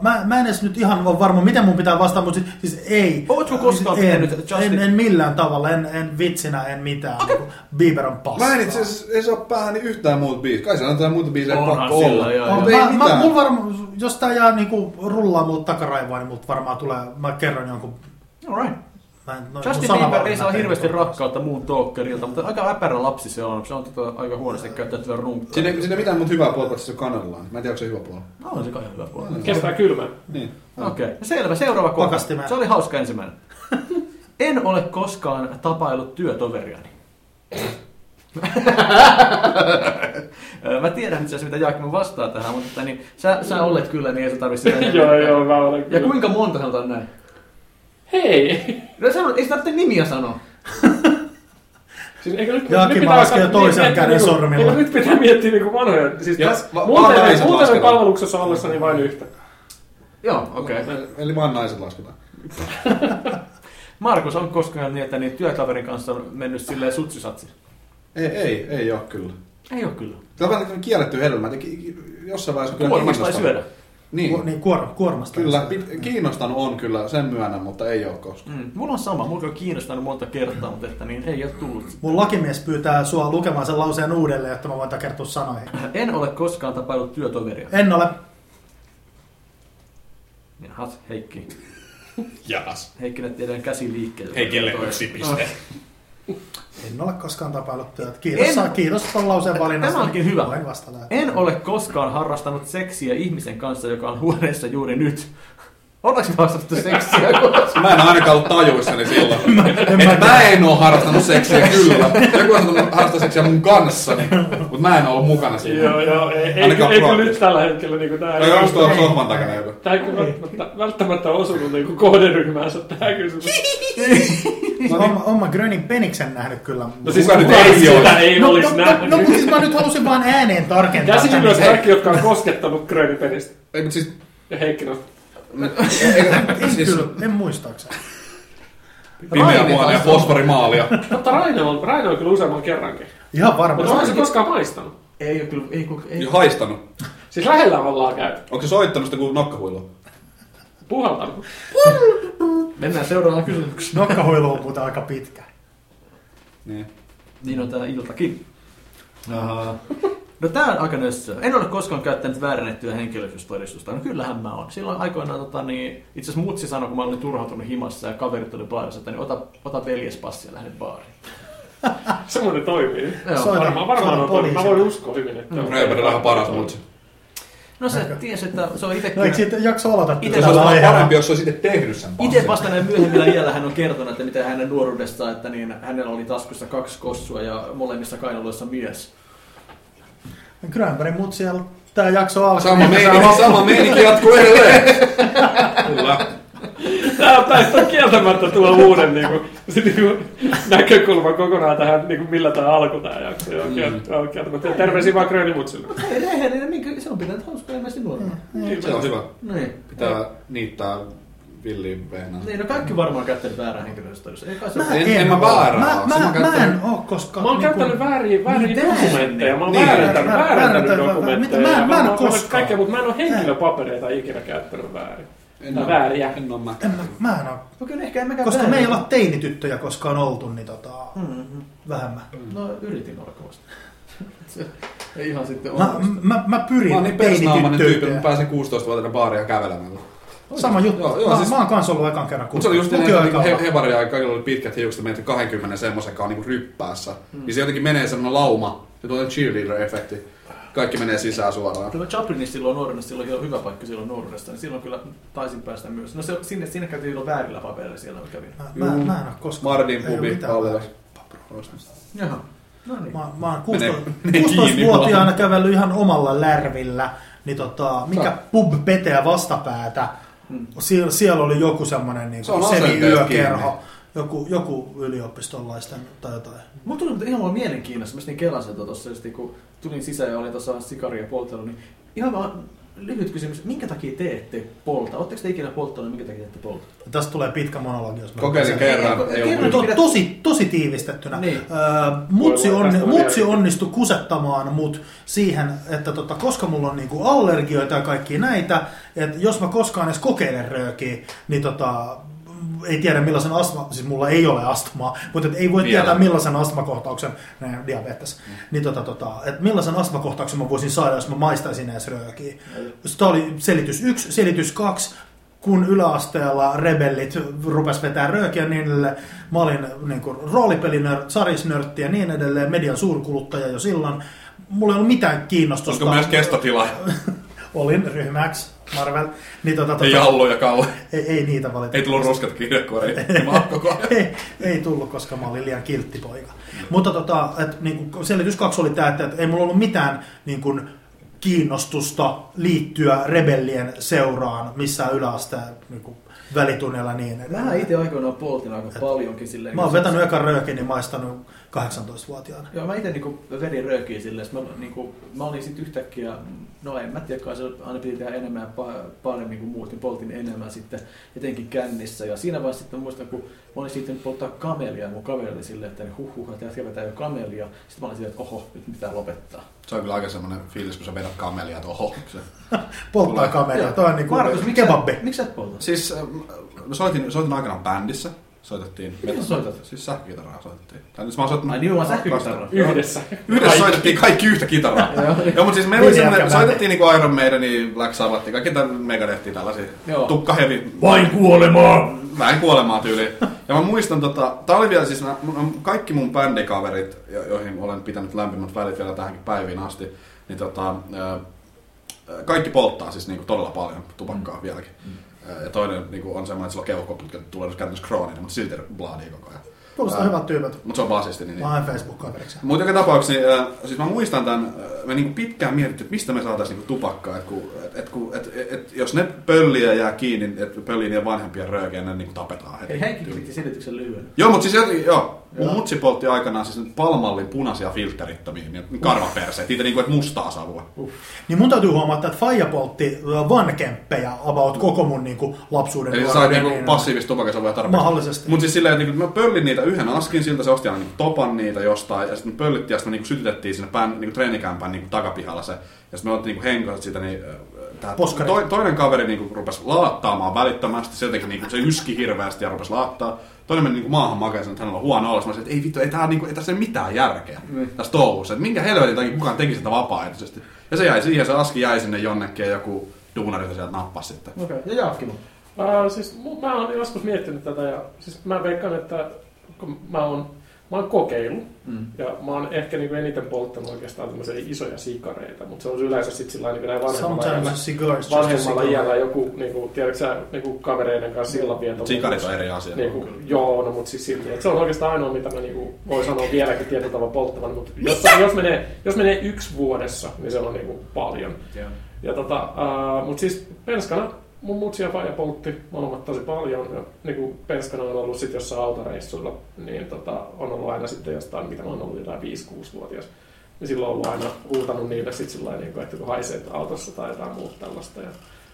Speaker 1: Mä, mä en edes nyt ihan ole varma, miten mun pitää vastata, mutta siis, siis ei. Siis
Speaker 2: Ootko koskaan
Speaker 1: en,
Speaker 2: pitänyt Justin-
Speaker 1: en, en, millään tavalla, en, en vitsinä, en mitään. Okay. Bieber on paska.
Speaker 3: Mä en itse asiassa, ei se ole päähäni yhtään muuta biisiä. Kai se on jotain muuta biisiä
Speaker 2: Onhan
Speaker 3: pakko
Speaker 2: sillä,
Speaker 3: olla.
Speaker 2: joo,
Speaker 3: Mutta
Speaker 1: mä,
Speaker 3: ei
Speaker 1: mä,
Speaker 3: mitään.
Speaker 1: mulla varmaan, jos tää jää niinku rullaa mulle takaraivoa, niin multa varmaan tulee, mä kerron jonkun,
Speaker 2: Alright.
Speaker 1: mä en, no, noin
Speaker 2: Justin Bieber ei saa hirveästi rakkautta muun talkerilta, mutta aika äpärä lapsi se on. Se on tota, aika huonosti käyttäytyvä runkka.
Speaker 3: Siinä ei siinä ei mitään muuta hyvää puolta, vaikka se on kanadalainen. Mä en tiedä, onko se hyvä puoli.
Speaker 2: No, on se kai hyvä puoli.
Speaker 4: Kestää kylmää.
Speaker 3: Niin.
Speaker 2: Okei, okay. selvä. Seuraava kohta.
Speaker 1: Pakastimeen.
Speaker 2: Se oli hauska ensimmäinen. En ole koskaan tapailut työtoveriani. Mä tiedän itse asiassa, mitä Jaakki vastaa tähän, mutta niin, sä, sä olet kyllä, niin ei sä tarvitse sitä
Speaker 4: joo,
Speaker 2: enempää.
Speaker 4: joo, mä olen
Speaker 2: Ja
Speaker 4: kyllä.
Speaker 2: kuinka monta sanotaan näin?
Speaker 4: Hei!
Speaker 2: No, sano, ei sä tarvitse nimiä sanoa.
Speaker 4: Siis eikö nyt,
Speaker 1: Jaakki
Speaker 4: nyt pitää
Speaker 1: laskee
Speaker 4: alkaa-
Speaker 1: toisen
Speaker 4: miettiä
Speaker 1: käden
Speaker 4: niinku-
Speaker 1: sormilla.
Speaker 4: Eikö nyt pitää miettiä niinku vanhoja. Siis
Speaker 3: Joo,
Speaker 4: tässä
Speaker 3: va-
Speaker 4: muuten,
Speaker 3: vanhaiset
Speaker 4: muuten
Speaker 3: lasketaan.
Speaker 4: palveluksessa ollessa niin vain yhtä.
Speaker 2: Joo, okei. Okay.
Speaker 3: Eli vaan naiset lasketaan.
Speaker 2: Markus, on koskaan niin, että niin työkaverin kanssa on mennyt silleen sutsisatsi?
Speaker 3: Ei, ei, ei ole kyllä.
Speaker 2: Ei ole kyllä.
Speaker 3: Tämä on vähän tämmöinen kielletty hedelmä, että ki- ki- jossain vaiheessa kyllä
Speaker 2: Kuormasta ei
Speaker 3: kiinnostanut.
Speaker 2: syödä.
Speaker 1: Ku,
Speaker 3: Niin,
Speaker 1: niin, kuor, kuormasta.
Speaker 3: kyllä. pit- Kiinnostanut on kyllä, sen myönnän, mutta ei ole koskaan.
Speaker 2: Mm. Mulla on sama, mulla on kiinnostanut monta kertaa, mutta että niin ei ole tullut
Speaker 1: Mun lakimies pyytää sua lukemaan sen lauseen uudelleen, jotta mä voin takertua sanoihin.
Speaker 2: En ole koskaan tapailut työtoveria.
Speaker 1: En ole.
Speaker 2: Jahas, Niin, Heikki.
Speaker 3: Jaas.
Speaker 2: Heikkinen tiedän käsiliikkeellä.
Speaker 1: En ole koskaan tapaillut työtä. Kiitos,
Speaker 2: En-
Speaker 1: saa, kiitos tuon lauseen valinnasta.
Speaker 2: Tämä onkin hyvä.
Speaker 1: Voin vastata.
Speaker 2: En ole koskaan harrastanut seksiä ihmisen kanssa, joka on huoneessa juuri nyt. Ollaanko me harrastettu seksiä koskaan?
Speaker 3: Mä en ainakaan ollut tajuissani silloin. mä,
Speaker 1: en
Speaker 3: en, mä en oo harrastanut seksiä, kyllä. Joku on sanonut harrastaa seksiä mun kanssani, mutta mä en oo ollut mukana siinä.
Speaker 4: Joo, joo. Ei, ei,
Speaker 3: Niin. Ainakaan
Speaker 4: ei kyllä
Speaker 3: proaktiivisesti.
Speaker 4: nyt tällä hetkellä niinku tää.
Speaker 3: Tai onko tuolla sohvan takana joku?
Speaker 4: Tää ei kyllä välttämättä, välttämättä osunut niinku kohderyhmäänsä tää kysymys.
Speaker 1: No, niin. Oon mä Grönin peniksen nähnyt kyllä.
Speaker 4: No siis
Speaker 3: Kuka
Speaker 4: kukaan
Speaker 3: nyt
Speaker 4: ei
Speaker 3: ei ole?
Speaker 4: sitä ei olis nähnyt.
Speaker 1: no, no, mutta siis mä nyt halusin vaan ääneen tarkentaa.
Speaker 4: Käsisin
Speaker 1: tämän.
Speaker 4: myös kaikki, jotka on koskettanut Grönipenistä.
Speaker 3: Ei, mutta siis...
Speaker 4: Ja Heikkinen.
Speaker 1: En,
Speaker 3: Eikö, siis
Speaker 1: kyllä, en muistaakseni.
Speaker 3: pimeä
Speaker 2: Raini
Speaker 3: maalia,
Speaker 2: taisi olla.
Speaker 3: fosforimaalia.
Speaker 4: Mutta Raino on, Raino on kyllä useamman kerrankin.
Speaker 1: Ihan
Speaker 4: Mutta onko se
Speaker 1: varmasti.
Speaker 4: koskaan maistanut?
Speaker 2: Ei ole kyllä, ei kun, ei.
Speaker 3: Ja haistanut.
Speaker 4: Siis lähellä ollaan käyty.
Speaker 3: Onko se soittanut sitä kuin nokkahuiloa?
Speaker 4: Puhaltanut.
Speaker 2: Mennään seuraavaan kysymykseen.
Speaker 1: Nokkahuilu on muuten aika pitkä.
Speaker 3: Niin.
Speaker 2: Niin on tää iltakin. Aha. No tää on aika nössöä. En ole koskaan käyttänyt väärennettyä henkilöllisyystodistusta. No kyllähän mä oon. Silloin aikoinaan tota, niin, itse asiassa mutsi sanoi, kun mä olin turhautunut himassa ja kaverit oli baarissa, että niin ota, ota veljespassi ja lähde baariin.
Speaker 4: Semmoinen toimii.
Speaker 2: Joo.
Speaker 1: Soita-
Speaker 4: Varmaan, varmaan
Speaker 1: soita
Speaker 4: on toimii. Mä
Speaker 1: poliisille.
Speaker 4: voin uskoa hyvin, että...
Speaker 3: Rööpäri on ihan paras mutsi.
Speaker 2: No se ties, että se on itse
Speaker 1: No
Speaker 2: kyllä.
Speaker 1: eikö siitä jakso aloita?
Speaker 2: Itse
Speaker 3: Se
Speaker 1: tällä
Speaker 3: olisi ollut
Speaker 1: aiheella?
Speaker 3: parempi, jos se olisi itse tehnyt sen passin.
Speaker 2: Itse vasta näin myöhemmillä iällä hän on kertonut, että mitä hänen nuoruudessaan, että niin hänellä oli taskussa kaksi kossua ja molemmissa kainaloissa mies.
Speaker 1: Grönberg, mut siellä tää jakso alkaa.
Speaker 3: Sama meininki, sama meininki jatkuu edelleen. Kyllä.
Speaker 4: Tää tästä on kieltämättä tuo uuden niinku, se niinku, näkökulma kokonaan tähän, niinku, millä tää alkoi tää jakso. Joo, mm. kieltämättä. Ja Terveisiä vaan Grönimutsille.
Speaker 2: Ei rehellinen, minkä, se on pitänyt hauskaa ilmeisesti nuorena.
Speaker 3: Se on hyvä.
Speaker 2: No Niin.
Speaker 3: Pitää niittää villiin vehnään.
Speaker 2: Niin, no kaikki varmaan käyttänyt väärää henkilöstöä. Ei kai se
Speaker 1: Mä
Speaker 3: En-
Speaker 1: en,
Speaker 3: en mä
Speaker 1: oo.
Speaker 3: väärää
Speaker 1: Mä,
Speaker 3: oo. Sen
Speaker 1: mä,
Speaker 3: mä
Speaker 1: mä, en
Speaker 3: käyttänyt-
Speaker 1: oo koskaan.
Speaker 4: Mä oon
Speaker 1: niinku-
Speaker 4: käyttänyt vääriä, vääriä
Speaker 2: Mitä?
Speaker 4: dokumentteja, mä oon
Speaker 3: Niin.
Speaker 4: väärentänyt,
Speaker 1: Väärä-
Speaker 4: väärentänyt
Speaker 1: väärentänyt-
Speaker 4: dokumentteja.
Speaker 1: mitä? Mä en- mä en
Speaker 4: oon
Speaker 1: koskaan.
Speaker 4: tehnyt Kaikkea, mutta mä en ole henkilöpapereita ikinä käyttänyt väärin.
Speaker 3: En
Speaker 4: Tai
Speaker 3: oo-
Speaker 4: vääriä.
Speaker 3: En oo mä.
Speaker 1: En mä, mä en oo.
Speaker 2: No kyllä ehkä emme
Speaker 1: Koska me ei olla teinityttöjä koskaan oltu, niin tota,
Speaker 2: Mm-hmm.
Speaker 1: vähemmän.
Speaker 2: No yritin olla kovasti. Se ei ihan sitten
Speaker 1: Mä,
Speaker 2: onnistunut.
Speaker 1: mä, mä pyrin
Speaker 3: Mä oon niin persnaamainen tyyppi, mä
Speaker 1: teinityttöjä.
Speaker 3: pääsin 16-vuotiaana baaria kävelemällä.
Speaker 1: Sama juttu.
Speaker 3: Joo, joo,
Speaker 1: mä,
Speaker 3: siis-
Speaker 1: mä oon kans ollut ekan kerran.
Speaker 3: Mutta se oli just
Speaker 1: lukioaikana.
Speaker 3: niitä niinku he, hevarin aikaa, jolla oli pitkät hiukset, meitä 20 semmoisen, joka on niinku ryppäässä. Mm. Niin se jotenkin menee semmoinen lauma, se tulee cheerleader-efekti. Kaikki menee sisään suoraan.
Speaker 2: Kyllä Chaplinissa silloin nuorena, silloin oli hyvä paikka silloin nuoruudesta, niin silloin kyllä taisin päästä myös. No se, sinne, sinne käytiin silloin väärillä papereilla siellä mä kävin.
Speaker 1: Mä, mä, mä en oo koskaan.
Speaker 3: Mardin
Speaker 1: ei oo
Speaker 3: pubi,
Speaker 1: mitään
Speaker 3: Pallilas.
Speaker 2: Jaha. No niin.
Speaker 1: Mä, mä oon
Speaker 3: Menee-
Speaker 1: 16,
Speaker 3: menee kiinni
Speaker 1: 16-vuotiaana kävellyt ihan omalla lärvillä, niin tota, mikä pub peteä vastapäätä.
Speaker 2: Mm.
Speaker 1: Sie, siellä oli joku semmonen niin
Speaker 3: Se on asenteet
Speaker 1: semiyökerho, joku, joku yliopistolaisten tai jotain.
Speaker 2: Mulla tuli mutta ihan vaan mielenkiinnosta, mä sitten kelasin tota tossa just, kun tulin sisään ja olin tuossa sikaria poltellut, niin ihan vaan lyhyt kysymys, minkä takia te ette polta? Oletteko te ikinä polttanut, minkä takia te ette polta?
Speaker 1: Ja tästä tulee pitkä monologi, jos mä
Speaker 3: Kokeilin
Speaker 1: sen-
Speaker 3: kerran,
Speaker 2: Ei,
Speaker 3: No, ei
Speaker 2: kerran
Speaker 3: ollut
Speaker 1: To,
Speaker 2: pidä-
Speaker 1: tosi, tosi tiivistettynä.
Speaker 2: Niin.
Speaker 1: Niin. Öö, mutsi,
Speaker 4: Voi, voi,
Speaker 1: on,
Speaker 4: tästä on
Speaker 1: mutsi
Speaker 4: vielä-
Speaker 1: onnistui kusettamaan mut siihen, että tota, koska mulla on niinku allergioita ja kaikki näitä, että jos mä koskaan edes kokeilen röökiä, niin tota, ei tiedä millaisen astma, siis mulla ei ole astmaa, mutta et ei voi
Speaker 3: Vielä.
Speaker 1: Vielä. tietää millaisen astmakohtauksen, ne, diabetes,
Speaker 4: Mm.
Speaker 1: niin tota, tota, et millaisen astmakohtauksen mä voisin saada, jos mä maistaisin edes röökiä. Tämä oli selitys yksi, selitys kaksi. Kun yläasteella rebellit rupes vetää röökiä ja niin edelleen, mä olin niin kuin, roolipelinörtti, sarisnörtti ja niin edelleen, median suurkuluttaja jo silloin. Mulla ei ollut mitään kiinnostusta.
Speaker 3: Olisiko myös kestotila
Speaker 1: Olin ryhmäksi, Marvel. Niin, tota,
Speaker 3: ja
Speaker 1: tota,
Speaker 3: jallu ja kalle?
Speaker 1: ei, ei, niitä valita.
Speaker 3: Ei tullut ruskat kirjakuoriin. Mä oon koko ajan.
Speaker 1: ei, ei tullut, koska mä olin liian kiltti poika. Mutta tota, et, niin kuin, selitys kaksi oli tämä, että et, ei mulla ollut mitään niin kuin, kiinnostusta liittyä rebellien seuraan missään yläasteen niin kuin, välitunneilla niin.
Speaker 2: Mä itse aikoinaan poltin aika paljonkin silleen.
Speaker 1: Mä oon
Speaker 2: kun-
Speaker 1: vetänyt ekan röökin, niin maistanut 18-vuotiaana.
Speaker 2: Joo, mä itse niinku vedin röökiä silleen, sit mä, niinku, mä olin sit yhtäkkiä, no en mä tiedä, kai se aina piti tehdä enemmän ja pa- paremmin kuin muut, niin poltin enemmän sitten etenkin kännissä. Ja siinä vaiheessa sitten mä muistan, kun mä olin sitten polttaa kamelia, ja mun kaveri oli silleen, että huh huh, että jätkä vetää jo kamelia. Sitten mä olin silleen, että oho, nyt pitää lopettaa.
Speaker 3: Se on kyllä aika semmonen fiilis, kun sä vedät kamelia tuohon. Se-
Speaker 1: Polttaa
Speaker 3: Tulee.
Speaker 1: kameraa, toi on niinku
Speaker 2: Markus, miksi
Speaker 1: kebabbi.
Speaker 2: Sä, miksi sä et polta?
Speaker 3: Siis äh, mä soitin, soitin aikanaan bändissä. Soitettiin.
Speaker 2: Mitä sä soitat?
Speaker 3: Siis sähkökitaraa soitettiin. Tai siis mä oon soittanut...
Speaker 2: Ai niin, vaan sähkökitaraa.
Speaker 4: Yhdessä.
Speaker 3: Yhdessä soitettiin kaikki yhtä kitaraa. Joo, mutta siis meillä oli
Speaker 1: Niin,
Speaker 3: semmoinen,
Speaker 1: jätkä
Speaker 3: soitettiin niinku Iron Maiden, niin Black Sabbath, kaikki tämän Megadethiä tällaisia.
Speaker 2: Joo.
Speaker 3: Tukkahevi.
Speaker 2: Vain kuolemaa!
Speaker 3: Vähän kuolemaa tyyliin. Ja mä muistan, tota, tää oli vielä siis, nää- mun- mun- kaikki mun bändikaverit, jo- joihin olen pitänyt lämpimät välit vielä tähänkin päiviin asti, niin tota, ö, ö, kaikki polttaa siis niinku todella paljon tupakkaa vieläkin. Ö, Ja toinen niinku, on semmoinen, että sillä on keuhkoputket, tulee käytännössä krooninen, mutta silti blaadia koko ajan.
Speaker 1: Kuulostaa
Speaker 3: Ää.
Speaker 1: hyvät tyypät.
Speaker 3: Mutta se on basisti, niin...
Speaker 1: Mä oon Facebook-kaveriksi.
Speaker 3: Mutta joka tapauksessa, niin, äh, siis mä muistan tämän, äh, me niinku pitkään mietittiin, että mistä me saataisiin niinku tupakkaa, että ku, et, et, ku, et, et, et, jos ne pölliä jää kiinni, että pölliin ja vanhempia röökejä, ne niinku tapetaan heti.
Speaker 2: Ei, Henkki piti selityksen lyhyen.
Speaker 3: Joo, mutta siis jotenkin, joo. Mun
Speaker 2: Joo.
Speaker 3: mutsi poltti aikanaan siis nyt palmallin punaisia filterittömiä, niin karvaperseet, niitä niinku, että mustaa savua.
Speaker 1: Niin mun täytyy huomata, että Faija poltti ö, vankemppejä about koko mun niinku, lapsuuden
Speaker 3: Eli se sai
Speaker 1: nuoruuden,
Speaker 3: niinku
Speaker 1: niin-
Speaker 3: passiivista tupakasavua tarpeeksi.
Speaker 1: Mahdollisesti.
Speaker 3: Mutta siis silleen, että niinku, mä pöllin niitä yhden askin siltä, se osti aina niinku topan niitä jostain, ja sitten me pöllittiin ja sitten me niinku sytytettiin sinne pään, niinku treenikämpään niinku takapihalla se. Ja sitten me otettiin niinku henkoiset sitä, niin äh, tää
Speaker 1: Poskari.
Speaker 3: toi, toinen kaveri niinku rupesi laattaamaan välittömästi, se jotenkin niinku, se yski hirveästi ja rupesi laattaa. Toinen meni niinku maahan makaan ja sanoi, että hänellä on huono olo. Mä sanoin, että ei vittu, ei, tää, niinku, ei tässä ole mitään järkeä
Speaker 1: Niin.
Speaker 2: Mm.
Speaker 3: tässä touhussa. Että minkä helvetin takia kukaan teki sitä vapaaehtoisesti. Ja se jäi siihen, se aski jäi sinne jonnekin ja joku duunari se sieltä nappasi sitten.
Speaker 2: Okei, ja Jaakki mun.
Speaker 4: Äh, siis mu- mä oon joskus miettinyt tätä ja siis mä veikkaan, että kun mä oon, mä oon kokeillut
Speaker 2: Mm.
Speaker 4: ja mä oon ehkä niinku eniten polttanut oikeastaan tämmöisiä isoja sikareita, mutta se on yleensä sitten sillä niin näin vanhemmalla iällä,
Speaker 1: Sometimes cigars. just a
Speaker 4: vanhemmalla
Speaker 1: cigar.
Speaker 4: iällä joku, niinku, tiedätkö sä, niinku kavereiden kanssa sillan vieto.
Speaker 3: Sikarit on eri asia.
Speaker 4: Niin kuin, joo, no mutta siis silti. Et se on oikeastaan ainoa, mitä mä niinku voi sanoa vieläkin tietyllä tavalla polttavan. Mutta jos, jos, menee, jos menee yksi vuodessa, niin se on niinku paljon.
Speaker 2: Joo.
Speaker 4: Ja tota, äh, mutta siis penskana mun mutsi ja faija poltti molemmat tosi paljon. Ja niinku penskana on ollut sitten jossain autoreissuilla, niin tota, on ollut aina sitten jostain, mitä mä oon ollut jotain Niin 5-6-vuotias. Ja silloin on ollut aina huutanut niille sit sillä lailla, niinku, että kun haisee autossa tai jotain muuta tällaista. Ja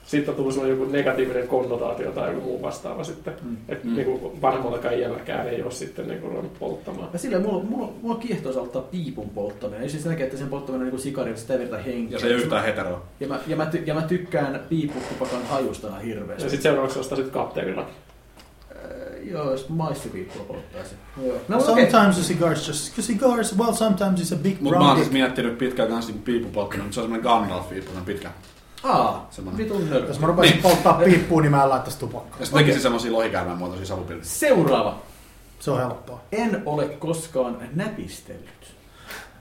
Speaker 4: sitten on tullut semmoinen joku negatiivinen konnotaatio tai joku muu vastaava sitten. Mm. Että mm. niin vanhemmallakaan iälläkään ei ole sitten niin ruvennut polttamaan.
Speaker 2: Ja silleen mulla, mulla, mulla kiehtoisi aloittaa piipun polttaminen. Ei siis sen takia, että sen polttaminen on niin sikarilla sitä verta henkeä.
Speaker 3: Ja se ei yhtään hetero.
Speaker 2: Ja mä, ja mä, ty, ja mä tykkään piipputupakan hajusta ihan hirveästi.
Speaker 4: Ja sitten seuraavaksi ostaisit kapteenilla.
Speaker 2: Äh, joo, jos maissipiippua polttaisi. Joo.
Speaker 1: No, sometimes a cigar is just a cigar is well sometimes it's a big
Speaker 3: Mutta mä oon
Speaker 1: rounded.
Speaker 3: siis miettinyt pitkään kanssa niinku piipupolttaminen, mutta se on semmoinen Gandalf-piippunen pitkä.
Speaker 2: Aa,
Speaker 3: Semmoinen.
Speaker 2: vitun hörpä.
Speaker 1: Jos mä rupesin
Speaker 3: Niin.
Speaker 1: polttaa piippuun, niin mä en laittaisi tupakkaa.
Speaker 3: Ja sitten tekisi semmosia lohikäärmeen muotoisia savupilviä.
Speaker 2: Seuraava.
Speaker 1: Se on helppoa.
Speaker 2: En ole koskaan näpistellyt.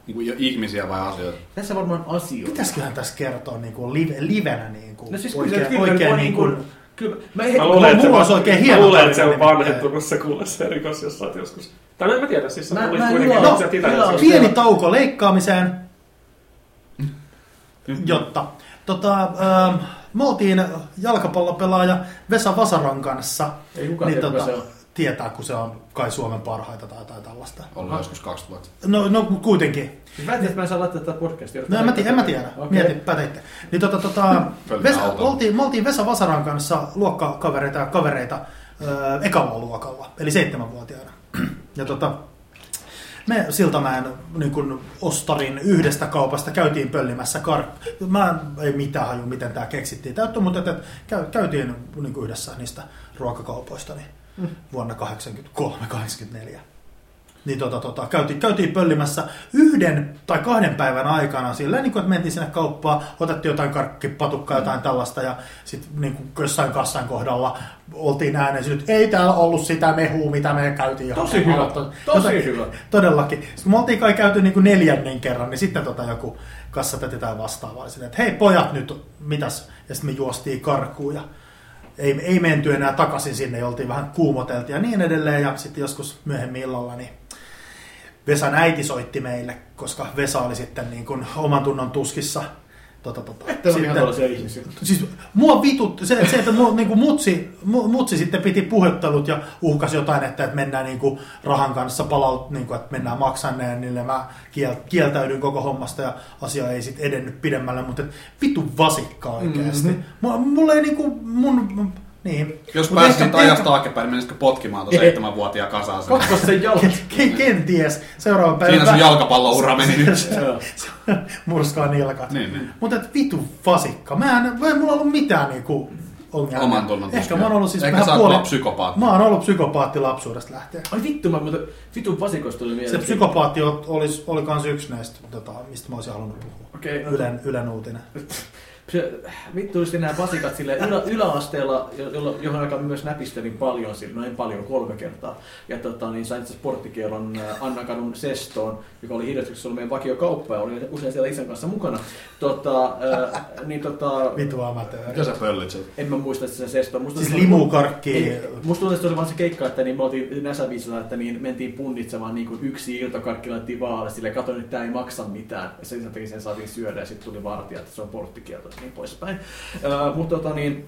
Speaker 3: Niinku jo ihmisiä vai asioita.
Speaker 2: Tässä varmaan asioita.
Speaker 1: Pitäisiköhän tässä kertoa niin kuin live, livenä niin kuin
Speaker 2: No siis kyllä,
Speaker 1: oikein,
Speaker 2: kyllä,
Speaker 1: oikein
Speaker 2: kyllä,
Speaker 1: niin kuin...
Speaker 2: kyllä, mä, mä,
Speaker 4: Mä
Speaker 1: luulen,
Speaker 4: luulen, että
Speaker 1: mulla olisi
Speaker 4: se,
Speaker 1: oikein
Speaker 4: mä
Speaker 1: hieno
Speaker 4: luulen,
Speaker 1: tarina
Speaker 4: että se on
Speaker 1: nimittäin.
Speaker 4: vanhentunut se kuule se rikos, jos sä oot joskus. Tai no en mä tiedä, siis sä
Speaker 2: Mä-
Speaker 4: tulit
Speaker 2: mä en
Speaker 4: kuitenkin
Speaker 2: luo-
Speaker 4: no, sitä
Speaker 2: kyllä
Speaker 4: no,
Speaker 2: on-
Speaker 1: Pieni tauko leikkaamiseen,
Speaker 3: Mm-hmm.
Speaker 1: jotta. Tota, ähm, me oltiin jalkapallopelaaja Vesa Vasaran kanssa. Niin tota,
Speaker 2: Ei kukaan tiedä, kuka se on.
Speaker 1: Tietää, kun se on kai Suomen parhaita tai jotain tällaista.
Speaker 3: Ollut joskus 2000.
Speaker 1: No, no kuitenkin.
Speaker 2: siis mä en tiedä, että mä en saa laittaa tätä podcastia.
Speaker 1: No en mä, tiedä, en mä tiedä,
Speaker 2: Okei.
Speaker 1: okay. mieti, päteitte. Niin tota, tota,
Speaker 3: Pölkkä
Speaker 1: Vesa,
Speaker 3: auto.
Speaker 1: oltiin, me oltiin Vesa Vasaran kanssa luokkakavereita ja kavereita öö, ekalla luokalla, eli seitsemänvuotiaana. Ja tota, me Siltamäen niin kun Ostarin yhdestä kaupasta käytiin pöllimässä karp... Mä en- ei mitään haju, miten tämä keksittiin täyttö, mutta että, käy, käytiin niin kuin yhdessä niistä ruokakaupoista niin vuonna 83-84. Niin tota, tota, käytiin, käytiin pöllimässä yhden tai kahden päivän aikana sillä niin kuin, että mentiin sinne kauppaan, otettiin jotain karkkipatukkaa, jotain
Speaker 2: Mm.
Speaker 1: tällaista ja sitten niin kuin jossain kassan kohdalla oltiin ääneen, että ei täällä ollut sitä mehua, mitä me käytiin.
Speaker 2: Tosi hyvä,
Speaker 1: hakemaan.
Speaker 2: tosi hyvä.
Speaker 1: Todellakin. Sitten me oltiin kai käyty niin kuin neljännen kerran, niin sitten tota joku kassatäti tai vastaava oli silleen, että hei pojat nyt, mitäs? Ja sitten me juostiin karkuun ja ei, ei menty enää takaisin sinne, ja oltiin vähän kuumoteltiin ja niin edelleen. Ja sitten joskus myöhemmin illalla niin Vesan äiti soitti meille, koska Vesa oli sitten niin kuin oman tunnon tuskissa. Tota, tota,
Speaker 2: Tässä on ihan tällaisia ihmisiä.
Speaker 1: Siis mua vitut, se, se että mua, niin kuin mutsi, mu- mutsi sitten piti puhuttelut ja uhkasi jotain, että, että mennään niin kuin rahan kanssa palaut, niin kuin, että mennään maksan ne ja niille mä kiel, kieltäydyn koko hommasta ja asia ei sitten edennyt pidemmälle, mutta et, vitu vasikka oikeasti.
Speaker 2: Mhm.
Speaker 1: Mm-hmm. Mulla ei niinku mun... Niin.
Speaker 3: Jos
Speaker 1: Mut
Speaker 3: pääsisit
Speaker 1: ehkä-
Speaker 3: ajasta
Speaker 1: ehkä-
Speaker 3: taaksepäin, niin menisikö potkimaan tuon
Speaker 2: Ei.
Speaker 3: seitsemänvuotiaan kasaan sen?
Speaker 2: Katkos sen jalat.
Speaker 1: Ken- Kenties seuraava päivä.
Speaker 3: Siinä sun jalkapalloura meni nyt.
Speaker 1: Siis-
Speaker 2: Joo.
Speaker 1: Murskaa nilkat.
Speaker 3: Niin, niin.
Speaker 1: Mutta et vitu vasikka. Mä en, mä en mulla ollut mitään niinku ongelmia.
Speaker 3: Oman tunnon
Speaker 1: Ehkä
Speaker 3: tuskia.
Speaker 1: mä oon ollut siis
Speaker 3: Ehkä sä
Speaker 1: vähän
Speaker 3: oot
Speaker 1: puoli...
Speaker 3: vaan psykopaatti.
Speaker 1: Mä oon ollut psykopaatti lapsuudesta lähtien.
Speaker 2: Ai vittu, mä muuten vitun vasikosta tuli mieleen.
Speaker 1: Se psykopaatti ol- olis, oli kans yksi näistä, tota, mistä mä olisin halunnut puhua.
Speaker 2: Okei, no-
Speaker 1: Ylen, Ylen uutinen.
Speaker 2: Se, vittu just nämä vasikat sille ylä, yläasteella, jo- jollo- johon aikaan myös näpistelin paljon, sille, no en paljon, kolme kertaa. Ja tota, niin sain itse sporttikieron ää, Annakadun sestoon, joka oli hirveästi ollut meidän vakiokauppa ja olin usein siellä isän kanssa mukana. Tota, ää, niin tota,
Speaker 1: Vitu amatööri.
Speaker 3: Mitä sä pöllit sen?
Speaker 2: en mä muista sitä sestoa. Musta
Speaker 1: Siis
Speaker 2: tuntuu-
Speaker 1: limukarkki.
Speaker 2: Ei, Niin, Musta tuntuu, että se oli vaan se keikka, että niin me oltiin Näsäviisillä, että niin mentiin punnitsemaan niin kuin yksi iltakarkki laitettiin vaalle, sille katsoin, että tämä ei maksa mitään. Ja sen takia sen saatiin syödä ja sitten tuli vartija, että se on porttikielto ja niin poispäin. Öö, mutta tota niin,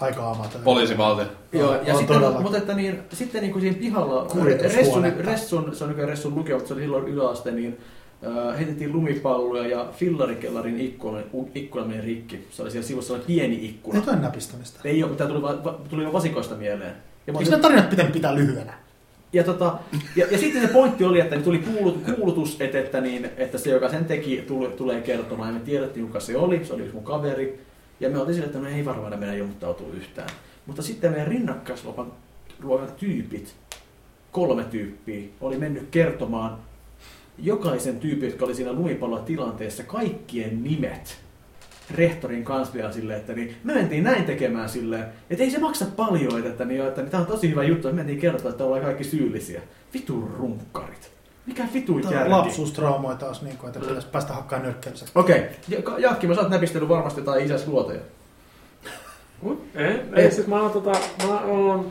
Speaker 1: Aika amatööri.
Speaker 3: Poliisivalti.
Speaker 2: Joo,
Speaker 1: On-
Speaker 2: ja
Speaker 1: on
Speaker 2: sitten,
Speaker 1: todella.
Speaker 2: mutta että niin, sitten niin kuin siinä pihalla,
Speaker 1: Kuritushuonetta.
Speaker 2: Ressun, Ressun, se on nykyään Ressun lukio, mutta se oli silloin yläaste, niin äh, heitettiin lumipalloja ja fillarikellarin ikkuna, ikkuna meni rikki. Se oli siellä sivussa oli pieni ikkuna.
Speaker 1: Ei toi näpistämistä.
Speaker 2: Ei ole, mutta tämä tuli, vaan- va, tuli vaan vasikoista mieleen. Ja, mä
Speaker 1: Eikö ne
Speaker 2: olin-
Speaker 1: tarinat pitänyt pitää lyhyenä?
Speaker 2: ja, tota, ja, ja, sitten se pointti oli, että niin tuli kuulut, kuulutus, että, että, niin, että se, joka sen teki, tuli, tulee kertomaan. Ja me tiedettiin, kuka se oli. Se oli yksi mun kaveri. Ja me oltiin sillä, että me ei varmaan meidän ilmoittautuu yhtään. Mutta sitten meidän rinnakkaisluokan luokan tyypit, kolme tyyppiä, oli mennyt kertomaan jokaisen tyypin, jotka oli siinä lumipallotilanteessa, kaikkien nimet rehtorin kansliaan silleen, että niin, me mentiin näin tekemään silleen, että ei se maksa paljon, että, että, niin, että niin, tämä on tosi hyvä juttu, että me mentiin kertoa, että ollaan kaikki syyllisiä. Vitun runkkarit. Mikä vitu
Speaker 1: Tää
Speaker 2: järki?
Speaker 1: on Lapsuustraumoja taas, niin kuin, että pitäisi päästä hakkaan nyrkkeilyssä.
Speaker 2: Okei, ja, Jaakki, mä sä oot näpistellyt varmasti jotain isäs luoteja.
Speaker 4: Ei,
Speaker 2: Ei.
Speaker 4: ei, siis mä oon, tota, mä oon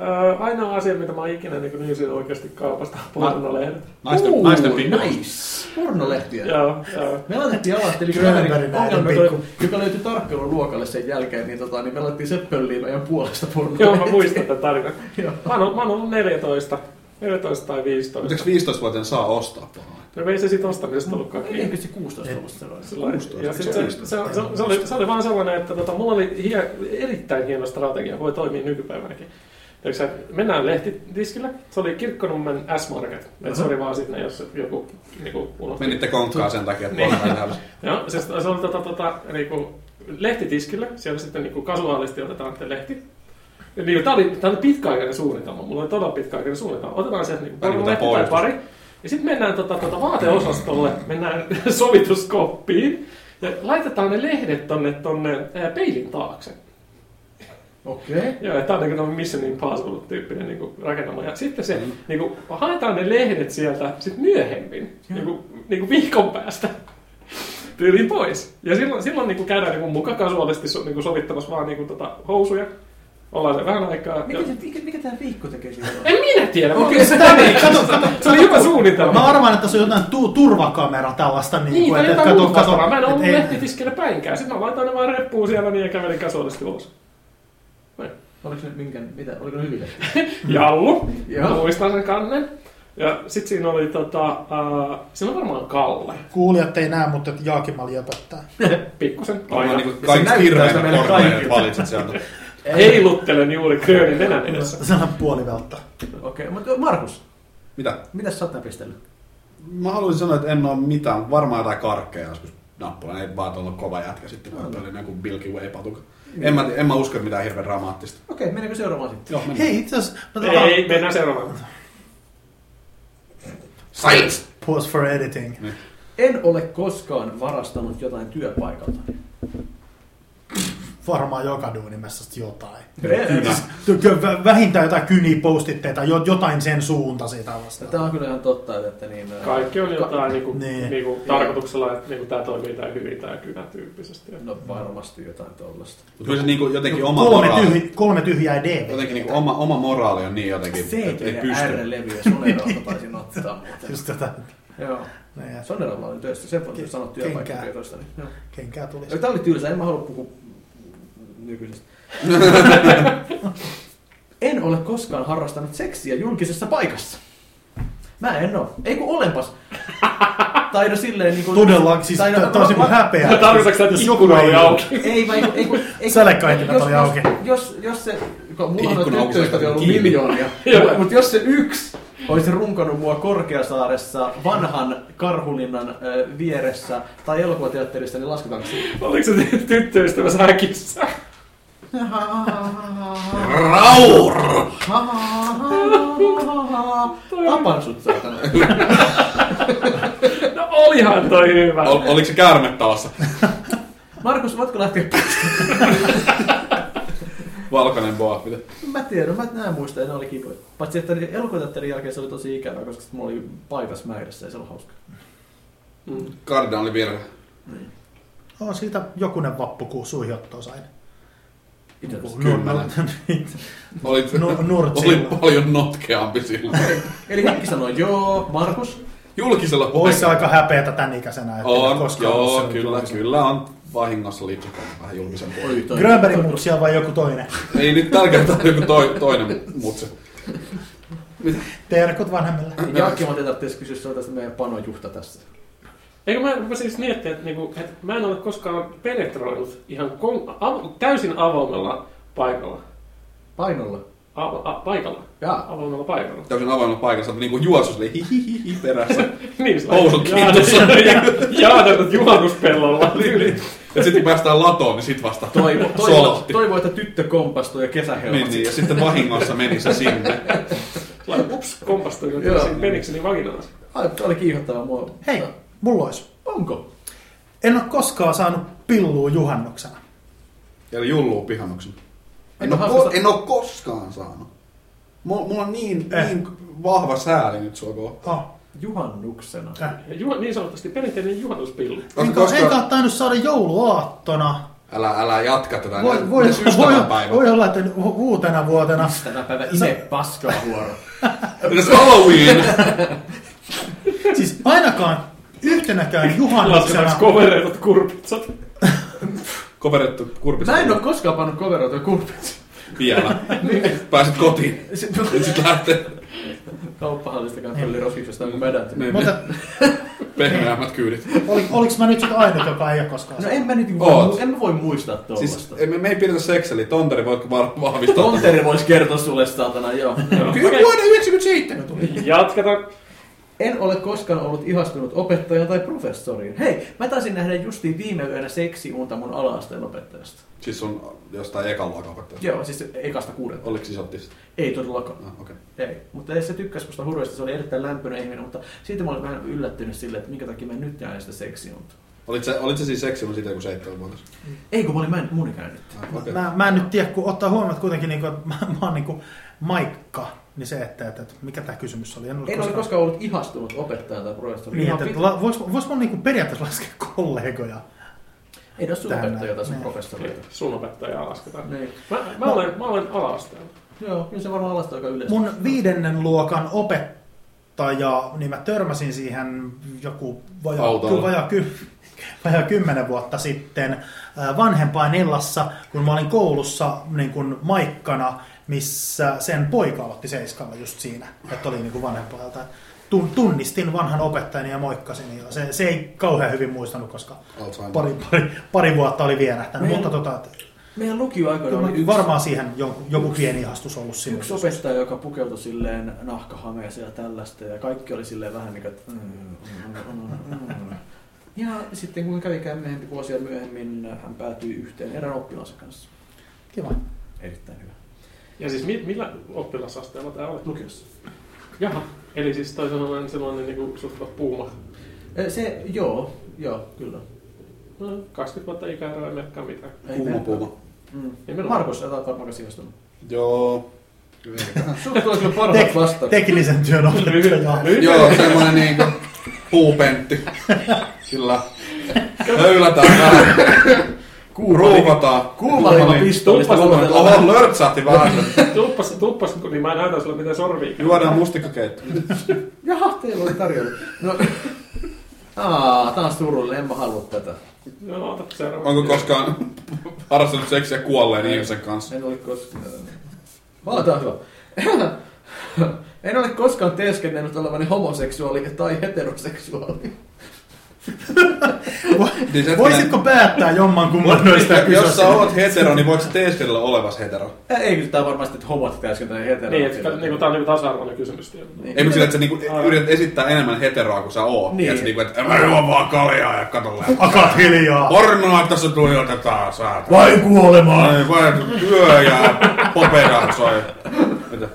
Speaker 4: Öö, aina asia, mitä mä oon ikinä niin nyysin oikeasti kaupasta, pornolehdet.
Speaker 3: Naisten,
Speaker 2: Uu,
Speaker 3: naisten
Speaker 1: no
Speaker 3: pikku.
Speaker 2: Nice! Pornolehtiä.
Speaker 4: Joo, joo.
Speaker 2: Me laitettiin alasteli
Speaker 1: Grönbergin
Speaker 2: kaverin
Speaker 1: äidin
Speaker 2: niinku ongelma, joka,
Speaker 1: pikku.
Speaker 2: joka löytyi tarkkailun luokalle sen jälkeen, niin, tota, niin me laitettiin Seppölliin meidän puolesta pornolehtiä.
Speaker 4: Joo, mä muistan tätä tarinaa.
Speaker 2: Joo.
Speaker 4: Mä oon, mä oon ollut 14, 14 tai 15.
Speaker 3: Miten 15-vuotiaana saa ostaa pahaa?
Speaker 4: Joka ei se siitä ostamisesta ollutkaan kiinni.
Speaker 2: Eikö se 16 ollut sellainen?
Speaker 4: Sellainen. Ja sit se, se,
Speaker 3: 16.
Speaker 4: se, se, oli, se oli vaan sellainen, että tota, mulla oli hie, erittäin hieno strategia, joka voi toimia nykypäivänäkin. Tiedätkö, sä, mennään lehtidiskille, se oli Kirkkonummen S-Market, että se oli vaan sitten, jos joku niinku, unohti.
Speaker 3: Menitte konkkaan sen takia, että
Speaker 4: Niin.
Speaker 3: poltain täysin.
Speaker 4: Joo, siis se oli tota, tota, niinku, lehtitiskillä, siellä sitten niinku kasuaalisti otetaan te lehti. Ja Niin, tämä oli, tää oli pitkäaikainen suunnitelma, mulla oli todella pitkäaikainen suunnitelma. Otetaan sieltä niinku
Speaker 3: Tää oli
Speaker 4: pari lehti tai
Speaker 3: puolustus.
Speaker 4: pari. Ja sitten mennään tota, tota, vaateosastolle, mennään sovituskoppiin. Ja laitetaan ne lehdet tonne, tonne ää, peilin taakse.
Speaker 2: Okei. Okay.
Speaker 4: Joo, tämä on niin tämmöinen Mission Impossible-tyyppinen niin rakennelma. Ja sitten se, mm. niin kuin, haetaan ne lehdet sieltä sit myöhemmin, niin kuin, niin kuin viikon päästä tyyli pois. Ja silloin, silloin niin kuin käydään niin kuin muka kasuaalisesti so, niin kuin sovittamassa vaan niin kuin, tota, housuja. Ollaan se vähän aikaa.
Speaker 2: Mikä, se, mikä, mikä tämä viikko tekee silloin?
Speaker 4: En minä tiedä. mä
Speaker 2: Okei,
Speaker 4: olin-
Speaker 2: se tää niin.
Speaker 1: Kato, kato,
Speaker 4: Se oli hyvä suunnitelma.
Speaker 1: Mä arvaan, että se on jotain tu- turvakamera tällaista. Niin,
Speaker 4: Niin,
Speaker 1: kuin,
Speaker 4: tai
Speaker 1: että-
Speaker 4: jotain
Speaker 1: että
Speaker 4: muuta vastaavaa. Mä en
Speaker 1: et
Speaker 4: ollut
Speaker 1: ei-
Speaker 4: lehtitiskillä päinkään. Sitten mä laitoin ne vaan reppuun siellä niin ja kävelin kasuaalisesti ulos. Noin.
Speaker 2: Oliko ne minkään, mitä, oliko ne hyviä?
Speaker 4: Jallu,
Speaker 2: Joo.
Speaker 4: Joo. muistan sen kannen. Ja sit siinä oli tota, äh, siinä on varmaan Kalle,
Speaker 1: Kuulijat ei näe, mutta Jaakimal jöpöttää.
Speaker 4: pikkusen
Speaker 3: Varmaan
Speaker 4: aina.
Speaker 3: niinku
Speaker 2: Se
Speaker 3: kaikista
Speaker 2: näyttää sitä
Speaker 3: hirveitä
Speaker 2: meille
Speaker 3: portmeja
Speaker 2: kaikille.
Speaker 3: valitsit sieltä.
Speaker 4: Heiluttelen juuri Grönin nenän edessä.
Speaker 1: Sellainen puolivelta.
Speaker 2: Okei, mutta Markus,
Speaker 3: Mitä?
Speaker 2: mitä sä oot näpistellyt?
Speaker 3: Mä haluaisin sanoa, että en ole mitään. Varmaan jotain karkkeja joskus nappula. Ei vaan ollut kova jätkä sitten, kun oli joku Bilky Way patukka. En mä, en mä usko, että mitään hirveän dramaattista.
Speaker 2: Okei, mennäänkö seuraavaan sitten?
Speaker 3: Joo, mennään.
Speaker 1: Hei, itse asiassa... mä tota-
Speaker 4: Ei, mennään seuraavaan.
Speaker 3: Silence!
Speaker 1: Pause for editing.
Speaker 2: En ole koskaan varastanut jotain työpaikalta.
Speaker 1: Varmaan joka duunimessa jotain.
Speaker 3: Kyllä.
Speaker 1: Ty- ky- vä- Vähintään jotain kynipostitteita, jo- jotain sen suunta siitä vastaan.
Speaker 2: Tämä on kyllä ihan totta, että niin... ää,
Speaker 4: Kaikki on jotain niinku,
Speaker 1: Niin.
Speaker 4: niinku, tarkoituksella, että niinku, tää toimii tää hyvin tää kynä tyyppisesti.
Speaker 2: No varmasti jotain tollasta.
Speaker 3: Mutta kyllä se niinku jotenkin oma
Speaker 1: kolme,
Speaker 3: moraali,
Speaker 1: tyhj- kolme tyhjää DVD.
Speaker 3: jotenkin niinku oma, oma moraali on niin jotenkin, että ei
Speaker 2: Seekin
Speaker 3: pysty.
Speaker 2: R-levyä Soneralta taisin ottaa. muuten.
Speaker 1: Niin. Just tätä No
Speaker 2: Joo.
Speaker 1: ne,
Speaker 2: Soneralla oli töissä, sen voin
Speaker 1: Ke-
Speaker 2: sanoa
Speaker 1: kenkää.
Speaker 2: työpaikkatyötoista. Niin. joo.
Speaker 1: kenkää tulisi.
Speaker 2: Ja Tää oli tylsä, en mä halua puhua nykyisestä. en ole koskaan harrastanut seksiä julkisessa paikassa. Mä en oo. Ei kun olenpas. Tai no silleen niinku...
Speaker 1: Todella, siis
Speaker 2: tai no-
Speaker 1: tää- tää olisi niinku häpeä.
Speaker 4: Tarkoitatko sä, että
Speaker 1: Jos joku
Speaker 4: ikkuna oli
Speaker 1: ei-
Speaker 4: auki?
Speaker 2: Ei vai... Ei, kun, ei,
Speaker 1: Sälekkaintilat
Speaker 2: jos-
Speaker 1: oli
Speaker 2: jos-
Speaker 1: auki.
Speaker 2: Jos, jos se... kun Mulla on
Speaker 3: Ikkuna auki,
Speaker 2: tyttöystäviä
Speaker 3: se
Speaker 2: ollut
Speaker 3: kiinni.
Speaker 2: miljoonia.
Speaker 4: Joo.
Speaker 2: Mutta jos se yksi olisi runkonut mua Korkeasaaressa vanhan Karhulinnan äh, vieressä tai elokuvateatterissa, niin lasketaanko se?
Speaker 4: Oliko se ty- tyttöystävä säkissä?
Speaker 3: Raur!
Speaker 2: Tapan sut saatana.
Speaker 4: No olihan toi hyvä.
Speaker 3: Ol, oliko se käärme talossa?
Speaker 2: Markus, voitko lähteä?
Speaker 3: Valkoinen boa. Mitä?
Speaker 2: Mä tiedän, mä en muista, ne oli kipoja. Paitsi, että elokuvateatterin jälkeen se oli tosi ikävää, koska sit mulla oli paitas mäidässä ja se oli hauska.
Speaker 4: Mm.
Speaker 3: Kardinaali virhe.
Speaker 1: Oh, siitä jokunen vappukuu suihiottoa sain.
Speaker 2: Itse asiassa.
Speaker 3: Kymmenen. Olit,
Speaker 1: No, Nurtsilla.
Speaker 3: olit paljon notkeampi silloin.
Speaker 2: Eli kaikki sanoi, joo, Markus.
Speaker 3: Julkisella
Speaker 1: Olisi se
Speaker 3: paikalla.
Speaker 1: aika häpeätä tämän ikäisenä. ettei ole
Speaker 3: On,
Speaker 1: koskaan ollut
Speaker 3: joo,
Speaker 1: sen
Speaker 3: kyllä,
Speaker 1: tuollaisen.
Speaker 3: kyllä on vahingossa litsakaan vähän julkisen puolen.
Speaker 2: Oi, toi-
Speaker 1: Grönbergin mutsia vai joku toinen?
Speaker 3: Ei nyt tarkoittaa joku toi, toinen mutse.
Speaker 1: Terkut vanhemmille.
Speaker 2: Jaakki, mä tarvitsen kysyä sinulta tästä meidän panojuhta tässä.
Speaker 4: Eikö mä, mä siis miettiä, että, niinku, että mä en ole koskaan penetroinut ihan kon, av, täysin avoimella paikalla.
Speaker 2: Painolla.
Speaker 4: A, a, paikalla.
Speaker 2: Jaa.
Speaker 4: Avoimella paikalla.
Speaker 3: Täysin avoimella paikassa, mutta niinku juosu silleen hihihihi perässä.
Speaker 4: Niin,
Speaker 3: Housut kiinnossa.
Speaker 4: Jaadatut juhannuspellolla.
Speaker 3: Niin, Ja sitten kun päästään latoon, niin sit vasta
Speaker 2: Toivo, toivo,
Speaker 3: solahti.
Speaker 2: toivo, että tyttö kompastuu ja kesähelmat.
Speaker 3: Niin, niin, ja sitten vahingossa meni se sinne.
Speaker 4: Laita, ups, kompastuin nyt
Speaker 2: Joo.
Speaker 4: siinä niin penikseni vaginaansa.
Speaker 2: Ai, tää oli kiihottava mua.
Speaker 1: Hei, mulla olisi.
Speaker 2: Onko?
Speaker 1: En ole koskaan saanut pillua juhannuksena.
Speaker 3: Eli julluu pihannuksen. En,
Speaker 2: Mä
Speaker 3: oo, ko-
Speaker 2: haastan-
Speaker 3: en oo koskaan saanut. Mulla, mulla on niin,
Speaker 1: Eh.
Speaker 3: niin vahva sääli nyt sua kohtaan.
Speaker 1: Oh.
Speaker 2: Juhannuksena.
Speaker 1: Äh.
Speaker 4: Ja Juha, niin sanotusti perinteinen juhannuspillu.
Speaker 1: Enkä,
Speaker 3: Koska-
Speaker 1: enkä ole tainnut saada jouluaattona.
Speaker 3: Älä, älä jatka tätä.
Speaker 1: Voi, voi, voi, voi olla, että u- uutena vuotena.
Speaker 3: Äh.
Speaker 2: Tänä päivä ime paskaa huoro.
Speaker 3: It's Halloween!
Speaker 1: Siis ainakaan yhtenäkään
Speaker 4: Lasketaanko
Speaker 1: juhannuksena.
Speaker 4: kovereetut kurpitsat?
Speaker 3: Koverettu kurpista.
Speaker 2: Mä en oo koskaan pannut coveroita kurpitsa.
Speaker 3: Vielä. Pääset kotiin. Sitten lähtee.
Speaker 2: kauppahallista katsoi liroskiksesta, onko mä edätty.
Speaker 3: Ne,
Speaker 1: Mutta
Speaker 3: ne pehmeämmät Siis kyydit.
Speaker 1: oli, oliks mä nyt sit ainut, joka ei ole koskaan
Speaker 2: No
Speaker 1: saanut?
Speaker 2: en mä nyt,
Speaker 3: Oot.
Speaker 2: en mä voi muistaa tuollaista.
Speaker 3: Siis emme, me ei pidetä sekseli, tonteri voitko var- vahvistaa.
Speaker 2: Tonteri voisi kertoa sulle, saatana, joo.
Speaker 3: Kyllä
Speaker 4: Okei.
Speaker 3: vuonna 97 tuli.
Speaker 4: Jatketaan.
Speaker 2: En ole koskaan ollut ihastunut opettaja tai professoriin. Hei, mä taisin nähdä justiin viime yönä seksiunta mun ala-asteen opettajasta.
Speaker 3: Siis sun jostain ekan luokan opettaja.
Speaker 2: Joo, siis ekasta kuudelta.
Speaker 3: Oliko isottista?
Speaker 2: Ei todellakaan.
Speaker 3: Ah, okei.
Speaker 2: Ei, mutta se tykkäsi musta hurjasti, se oli erittäin lämpöinen ihminen, mutta siitä mä olin vähän yllättynyt sille, että minkä takia mä nyt jään sitä seksiuntaa.
Speaker 3: Olit se, olit se siis seksi, mutta siitä joku seitsemän vuotta.
Speaker 2: Ei kun mä olin mä en, mun ikäinen.
Speaker 3: Ah, okei.
Speaker 1: Mä, mä en nyt tiedä, kun ottaa huomioon, että kuitenkin niin kuin, mä, mä oon niin kuin Maikka, niin se, että, että, että mikä tämä kysymys oli. En ollut
Speaker 2: En ole koskaan ollut ihastunut opettaja tai professori.
Speaker 1: Niin,
Speaker 2: Ihan
Speaker 1: että,
Speaker 2: pit-
Speaker 1: että la, vois, vois mun niin kuin periaatteessa laskea kollegoja.
Speaker 2: Ei ole sun
Speaker 1: Tänään.
Speaker 2: opettaja tai sun
Speaker 1: Niin.
Speaker 2: professori.
Speaker 4: Sun opettajaa lasketaan.
Speaker 2: Niin.
Speaker 4: Mä, mä, olen, mä olen ala-asteella.
Speaker 2: Joo, kyllä se varmaan alasta aika yleensä.
Speaker 1: Mun viidennen luokan opettaja, niin mä törmäsin siihen joku vajaa,
Speaker 3: Autolla.
Speaker 1: ky, vajaa, ky, vajaa kymmenen vuotta sitten ää, vanhempain illassa, kun mä olin koulussa niin kuin maikkana, missä sen poika aloitti seiskalla just siinä, että oli niin kuin vanhempailta. Tun- Tunnistin vanhan opettajan ja moikkasin. Ja se, se ei kauhean hyvin muistanut, koska
Speaker 3: Alzheimer.
Speaker 1: pari, pari, pari vuotta oli vierähtänyt.
Speaker 2: Niin.
Speaker 1: Mutta tota, et-
Speaker 2: Meidän lukioaikoina
Speaker 1: kyllä
Speaker 2: oli
Speaker 1: mä
Speaker 2: yksi,
Speaker 1: varmaan siihen joku, joku pieni ihastus ollut silloin.
Speaker 2: yksi opettaja, joka pukeutui silleen nahkahameeseen ja tällaista, ja kaikki oli silleen vähän niin kuin, että... mm, mm, mm, mm, mm. Ja sitten kun kävikään myöhempi vuosia myöhemmin, hän päätyi yhteen erään oppilaansa kanssa.
Speaker 1: Kiva.
Speaker 2: Erittäin hyvä.
Speaker 4: Ja siis mi- millä oppilasasteella tää olet?
Speaker 2: Lukiossa.
Speaker 4: Jaha. Eli siis toi sellainen, sellainen niinku suht koht puuma.
Speaker 2: Eh, Se, joo, joo, kyllä.
Speaker 4: No, 20 vuotta ikäeroa ei merkkaa mitään.
Speaker 2: Ei
Speaker 3: Kuuma
Speaker 2: me-
Speaker 3: puuma.
Speaker 2: Mm.
Speaker 4: Nimenomaan.
Speaker 2: Markus, sä olet varmaan siirtynyt.
Speaker 3: Joo.
Speaker 2: Sulla tulee kyllä parhaat
Speaker 1: Tek-
Speaker 2: vastaukset.
Speaker 1: teknisen työn opettaja.
Speaker 3: Joo, semmonen niinku puupentti. Kyllä. Höylätään vähän. Ruuvataan.
Speaker 2: Kuumarilla pistollista
Speaker 3: Kuumarilla. Oho, lörtsähti vähän.
Speaker 4: Tuppas, tuppas, kun niin mä näytän sulle miten sorvii.
Speaker 3: Juodaan mustikkakeitto.
Speaker 2: Jaha, teillä oli tarjolla. No, Aa, tää on surullinen, en mä halua tätä.
Speaker 4: No, ota seuraava.
Speaker 3: Onko koskaan harrastanut seksiä kuolleen ihmisen kanssa?
Speaker 2: En ole koskaan... Mä tää on hyvä. En ole koskaan teeskennellyt olevani homoseksuaali tai heteroseksuaali.
Speaker 3: Niin se, että
Speaker 1: Voisitko päättää jomman kumman noista
Speaker 3: ne- Jos sä
Speaker 1: kysyä?
Speaker 3: oot hetero, niin voit sä teeskennellä olevas hetero?
Speaker 2: Ä, Ei kyllä tää on varmasti, että homot teeskentelee heteroa.
Speaker 4: Niin, että niinku tää on niinku tasa-arvoinen kysymys.
Speaker 2: Niin.
Speaker 3: Ei, mutta sillä, että sä niinku
Speaker 4: Aivan.
Speaker 3: yrität esittää enemmän heteroa kuin sä oot.
Speaker 2: Niin.
Speaker 3: Niin. Ja sä niinku, että mä juon vaan kaljaa ja katon läpi.
Speaker 1: Akat hiljaa.
Speaker 3: Pornoa tässä tuijotetaan, saatana.
Speaker 1: Vai kuolemaan.
Speaker 3: Ai vai, työ ja popera soi. Mitä?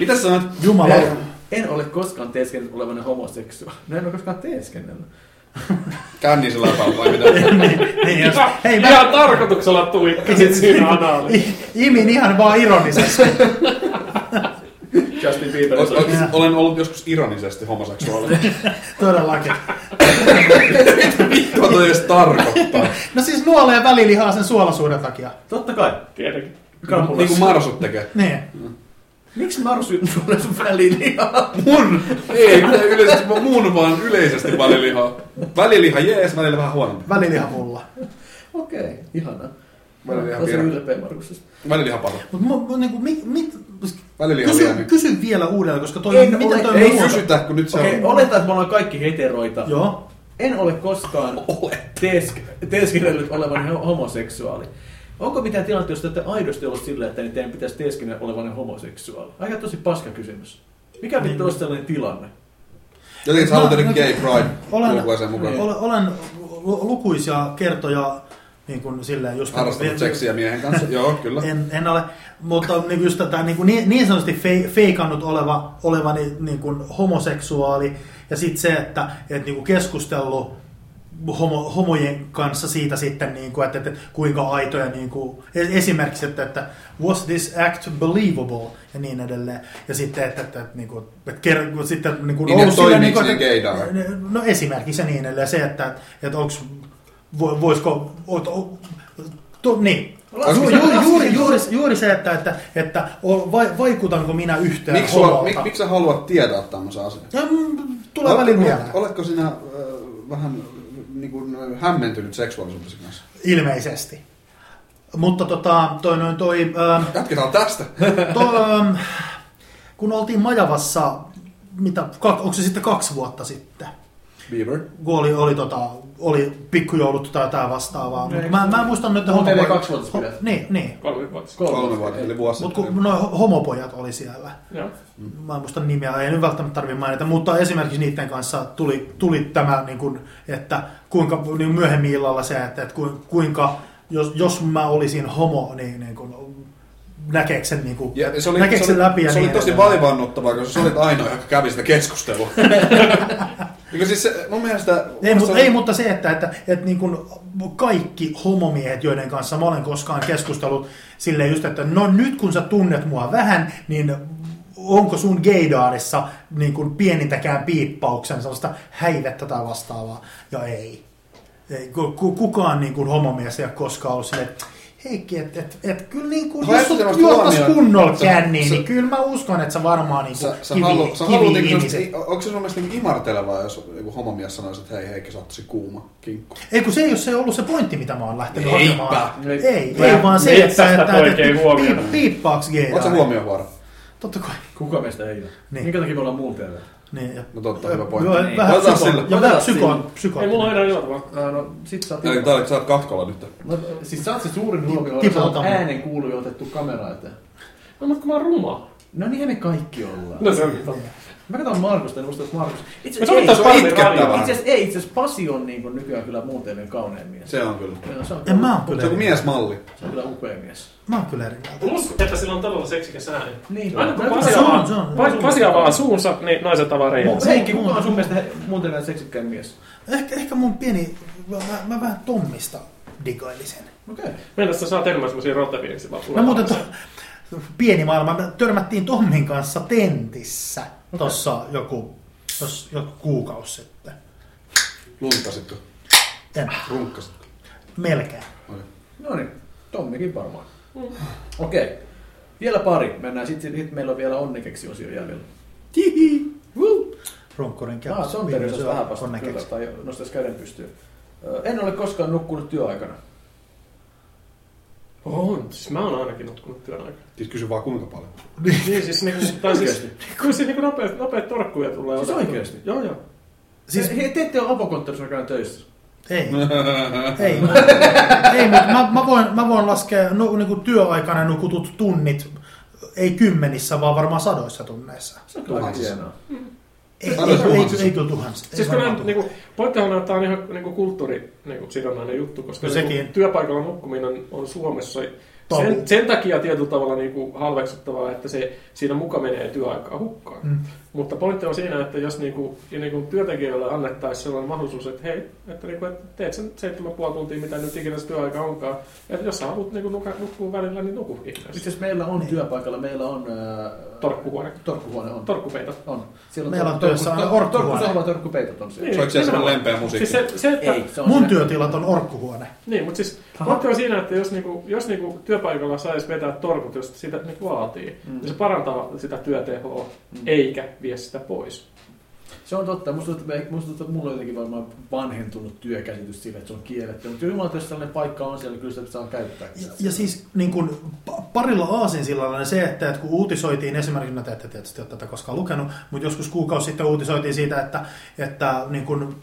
Speaker 3: Mitä sä sanot?
Speaker 1: Jumala.
Speaker 2: En, en ole koskaan teeskennellyt olevani homoseksuaali. No en ole koskaan teeskennellyt.
Speaker 3: Kännisellä päällä vai mitä?
Speaker 1: Niin, jos, hei, mä
Speaker 4: Ihan tarkoituksella tuikkasit siinä anaali.
Speaker 1: i- imin ihan vaan ironisesti.
Speaker 2: Justin Bieber.
Speaker 3: Oot- oot- Olen ollut joskus ironisesti homoseksuaali.
Speaker 1: Todellakin.
Speaker 3: Mitä toi edes tarkoittaa?
Speaker 1: No siis nuolee välilihaa sen suolaisuuden takia.
Speaker 2: Totta kai.
Speaker 4: Tietenkin.
Speaker 3: Niin kuin
Speaker 2: Krampulassa.
Speaker 3: marsut tekee.
Speaker 1: Niin.
Speaker 2: Miksi Marsu tulee sun välilihaa?
Speaker 3: Mun! Ei, minä yleisesti, mä mun vaan yleisesti väliliha. Väliliha jees, välillä vähän huonompi.
Speaker 1: Välilihapulla.
Speaker 2: Okei, okay, ihana.
Speaker 3: Mä olin ihan
Speaker 2: Tosi
Speaker 3: pirra.
Speaker 2: ylpeä Markuksesta.
Speaker 3: Väliliha paha.
Speaker 1: Mutta niinku, mit, mit,
Speaker 3: Väliliha
Speaker 1: kysy,
Speaker 3: liemi.
Speaker 1: kysy vielä uudelleen, koska toi,
Speaker 2: En
Speaker 1: miten
Speaker 2: ole-
Speaker 1: toi
Speaker 3: Ei
Speaker 1: muuta?
Speaker 3: kysytä, kun nyt se
Speaker 2: Okei, okay,
Speaker 3: on.
Speaker 2: oletetaan, että me ollaan kaikki heteroita.
Speaker 1: Joo.
Speaker 2: En ole koskaan teesk- teeskennellyt olevani ho- homoseksuaali. Onko mitään tilannetta, jos te olette aidosti ollut sillä, että niin teidän pitäisi teeskennellä olevani homoseksuaali? Aika tosi paska kysymys. Mikä vittu olisi sellainen tilanne?
Speaker 3: Jotenkin sä haluat tehdä
Speaker 1: No,
Speaker 3: gay pride
Speaker 1: Olen,
Speaker 3: kulkueeseen mukaan.
Speaker 1: olen, olen lu- lukuisia kertoja niin kuin silleen just...
Speaker 3: Harrastanut seksiä miehen kanssa. Joo, kyllä.
Speaker 1: En, en ole, mutta niin just tätä niin, kuin niin, niin sanotusti fei- feikannut oleva, olevani niin kuin homoseksuaali ja sitten se, että et, niin kuin keskustellut homo, homojen kanssa siitä sitten, niin kuin, että, että kuinka aitoja niin kuin, e- esimerkiksi, että, että was this act believable ja niin edelleen. Ja sitten, että, että, että, niin kuin, että ker- kun sitten niin kuin
Speaker 3: Niin, että
Speaker 1: sillä,
Speaker 3: toimiiko
Speaker 1: kuin,
Speaker 3: ne
Speaker 1: että-
Speaker 3: gaydara?
Speaker 1: No esimerkiksi ja niin edelleen se, että, että onko, voisiko, oot, o- to, niin,
Speaker 3: Onks-
Speaker 1: Ju, ju, juuri, juuri, juuri se, että, että, että o- vai- vaikutanko minä yhteen
Speaker 3: Miksi sulla, mik,
Speaker 1: homolta.
Speaker 3: miksi sä haluat tietää tämmöisen asian?
Speaker 1: Ja, mm, tulee välillä mieleen.
Speaker 3: Oletko sinä äh, vähän niin kuin, hämmentynyt seksuaalisuudesi kanssa?
Speaker 1: Ilmeisesti. Mutta tota, toi noin toi, ähm,
Speaker 3: Jatketaan tästä.
Speaker 1: to, ähm, kun oltiin Majavassa mitä, kak, onko se sitten kaksi vuotta sitten?
Speaker 5: Beaver.
Speaker 1: kun oli, oli, tota, oli pikkujoulut tai jotain vastaavaa.
Speaker 2: Ei,
Speaker 1: Mut mä, mä en muista nyt...
Speaker 2: Muuten ei
Speaker 1: homopojat-
Speaker 2: kaksi vuotta pidä.
Speaker 1: Niin, niin.
Speaker 4: Kolme vuotta.
Speaker 5: Kolme vuotta, eli vuosi
Speaker 1: Mutta
Speaker 5: sitten.
Speaker 1: kun noin ho- homopojat oli siellä,
Speaker 4: Joo.
Speaker 1: mä en muista nimiä, ei nyt välttämättä tarvitse mainita, mutta esimerkiksi niiden kanssa tuli, tuli tämä, niin kun, että kuinka niin myöhemmin illalla se, että, että kuin- kuinka, jos, jos mä olisin homo, niin, niin kun, näkeekö sen, niin kun,
Speaker 5: Ja se oli,
Speaker 1: näkeekö
Speaker 5: se
Speaker 1: sen
Speaker 5: oli,
Speaker 1: läpi ja
Speaker 5: se oli
Speaker 1: niin
Speaker 5: tosi
Speaker 1: edelleen.
Speaker 5: vaivaannuttavaa, koska sä olit ainoa, joka kävi sitä keskustelua. Niin siis se, mun mielestä...
Speaker 1: Ei,
Speaker 5: mun
Speaker 1: mutta,
Speaker 5: mielestä-
Speaker 1: ei, mutta se, että, että, että niin kuin kaikki homomiehet, joiden kanssa mä olen koskaan keskustellut silleen just, että no nyt kun sä tunnet mua vähän, niin onko sun geidaarissa niin kuin pienintäkään piippauksen sellaista häivettä tai vastaavaa? Ja ei. ei ku- ku- kukaan niin kuin homomies ei ole koskaan ollut silleen, että Heikki, että et, et, kyllä niin kuin,
Speaker 5: Vai
Speaker 1: jos sut
Speaker 5: ajattelemasta
Speaker 1: juottais
Speaker 5: huomioon.
Speaker 1: kunnolla
Speaker 5: Sä-
Speaker 1: känniin,
Speaker 5: sä-
Speaker 1: niin kyllä mä uskon, että sä varmaan niin kuin
Speaker 5: Sä, sä,
Speaker 1: kivi,
Speaker 5: halu, sä
Speaker 1: kivi
Speaker 5: haluut, niinku,
Speaker 1: ihmisen.
Speaker 5: ei- onko se sun mielestä niinku imartelevaa, jos joku homomies sanoisi, että hei Heikki, sä oot tosi kuuma kinkku?
Speaker 1: Ei kun se ei ole se ollut se pointti, mitä mä oon lähtenyt
Speaker 5: Eipä.
Speaker 1: hakemaan.
Speaker 4: Nyt
Speaker 1: Ei,
Speaker 4: mä
Speaker 1: ei vaan se, että,
Speaker 4: metsästät
Speaker 1: että, että
Speaker 4: oikein huomiota.
Speaker 1: piip- piippaaks geidaa.
Speaker 5: Oot sä huomiohuora?
Speaker 1: Totta kai.
Speaker 2: Kuka meistä ei ole?
Speaker 1: Niin.
Speaker 2: Minkä takia me ollaan muun terveet?
Speaker 1: Niin, ja,
Speaker 5: No totta, hyvä
Speaker 1: Joo,
Speaker 5: pointti.
Speaker 2: Niin.
Speaker 1: Vähän
Speaker 5: Otetaan
Speaker 1: psyko-
Speaker 5: sillä.
Speaker 1: ja vähän
Speaker 2: Otetaan
Speaker 1: psyko- psyko-
Speaker 4: Ei mulla ole enää juotavaa.
Speaker 2: Ää, No, sit sä oot...
Speaker 5: Eli tää oli, sä oot katkolla nyt.
Speaker 2: No, siis sä oot se suurin huomio,
Speaker 1: Tipo-
Speaker 2: sä oot
Speaker 1: Tammi.
Speaker 2: äänen kuulu ja otettu kamera eteen.
Speaker 4: No, mutta kun mä oon ruma.
Speaker 2: No niinhän me kaikki ollaan.
Speaker 4: No se on totta.
Speaker 2: Mä katson Markusta, en usko, että Markus... Itse
Speaker 4: Me sovitaan
Speaker 2: asiassa
Speaker 5: on
Speaker 4: paremmin
Speaker 5: itkettävää.
Speaker 4: radioon.
Speaker 2: itse asiassa ei, itse asiassa Pasi on niin kuin nykyään kyllä muun terveen kaunein mies.
Speaker 5: Se on kyllä.
Speaker 2: Joo, Se on
Speaker 1: En mä oon
Speaker 5: Se on kuin
Speaker 1: kyllä,
Speaker 5: miesmalli.
Speaker 2: Se on kyllä upea mies.
Speaker 1: mä oon kyllä eri mieltä.
Speaker 4: Uskon, että sillä on todella seksikäs ääni.
Speaker 2: Niin.
Speaker 4: Aina kun
Speaker 2: Mä-
Speaker 4: Pasi
Speaker 1: se on,
Speaker 4: avaa,
Speaker 1: se on.
Speaker 4: Pasi- Pasi avaa suunsa, niin naiset avaa reijät.
Speaker 1: Mut-
Speaker 2: Heikki, kuka on sun mielestä he- muun terveen seksikkäin mies?
Speaker 1: Ehkä, ehkä mun pieni, mä, mä, mä vähän Tommista digailisen.
Speaker 2: Okei. Okay.
Speaker 4: Meillä sä saat enemmän semmosia rottafiiliksi vaan tulee.
Speaker 1: Mä muuten to, pieni maailma, me törmättiin Tommin kanssa tentissä tossa joku, tos, joku kuukausi sitten.
Speaker 5: Luntasitko?
Speaker 1: En,
Speaker 5: Runkkasitko?
Speaker 1: melkein.
Speaker 2: No niin, Tommikin varmaan. Okei. Okay. Vielä pari. Mennään sitten, sit meillä on vielä onnekeksi osio jäljellä. Hihi. Woo.
Speaker 1: Ronkkorin käy.
Speaker 2: Ah, se on terveys
Speaker 1: Syö
Speaker 2: vähän vasta
Speaker 1: onnekeksi.
Speaker 2: kyllä, tai nostaisi käden pystyyn. Ö, En ole koskaan nukkunut työaikana.
Speaker 4: On, siis mä oon ainakin nutkunut työn aikana.
Speaker 5: Siis kysy vaan kuinka paljon.
Speaker 4: Niin siis niinku, tai siis, kun siis niinku nopeet, nopeet torkkuja tulee
Speaker 2: Siis
Speaker 4: otettua.
Speaker 2: oikeesti?
Speaker 4: Joo joo.
Speaker 1: Siis-
Speaker 2: Siis he, te ette ole avokonttorissa aikaan töissä.
Speaker 5: No
Speaker 1: Ei. ei, mutta ei, mut mä, mä, voin, mä voin laskea no, niin kuin työaikana nukutut tunnit, ei kymmenissä, vaan varmaan sadoissa tunneissa.
Speaker 2: Se on kyllä aika
Speaker 5: Tuhansissa.
Speaker 2: hienoa.
Speaker 1: Ei, ei,
Speaker 5: Sadoissa
Speaker 1: ei,
Speaker 5: tuhansissa.
Speaker 1: ei kyllä tuhansia.
Speaker 4: Siis kyllä niinku, pointtahan tämä on ihan niinku kulttuuri niinku, sidonnainen juttu, koska
Speaker 1: No
Speaker 4: niinku,
Speaker 1: sekin.
Speaker 4: työpaikalla nukkuminen on Suomessa
Speaker 1: Tabu.
Speaker 4: sen, sen, takia tietyllä tavalla niinku, halveksuttavaa, että se, siinä muka menee työaikaa hukkaan.
Speaker 1: Mm.
Speaker 4: Mutta pointti on siinä, että jos niinku, ja niinku työntekijöille annettaisiin sellainen mahdollisuus, että hei, että niinku, et teet sen 7,5 tuntia, mitä nyt ikinä se työaika onkaan, ja jos sä haluat niinku, nuka- nukkua välillä, niin nuku
Speaker 2: Itse
Speaker 4: ihmeessä.
Speaker 2: asiassa meillä
Speaker 1: Niin.
Speaker 2: on työpaikalla, meillä on... Äh,
Speaker 4: Torkkuhuone.
Speaker 2: Torkkuhuone on.
Speaker 4: Torkkupeita.
Speaker 2: on. Siellä on
Speaker 1: Meillä on
Speaker 2: torkku-
Speaker 1: työssä aina
Speaker 2: tor-
Speaker 1: orkkuhuone.
Speaker 2: Torkkusohva ja torkkupeitot on siellä.
Speaker 5: Niin. Soiko siellä semmoinen lempeä musiikki?
Speaker 4: Siis se, se, että,
Speaker 2: Ei, se on
Speaker 1: Mun
Speaker 2: siellä.
Speaker 1: työtilat on orkkuhuone.
Speaker 4: Niin, mutta siis
Speaker 2: Aha.
Speaker 4: pointti on siinä, että jos, niinku, jos niinku työpaikalla saisi vetää torkut, jos sitä nyt vaatii,
Speaker 2: Mm.
Speaker 4: mm. niin se parantaa sitä työtehoa,
Speaker 2: Mm.
Speaker 4: mm. eikä vie sitä pois.
Speaker 2: Se on totta. Musta tuntuu, että, musta tuntuu, että mulla on jotenkin varmaan vanhentunut työkäsitys sille, että se on kielletty. Mutta jumala, jos sellainen paikka on siellä, kyllä sitä saa käyttää.
Speaker 1: Ja, ja siis niin kun, pa- parilla aasinsillalla niin se, että, että kun uutisoitiin esimerkiksi, no te ette tietysti ole tätä koskaan lukenut, mutta joskus kuukausi sitten uutisoitiin siitä, että, että niin kun,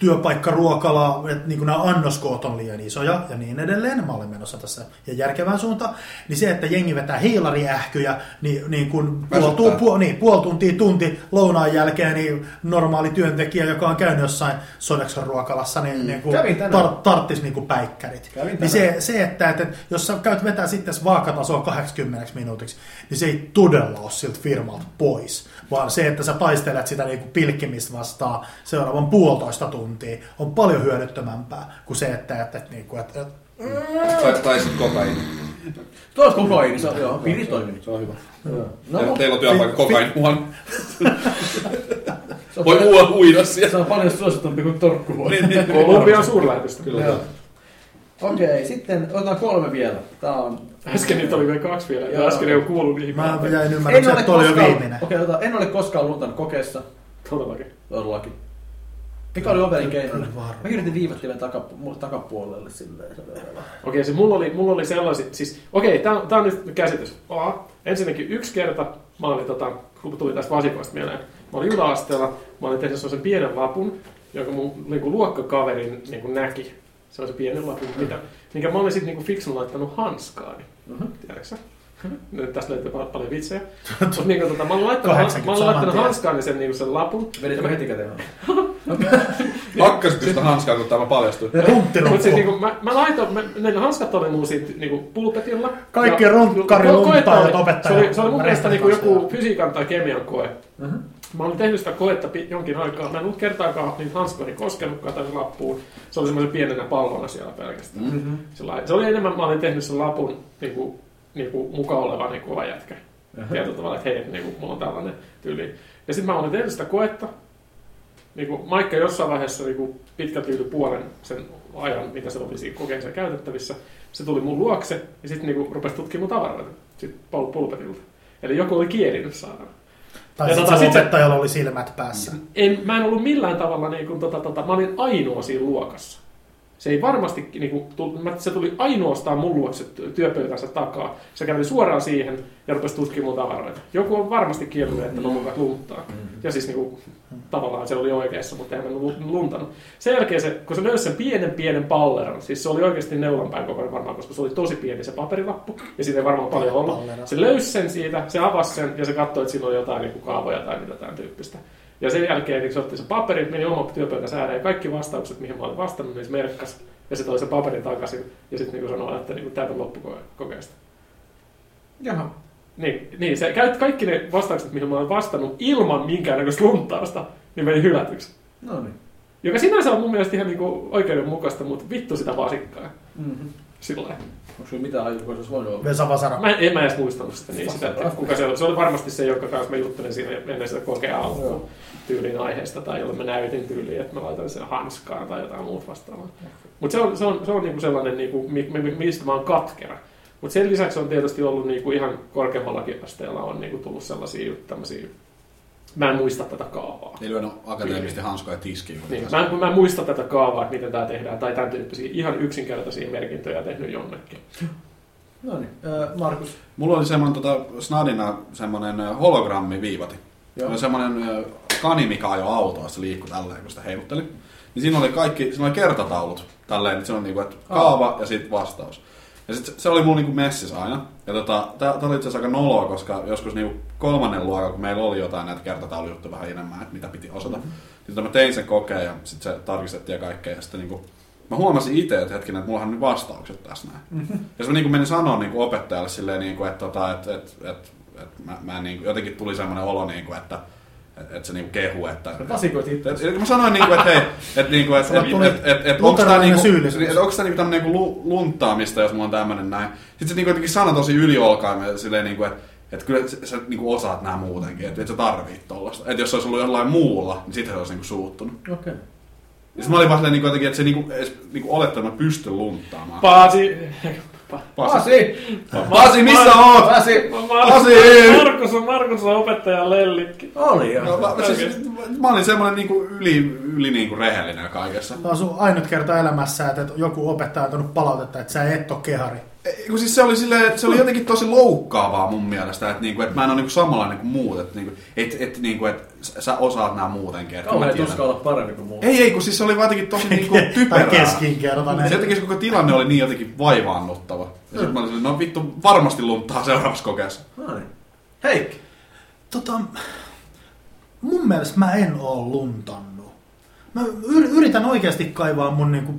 Speaker 1: työpaikkaruokala, että niin kun nämä annoskoot on liian isoja ja niin edelleen, mä olen menossa tässä ja järkevään suuntaan, niin se, että jengi vetää hiilariähkyjä, niin, niin kun puoli, tu,
Speaker 5: Väsyttää.
Speaker 1: puoli, niin, puoli tuntia, tunti lounaan jälkeen, niin normaali työntekijä, joka on käynyt jossain Sodexon ruokalassa, niin, mm. niin kun,
Speaker 2: Kävin tänään.
Speaker 1: tar- tarttis niin kun päikkärit.
Speaker 2: Kävin
Speaker 1: Niin se,
Speaker 2: tänään.
Speaker 1: se että, että jos sä käyt vetää sitten vaakatasoa 80 minuutiksi, niin se ei todella ole siltä firmalta pois. Vaan se, että sä taistelet sitä niinku pilkkimistä vastaan seuraavan puolitoista tuntia, on paljon hyödyttömämpää kuin se, että, että, että, niinku, että, että
Speaker 5: Tai, tai sit kokaini.
Speaker 2: Tuo on kokaini, se on joo, piritoiminen.
Speaker 5: Se on hyvä.
Speaker 2: No,
Speaker 5: Te-
Speaker 2: mut-
Speaker 5: Teillä on työpaikka kokainuhan.
Speaker 2: se on
Speaker 5: Voi
Speaker 2: paljon-
Speaker 5: ua uida siellä.
Speaker 2: Se on paljon suositumpi kuin torkkuhuone.
Speaker 4: niin, Kolumbia on suurlähetystä.
Speaker 5: Kyllä.
Speaker 2: Joo. Okei, sitten otetaan kolme vielä. Tää on...
Speaker 4: Äsken niitä oli vielä kaksi vielä,
Speaker 2: Joo.
Speaker 4: ja äsken ei ole kuullut niihin.
Speaker 1: mä
Speaker 4: kahteen.
Speaker 1: jäin ymmärryksen, että toi oli jo viimeinen.
Speaker 2: Okei, otetaan, en ole koskaan luultanut kokeessa.
Speaker 4: Todellakin.
Speaker 2: Todellakin. Mikä oli ovelin keino?
Speaker 1: Kyllä varmaan.
Speaker 2: Mä yritin viivattimen takapu- mu- takapuolelle silleen.
Speaker 4: Okei, se mulla oli, mulla oli sellaiset, siis okei, tää, on- tää on nyt käsitys. A, ensinnäkin yksi kerta, mä olin tota, kun tuli tästä vasikoista mieleen, Mä olin yläasteella, mä olin tehnyt sellaisen pienen lapun, jonka mun niin kuin luokkakaverin niin kuin näki. Se oli se pienen lapun, mitä, minkä mä olin sitten niin kuin fiksuna laittanut hanskaani. Mm-hmm. Tiedätkö sä? Nyt tästä löytyy pa- paljon vitsejä. Mut niin kuin, tota, mä olin laittanut,
Speaker 1: 80
Speaker 4: mä olin laittanut
Speaker 1: saman tien.
Speaker 4: hanskaani sen, niin kuin sen lapun.
Speaker 2: Veditkö heti käteen?
Speaker 5: Pakkasit sitä hanskaa, kun tämä paljastui.
Speaker 4: Mut siis
Speaker 1: Punttirukku.
Speaker 4: niinku, mä, mä laitoin, mä, ne hanskat oli mun siitä niinku pulpetilla.
Speaker 1: Kaikki
Speaker 4: Ja-
Speaker 1: ronkkari,
Speaker 4: ko- koetaan
Speaker 1: lontaa ja
Speaker 4: oli-
Speaker 1: opettaja.
Speaker 4: Se oli, se oli mun mielestä niinku
Speaker 1: Rehtori
Speaker 4: joku
Speaker 1: kanssa.
Speaker 4: fysiikan tai kemian koe.
Speaker 1: Mhm.
Speaker 4: Mä olin tehnyt sitä koetta pi- jonkin aikaa. Mä en ollut kertaakaan niitä niin hanskoihin koskenutkaan tänne lappuun. Se oli semmoisen pienenä pallona siellä pelkästään.
Speaker 1: Mhm.
Speaker 4: Mm-hmm. se oli enemmän, mä olin tehnyt sen lapun niinku, niinku mukaan oleva niin kova jätkä.
Speaker 1: Mhm.
Speaker 4: Tietyllä tavalla, että hei, niinku, mulla on tällainen tyyli. Ja sitten mä olin tehnyt sitä koetta, niin kuin Maikka jossain vaiheessa niin kuin pitkälti yli puolen sen ajan, mitä se oli siinä kokeessa käytettävissä, se tuli mun luokse ja sitten niin kuin rupesi tutkimaan mun tavaroita sit pul- pulpetilta. Eli joku oli kielinyt saada.
Speaker 1: Tai
Speaker 4: Ja
Speaker 1: sitten
Speaker 4: tota,
Speaker 1: se
Speaker 4: sit se-
Speaker 1: opettajalla oli silmät päässä.
Speaker 4: En, mä en ollut millään tavalla, niin kuin, tota, tota, mä olin ainoa siinä luokassa. Se ei varmasti, niin kuin, tuli, se tuli ainoastaan mun luokse ty- työpöytänsä takaa. Se käveli suoraan siihen ja rupesi tutkimaan mun tavaroita. Joku on varmasti kieltänyt, että mä mukaan lunttaa. Ja siis niin kuin, tavallaan se oli oikeassa, mutta eihän mä lu- luntanut. Sen jälkeen se, kun se löysi sen pienen pienen palleron, siis se oli oikeasti neulanpäin kokoinen varmaan, koska se oli tosi pieni se paperilappu, ja siitä ei varmaan paljon ollut.
Speaker 1: Pallero.
Speaker 4: Se löysi sen siitä, se avasi sen, ja se katsoi, että siinä oli jotain niin kuin kaavoja tai mitä tämän tyyppistä. Ja sen jälkeen niin se otti sen paperin, meni oma työpöytänsä ääreen, ja kaikki vastaukset, mihin mä olin vastannut, niin se merkkasi. Ja se toi sen paperin takaisin, ja sitten niin sanoi, että niin täältä loppukokeesta.
Speaker 2: Jaha.
Speaker 4: Niin, niin se, käyt- kaikki ne vastaukset, mihin mä olen vastannut ilman minkäännäköistä lunttausta, niin meni hylätyksi.
Speaker 2: No niin.
Speaker 4: Joka sinänsä on mun mielestä ihan niinku oikeudenmukaista, mutta vittu sitä vasikkaa.
Speaker 2: Mm-hmm.
Speaker 4: Sillä lailla.
Speaker 2: Onko sulla mitään ajatusta, kun se olisi voinut olla?
Speaker 1: Vesa Vasara.
Speaker 4: Mä en, en mä edes muistanut sitä, niin sitä, että kuka se oli. Se oli varmasti se, jonka kanssa mä juttelin siinä ennen sitä kokea alkuun tyylin aiheesta, tai jolle mä näytin tyyliin, että mä laitan sen hanskaan tai jotain muuta vastaavaa. Mutta se on, se on, se on niinku sellainen, niinku, mi- mi- mi- mistä mä oon katkera. Mutta sen lisäksi on tietysti ollut niinku ihan korkeammallakin asteella on niinku tullut sellaisia jut- tämmöisiä, mä en muista tätä kaavaa.
Speaker 3: Ei lyönyt akateemisesti hanskoja tiskiin. kun
Speaker 4: Niin,
Speaker 3: tässä-
Speaker 4: mä, en, mä en muista tätä kaavaa, että miten tämä tehdään, tai tämän tyyppisiä ihan yksinkertaisia merkintöjä tehnyt jonnekin.
Speaker 2: No niin. Äh, Markus.
Speaker 3: Mulla oli semmoinen tota, snadina semmoinen ö, hologrammiviivati.
Speaker 2: Joo.
Speaker 3: Joo. Semmoinen ö, kani, mikä ajoi autoa, se liikkui tälleen, kun sitä heilutteli. Niin siinä oli kaikki, siinä oli kertataulut tälleen, että se on niinku, että kaava ja sitten vastaus. Ja sit se- se oli mulla niinku messissä aina. Ja tota, tää, tää oli itse asiassa aika noloa, koska joskus niinku kolmannen luokan, kun meillä oli jotain näitä kertataulujuttuja vähän enemmän, että mitä piti osata. Mm-hmm. Niin tota mä tein sen kokeen ja sitten se tarkistettiin ja kaikkea. Ja sitten niinku, mä huomasin itse, että hetkinen, että mullahan on nyt vastaukset tässä näin.
Speaker 1: Mm-hmm.
Speaker 3: Ja se mä niin menin sanoa niin opettajalle silleen, niin kuin, että, tota, että, että, että, että mä, mä niin kuin, jotenkin tuli semmoinen olo, niin kuin, että, että se niin kuin kehu, että...
Speaker 2: Vasikoit itse.
Speaker 3: Et, et, mä sanoin, niin kuin, että hei, että, niin kuin, että,
Speaker 1: Sulla tuli
Speaker 3: että, että, että onko tämä
Speaker 1: luterilainen
Speaker 3: niin kuin,
Speaker 1: syyllisyys.
Speaker 3: että onko tämä niin tämmöinen niin lu, lunttaamista, jos mulla on tämmöinen näin. Sitten se niin kuin, jotenkin sanoi tosi yliolkaimella silleen, niin kuin, että, että kyllä sä, sä niin kuin osaat nämä muutenkin, että et sä tarvit tollasta. Että jos se olisi ollut jollain muulla, niin sitten se olisi niin kuin suuttunut.
Speaker 2: Okei.
Speaker 3: Ja sit mä olin vaan silleen, niin kuin, jotenkin, että se niin kuin, edes, niin kuin olettaa, että mä pystyn lunttaamaan.
Speaker 4: Paasi...
Speaker 3: Pasi,
Speaker 4: Pa-
Speaker 3: Pasi, missä
Speaker 4: Mar-
Speaker 3: oot?
Speaker 2: Pasi.
Speaker 4: Mar-
Speaker 3: Pasi!
Speaker 4: Markus on, Markus on opettaja Lellikki.
Speaker 2: Oli jo.
Speaker 3: No, mä, siis, mä olin semmoinen niinku yli, yli niinku rehellinen kaikessa.
Speaker 1: Tämä on sun ainut kerta elämässä, että joku opettaja on antanut palautetta, että sä et ole kehari.
Speaker 3: Ei, Kun siis se oli, silleen, että se oli jotenkin tosi loukkaavaa mun mielestä, että, niinku, että mä en ole niinku samanlainen kuin muut. Että, niinku, et, et, niinku, että sä sä osaat nämä muutenkin. Että mä
Speaker 2: Kauhean
Speaker 3: tiedän.
Speaker 2: tuska olla parempi kuin muu.
Speaker 3: Ei, ei, kun siis se oli jotenkin tosi niinku
Speaker 1: tai
Speaker 3: typerää.
Speaker 1: keskinkertainen.
Speaker 3: Se jotenkin se koko tilanne oli niin jotenkin vaivaannuttava. Ja sit mä olin silleen, no vittu, varmasti lunttaa seuraavassa kokeessa.
Speaker 2: No niin. Heikki.
Speaker 1: Tota, mun mielestä mä en oo luntannut. Mä yr- yritän oikeasti kaivaa mun niinku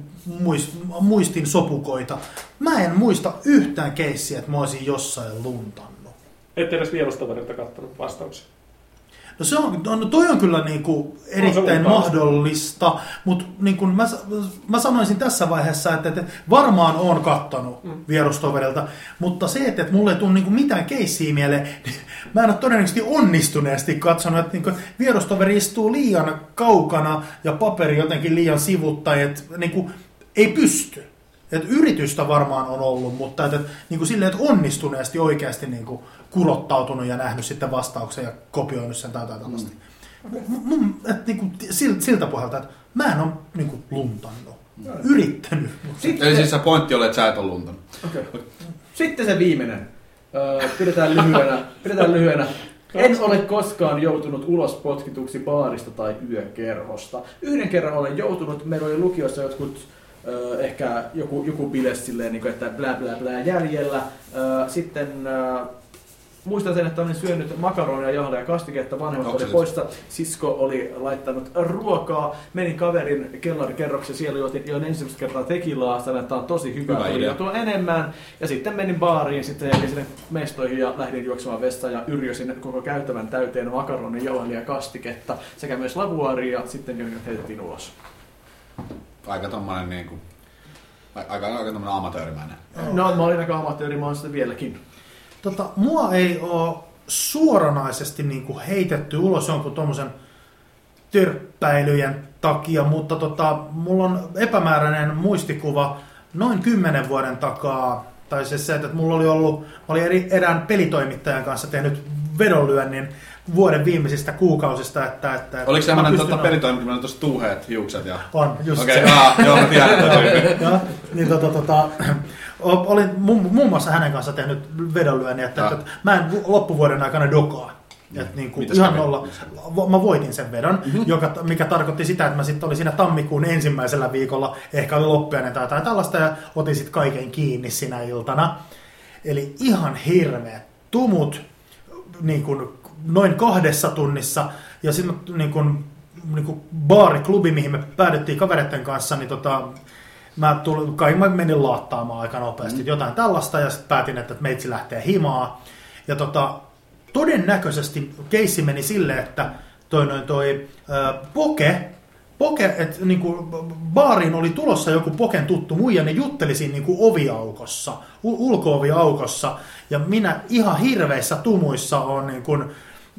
Speaker 1: muis- muistin sopukoita. Mä en muista yhtään keissiä, että mä olisin jossain luntannut.
Speaker 4: Ette edes vierustoverilta kattonut vastauksia.
Speaker 1: No se on, no toi on kyllä niinku
Speaker 4: On se
Speaker 1: erittäin
Speaker 4: lupaus.
Speaker 1: mahdollista, mutta niinku mä, sa- mä sanoisin tässä vaiheessa, että, että varmaan on kattanut mm. vierustoverilta, mutta se, että, että mulle ei tule niinku mitään keissiä mieleen, niin mä en ole todennäköisesti onnistuneesti katsonut, että niinku vierustoveri istuu liian kaukana ja paperi jotenkin liian sivuttain, että niinku, ei pysty. Et yritystä varmaan on ollut, mutta et, et, niin kuin silleen, että onnistuneesti oikeasti niin kuin kurottautunut ja nähnyt sitten vastauksen ja kopioinut sen tai jotain tällaista. Mm. Mun, et, niin kuin, siltä, siltä pohjalta, että mä en ole niin kuin, luntannut, yrittänyt.
Speaker 3: Eli siis se pointti oli, että sä et ole luntanut.
Speaker 2: Okei. Sitten se viimeinen. Öö, pidetään lyhyenä. Pidetään lyhyenä. En ole koskaan joutunut ulos potkituksi baarista tai yökerhosta. Yhden kerran olen joutunut, meillä oli lukiossa jotkut ö, ehkä joku, joku bile silleen, niin kuin, että blä blä blä jäljellä. Ö, sitten ö, muistan sen, että olin syönyt makaronia, jahda ja kastiketta, vanhemmat
Speaker 3: Onko
Speaker 2: oli
Speaker 3: se
Speaker 2: poissa, sisko oli laittanut ruokaa, menin kaverin kellarikerroksen, siellä juotin jo ensimmäistä kertaa tekilaa, sanoin, että tämä on tosi hyvä,
Speaker 3: Hyvä
Speaker 2: tuli
Speaker 3: idea.
Speaker 2: jotain tuo enemmän. Ja sitten menin baariin, sitten jäin sinne mestoihin ja lähdin juoksemaan vessaan ja yrjösin koko käytävän täyteen makaronin, jauhelia ja kastiketta sekä myös lavuaaria ja sitten jonkin heitettiin ulos.
Speaker 3: Aika tommonen niinku... Aika, aika tommonen amatöörimäinen.
Speaker 2: No, mä olin aika amatööri, mä oon sitä vieläkin.
Speaker 1: Tota, mua ei ole suoranaisesti niin kuin heitetty ulos jonkun tuommoisen törppäilyjen takia, mutta tota, mulla on epämääräinen muistikuva noin kymmenen vuoden takaa, tai siis se, että mulla oli ollut, mä olin eri, erään pelitoimittajan kanssa tehnyt vedonlyönnin vuoden viimeisistä kuukausista, että... että
Speaker 3: Oliko
Speaker 1: mä
Speaker 3: semmonen
Speaker 1: pystyn-
Speaker 3: tota pelitoimittaminen tuossa tuuheet hiukset ja...
Speaker 1: On, just
Speaker 3: Okei,
Speaker 1: se.
Speaker 3: okay, joo, mä tiedän tätä tyyppiä.
Speaker 1: Joo, niin tota, tota, o- olin mu- muun muassa hänen kanssa tehnyt vedonlyönnin, että,
Speaker 3: Ah.
Speaker 1: että mä en vu- loppuvuoden aikana dokaa. Et niin kuin
Speaker 3: Mitäs
Speaker 1: ihan
Speaker 3: kävi? Mhm.
Speaker 1: nolla, vo- mä voitin sen vedon, mm-hmm. joka, mikä tarkoitti sitä, että mä sitten olin siinä tammikuun ensimmäisellä viikolla, ehkä oli loppiainen tai jotain tällaista, ja otin sitten kaiken kiinni sinä iltana. Eli ihan hirveät tumut, niin kuin noin kahdessa tunnissa, ja sitten niin kuin, niin kuin baariklubi, mihin me päädyttiin kavereiden kanssa, niin tota, mä, tulin, kai mä menin laattaamaan aika nopeasti
Speaker 3: Mhm.
Speaker 1: mm. jotain tällaista ja sitten päätin, että meitsi lähtee himaa. Ja tota, todennäköisesti keissi meni silleen, että toi, noin toi ö, poke, poke että niinku, baariin oli tulossa joku poken tuttu muija, ne jutteli siinä niinku oviaukossa, u- ulko-oviaukossa, ja minä ihan hirveissä tumuissa on niinku,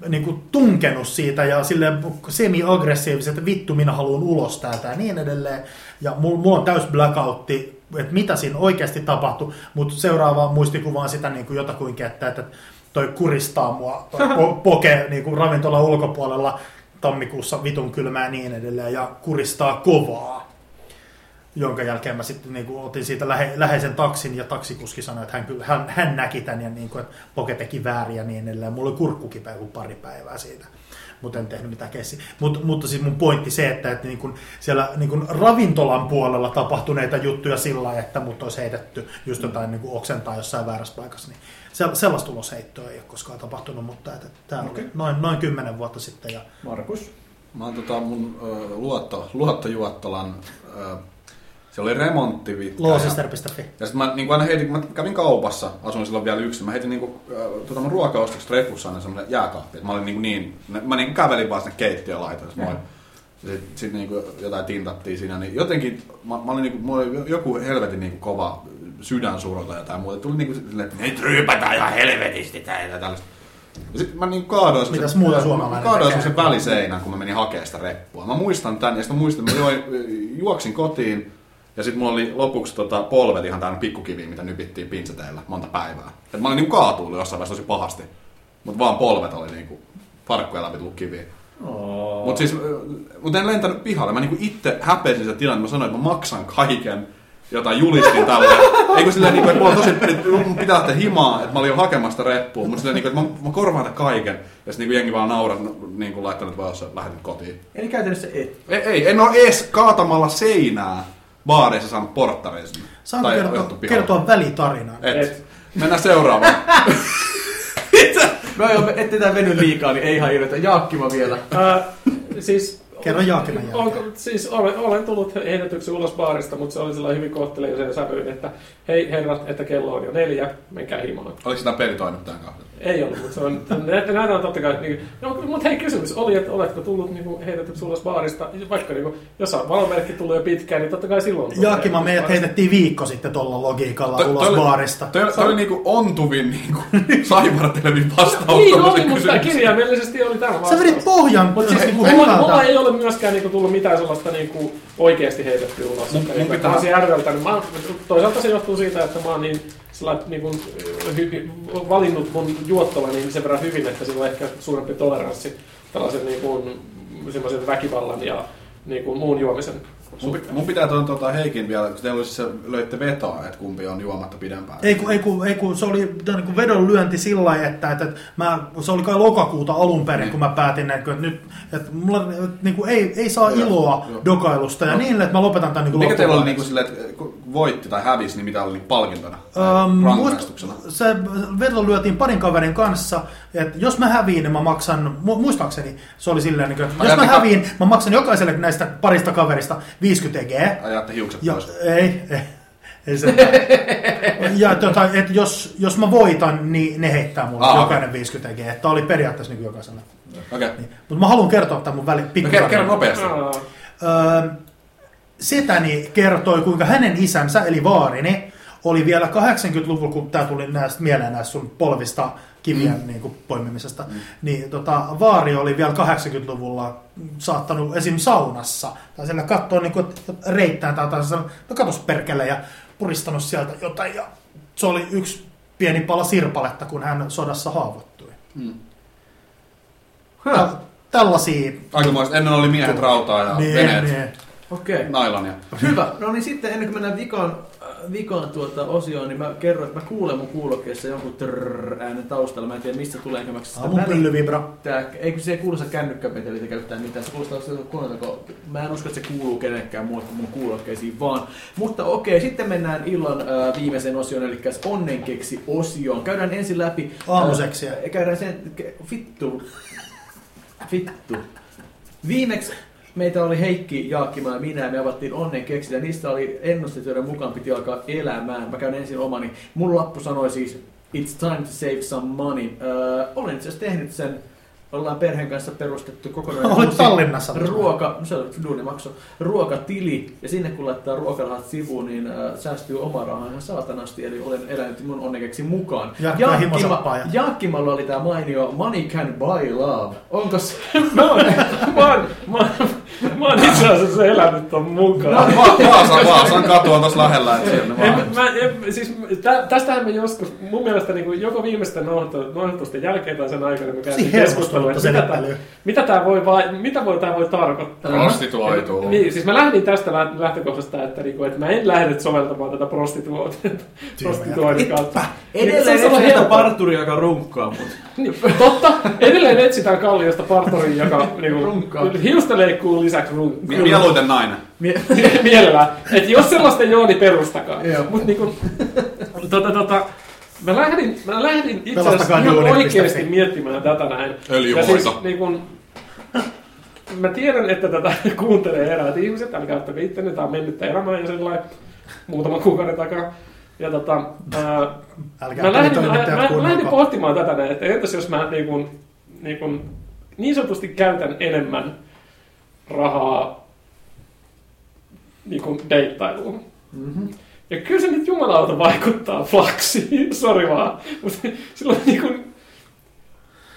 Speaker 1: niinku tunkenut siitä ja sille semi-aggressiiviset, että vittu minä haluan ulos täältä ja niin edelleen. Ja mulla, mulla on täys blackoutti, että mitä siinä oikeasti tapahtui, mutta seuraavaan muistikuvaan sitä niinku jotakuinkin, että, että toi kuristaa mua, toi po- poke niinku ravintola ulkopuolella tammikuussa vitun kylmää ja niin edelleen ja kuristaa kovaa. Jonka jälkeen mä sitten niin otin siitä lähe, läheisen taksin ja taksikuski sanoi, että hän, kyllä- hän, hän näki tämän ja niin kuin, että poke teki väärin ja niin edelleen. Mulla oli kurkkukipeä kuin pari päivää siitä, mutta en tehnyt mitään kessiä. Mut, mutta siis mun pointti se, että, että niin kuin siellä niin kuin ravintolan puolella tapahtuneita juttuja sillä lailla, että mut olisi heitetty just jotain niin kuin oksentaa jossain väärässä paikassa, niin se, sellaista tulosheittoa ei ole koskaan tapahtunut, mutta että, että tämä okay.
Speaker 3: Okei.
Speaker 1: oli noin, noin kymmenen vuotta sitten ja
Speaker 2: Markus?
Speaker 3: Mä oon tota mun ö, luotto, luottojuottolan, ö, se oli remontti vittu.
Speaker 1: loosister.fi.
Speaker 3: Ja sitten mä niin aina heitin, kun mä kävin kaupassa, asuin silloin vielä yksin, mä heitin niin kuin, tuota mun ruokaostoksi treffussa aina semmoinen jääkaappi. Et Mä olin niin, niin mä niin kävelin vaan sinne keittiöön laitan, jos moi. Ja sitten sit niin jotain tintattiin siinä, niin jotenkin mä, mä olin niin kuin, mulla oli joku helvetin niin kova sydänsuuro tai jotain muuta. Tuli niin kuin silleen, että nyt ryypätään ihan helvetisti tää ja tällaista. Ja sitten mä niin kaadoin
Speaker 1: Mitäs
Speaker 3: semmosen-
Speaker 1: muuta suomalainen
Speaker 3: mä kaadoin
Speaker 1: tekee?
Speaker 3: semmosen väliseinän, kun mä menin hakemaan sitä reppua. Mä muistan tän, ja sitten mä muistan, mä join, juoksin kotiin, ja sitten mulla oli lopuksi tota, polvet ihan täynnä pikkukiviä, mitä nypittiin pinseteillä monta päivää. Et mä olin niinku kaatuillut jossain vaiheessa tosi pahasti. Mut vaan polvet oli niinku farkkuja läpi tullut kiviä.
Speaker 2: Oh.
Speaker 3: Mut siis, äh, mut en lentänyt pihalle. Mä niinku itse häpesin sitä tilannetta. Mä sanoin, että mä maksan kaiken, jota julistin tällä. Eikö silleen, niinku, että mulla on tosi, että mun pitää lähteä himaa, että mä olin jo hakemassa sitä reppua. Mut silleen, niinku, että mä, mä korvaan tämän kaiken. Ja sitten niinku jengi vaan nauraa, no, niinku laittanut vaan, jos sä lähdet nyt kotiin.
Speaker 2: Eli käytännössä et.
Speaker 3: Ei, ei, en ole edes kaatamalla seinää baareissa saanut porttareista.
Speaker 1: Saanko kertoa,
Speaker 3: otettu pihalle.
Speaker 1: kertoa välitarinan?
Speaker 3: Et.
Speaker 4: Et.
Speaker 3: Mennään seuraavaan.
Speaker 2: No joo, ettei tää veny liikaa, niin ei ihan hirveetä. Jaakki mä vielä.
Speaker 4: Ää, siis,
Speaker 1: Kerro Jaakimen jälkeen.
Speaker 4: Onko, siis olen, olen tullut heitetyksi ulos baarista, mutta se oli sellainen hyvin kohteliaisen sävyyn, että hei herrat, että kello on jo neljä, menkää himaan.
Speaker 3: Oliko sitä pelitoimittajan kanssa?
Speaker 4: Ei ollut, mutta se on, näitä, näitä on totta kai, niin, no, mutta hei kysymys oli, että oletko tullut niin kuin, heitetyksi ulos baarista, vaikka niin kuin, jos on valomerkki tullut jo pitkään, niin totta kai silloin. tulee
Speaker 1: Jaakkima meidät
Speaker 4: heitetyksi
Speaker 1: heitettiin viikko sitten tuolla logiikalla
Speaker 3: Toi- toi
Speaker 1: ulos
Speaker 3: oli-
Speaker 1: baarista.
Speaker 3: Toi, toi oli niinku ontuvin niinku saivartelevin
Speaker 4: baarista.
Speaker 3: vastaus
Speaker 4: Niin
Speaker 3: tommoseen
Speaker 4: oli, mutta tämä
Speaker 3: kysymykseen.
Speaker 4: kirjaimellisesti oli tämä
Speaker 1: Sä
Speaker 4: vastaus.
Speaker 1: vedit pohjan
Speaker 4: Mut
Speaker 1: siis,
Speaker 4: siis
Speaker 1: niinku
Speaker 4: mulla, mulla
Speaker 1: hyvältä.
Speaker 4: ei ole myöskään niinku tullut mitään sellaista niinku oikeasti heitetty ulos.
Speaker 3: Mun-
Speaker 4: Mun,
Speaker 3: mun
Speaker 4: niinku,
Speaker 3: pitää-
Speaker 4: pitää... Mä oon järveltä, niin mä, oon- toisaalta se johtuu siitä, että mä oon niin, sillä, niinku, hy, hy, valinnut mun juottava niin sen verran hyvin, että sillä on ehkä suurempi toleranssi tällaisen niinku, semmoisen väkivallan ja niin kuin muun juomisen
Speaker 3: Mun, pit- mun pitää tuon tuota Heikin vielä, kun teillä oli siis se, löitte vetoa, että kumpi on juomatta pidempään.
Speaker 1: Ei kun, ei kun, ei kun se oli niin kuin vedonlyönti sillä lailla, että, että mä, se oli kai lokakuuta alun perin,
Speaker 3: Niin.
Speaker 1: kun mä päätin, että, että nyt että mulla, että, niin kuin, ei, ei saa
Speaker 3: Joo,
Speaker 1: iloa
Speaker 3: joo.
Speaker 1: dokailusta ja
Speaker 3: No.
Speaker 1: niin, että mä lopetan tämän niin
Speaker 3: Mikä teillä oli niinku silleen, että kun voitti tai hävisi, niin mitä oli niinku palkintona? Tai
Speaker 1: Öm,
Speaker 3: rangaistuksena?
Speaker 1: muist- se veto lyötiin parin kaverin kanssa, että jos mä häviin, niin mä maksan, mu- muistaakseni se oli silleen, niin kuin, että
Speaker 3: Mä
Speaker 1: jos mä
Speaker 3: jätin ka-
Speaker 1: häviin, mä maksan jokaiselle näistä parista kaverista 50 EG.
Speaker 3: Ajatte hiukset
Speaker 1: Ja,
Speaker 3: pois.
Speaker 1: ei, ei, ei sen ja tota, et jos, jos mä voitan, niin ne heittää mulle
Speaker 3: Aa,
Speaker 1: jokainen 50 G. Tämä oli periaatteessa niin jokaiselle.
Speaker 3: Okei. Okay.
Speaker 1: Mutta mä haluan kertoa tämän mun väli,
Speaker 3: No
Speaker 1: pikku
Speaker 3: kerro, kerro
Speaker 1: tarinan.
Speaker 3: nopeasti.
Speaker 4: Aa,
Speaker 1: Öö, setäni kertoi, kuinka hänen isänsä, eli vaarini, oli vielä 80-luvulla, kun tämä tuli näistä mieleen näistä sun polvista kivien mm. niin kuin, poimimisesta, mm. niin tota, vaari oli vielä 80-luvulla saattanut esim. saunassa, tai siellä katsoa niin kuin, että reittään tai jotain, sellaista, no katos perkele, ja puristanut sieltä jotain, ja se oli yksi pieni pala sirpaletta, kun hän sodassa haavoittui. Tä, tällaisia,
Speaker 3: Aikamoista. Ennen oli miehet rautaa ja
Speaker 1: niin,
Speaker 3: veneet,
Speaker 1: niin.
Speaker 2: Okei. Okay.
Speaker 3: nailania.
Speaker 2: Hyvä. No niin sitten ennen kuin mennään vikaan, äh, vikaan tuota osioon, niin mä kerron, että mä kuulen mun kuulokkeessa jonkun trrrr äänen taustalla. Mä en tiedä mistä tulee, enkä mä sitä
Speaker 1: aamun
Speaker 2: välittää.
Speaker 1: pyllyvibra.
Speaker 2: Tää, eikö se kuulosta kännykkäpeteli eikä yhtään mitään, se kuulostaa se kuunneltako. Mä en usko, että se kuuluu kenellekään muuta kuin mun kuulokkeisiin vaan. Mutta okei, sitten mennään illan äh, viimeiseen osioon, eli onnenkeksi osioon. Käydään ensin läpi...
Speaker 1: Aamuseksiä.
Speaker 2: Äh, käydään sen... ke- Vittu. Vittu. Viimeksi meitä oli Heikki, Jaakkima ja minä, ja me avattiin onnen keksiä. Niistä oli ennusteet, joiden mukaan piti alkaa elämään. Mä käyn ensin omani. Mun lappu sanoi siis, it's time to save some money. Öö, olen itse asiassa tehnyt sen. Ollaan perheen kanssa perustettu kokonaan
Speaker 1: Olit Tallinnassa.
Speaker 2: ruoka, no se oli duunimaksu, ruokatili. Ja sinne kun laittaa ruokarahat sivuun, niin äh, säästyy oma raha ihan saatanasti. Eli olen elänyt mun onnekeksi mukaan.
Speaker 1: Jarkko ja himosappaaja.
Speaker 2: Jaakkimalla oli tää mainio Money can buy love. Onko se?
Speaker 4: Mä oon, mä oon, mä oon, mä oon itse asiassa elänyt ton mukaan.
Speaker 3: Va- Vaasan, Vaasan katua tuossa lähellä, että siellä
Speaker 4: En,
Speaker 3: vaan.
Speaker 4: mä, en, siis tä, tästähän me joskus, mun mielestä niin kuin joko viimeisten nouhto- nouhtosten jälkeen tai sen aikana me käytiin
Speaker 1: Tosi
Speaker 4: keskustelua,
Speaker 1: hermostunutta
Speaker 4: että mitä, tää,
Speaker 1: selittelyä.
Speaker 4: mitä, tää voi, vai, mitä voi, tää voi tarkoittaa.
Speaker 3: Prostituoituu.
Speaker 4: Niin, siis mä lähdin tästä lä- lähtökohdasta, että, niinku, että mä en lähde soveltamaan tätä prostituointia prostituoinnin kautta. Niin,
Speaker 2: Edelleen
Speaker 4: se
Speaker 2: se
Speaker 4: on
Speaker 2: on hieno
Speaker 4: helppoa.
Speaker 2: parturi, joka runkkaa mut.
Speaker 4: Niin, totta, edelleen etsitään kalliosta partorin, joka niinku,
Speaker 2: Runkkaa.
Speaker 4: hiustenleikkuu lisäksi runkkaa.
Speaker 3: Mi- Mieluiten nainen.
Speaker 2: Mie-
Speaker 4: Mie- Mielellään. Et jos sellaista ei ole, niin perustakaa.
Speaker 2: Joo.
Speaker 4: Mut niinku, tota, tota, mä lähdin, mä lähdin itse asiassa
Speaker 1: Pelastakaa
Speaker 4: ihan
Speaker 1: duunit,
Speaker 4: oikeasti
Speaker 1: pistä-
Speaker 4: miettimään tätä näin.
Speaker 5: Öljyhoito.
Speaker 4: Ja siis, niin kun, mä tiedän, että tätä kuuntelee eräät ihmiset, älkää ottako ittenne, tää on mennyttä elämää ja sellainen muutaman kuukauden takaa. Ja tota, ää,
Speaker 1: Älkää
Speaker 4: mä lähdin, mä,
Speaker 1: toimittajat
Speaker 4: mä, mä
Speaker 1: kuunnelkaa.
Speaker 4: lähdin pohtimaan tätä näin, että entäs jos mä niin, kun, niin, kun, niin sanotusti käytän enemmän rahaa niin kun deittailuun. Mm-hmm. Ja kyllä se nyt jumalauta vaikuttaa flaksiin, sori vaan. Mutta silloin niin kun,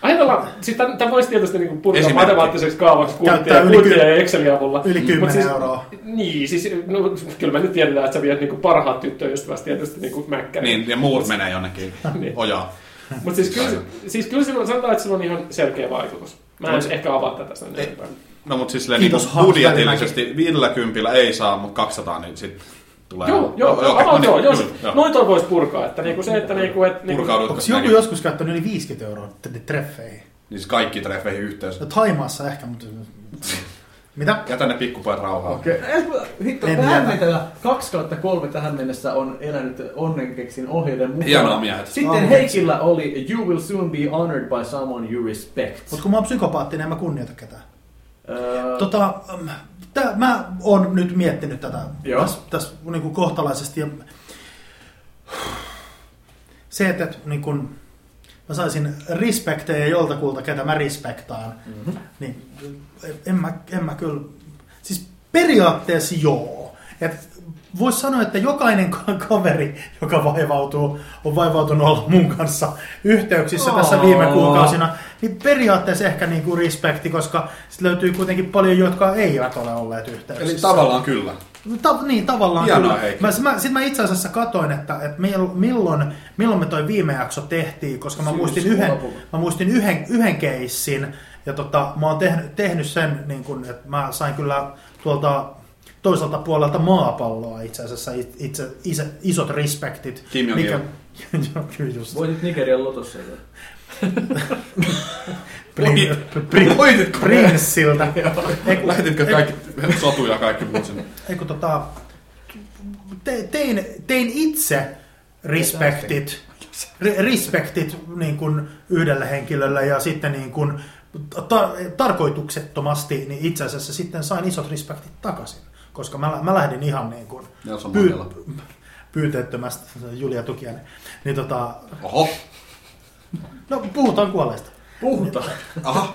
Speaker 4: Ajatellaan, siis tämä voisi tietysti niin kuin purkaa
Speaker 3: Esimerkki.
Speaker 4: matemaattiseksi kaavaksi
Speaker 1: Käyttää
Speaker 4: kuntien,
Speaker 1: yli
Speaker 4: kuntien
Speaker 1: ky-
Speaker 4: ja Excelin avulla.
Speaker 1: Yli
Speaker 4: Mut
Speaker 1: 10
Speaker 4: siis,
Speaker 1: euroa.
Speaker 4: Niin, siis no, kyllä me nyt tiedetään, että sä viet niin kuin parhaat tyttöystävästä tietysti niin kuin mäkkäriin.
Speaker 3: Niin, ja muut menee jonnekin
Speaker 4: Niin.
Speaker 3: ojaan.
Speaker 4: Mutta siis kyllä, siis kyllä silloin sanotaan, että sillä on ihan selkeä vaikutus. Mä en
Speaker 3: Mut-
Speaker 4: ehkä avaa tätä sen
Speaker 3: Ei.
Speaker 4: enempää.
Speaker 3: No mut siis silleen
Speaker 1: Kiitos,
Speaker 3: niinku
Speaker 1: Hans
Speaker 3: budjetillisesti 50 ei saa, mut 200 niin sit tulee.
Speaker 4: Joo, joo, joo,
Speaker 3: okei,
Speaker 4: avaa,
Speaker 3: no
Speaker 4: joo,
Speaker 3: niin,
Speaker 4: jos,
Speaker 3: juuri, joo.
Speaker 4: noin toi voisi purkaa, että niinku se, että niinku, et, niinku,
Speaker 3: Purkaudutko
Speaker 1: Onko joku
Speaker 3: sinäkin?
Speaker 1: joskus käyttänyt yli 50 euroa t- treffeihin?
Speaker 3: Niin siis kaikki treffeihin yhteensä.
Speaker 1: No Taimaassa ehkä, mutta... Mitä?
Speaker 3: Jätä ne pikkupojat rauhaan.
Speaker 2: Okei. Okay. Hitto,
Speaker 1: En
Speaker 2: tähän
Speaker 1: tiedä.
Speaker 2: mennessä 2 kautta 3 tähän mennessä on elänyt onnenkeksin ohjeiden mukaan.
Speaker 3: Hienoa miehet.
Speaker 2: Sitten
Speaker 1: Onneksi.
Speaker 2: Heikillä oli You will soon be honored by someone you respect.
Speaker 1: Mutta kun mä oon psykopaattinen, en mä kunnioita ketään.
Speaker 2: Öö,
Speaker 1: Tota, mm, tää, mä oon nyt miettinyt tätä
Speaker 2: Joo.
Speaker 1: tässä täs, niinku kohtalaisesti. Ja... Se, että et, niinku, mä saisin respektejä joltakulta, ketä mä respektaan, mm-hmm. niin en mä, en mä kyllä... Siis periaatteessa joo. Et Voisi sanoa, että jokainen ka- kaveri, joka vaivautuu, on vaivautunut olla mun kanssa yhteyksissä tässä viime
Speaker 2: Aa.
Speaker 1: kuukausina, niin periaatteessa ehkä niinku respekti, koska sit löytyy kuitenkin paljon, jotka eivät ole olleet yhteydessä.
Speaker 3: Eli tavallaan kyllä.
Speaker 1: Ta- niin, tavallaan
Speaker 3: Hienoa,
Speaker 1: kyllä.
Speaker 3: Heikki.
Speaker 1: Mä, sit mä, sit mä itse asiassa katoin, että, että mil- milloin, milloin me toi viime jakso tehtiin, koska mä
Speaker 2: Syys-
Speaker 1: muistin yhden,
Speaker 2: lopulla.
Speaker 1: mä muistin yhden, yhden keissin, Ja tota, mä oon tehnyt, tehnyt sen, niin kun, että mä sain kyllä tuolta toiselta puolelta maapalloa itse asiassa it- itse, itse, isot respektit.
Speaker 3: Kim Jong-il.
Speaker 1: Joo, kyllä just.
Speaker 2: Voitit Nigerian lotossa. jo.
Speaker 1: Prin, prin,
Speaker 5: Voititko?
Speaker 1: prinssiltä. Ei kun-
Speaker 5: Lähetitkö
Speaker 1: ei-
Speaker 5: kaikki satuja ja kaikki muut sinne?
Speaker 1: Ei kun tota, te, tein, tein itse respektit, re, respektit niin kuin yhdelle henkilölle ja sitten niin kuin ta, tarkoituksettomasti niin itse asiassa sitten sain isot respektit takaisin. Koska mä, lä- mä lähdin ihan niin kuin
Speaker 3: Nelson Mandela.
Speaker 1: pyyteettömästi, Julia Tukiainen. Niin tota,
Speaker 3: Oho,
Speaker 1: no puhutaan kuolleista.
Speaker 2: Puhutaan.
Speaker 3: aha,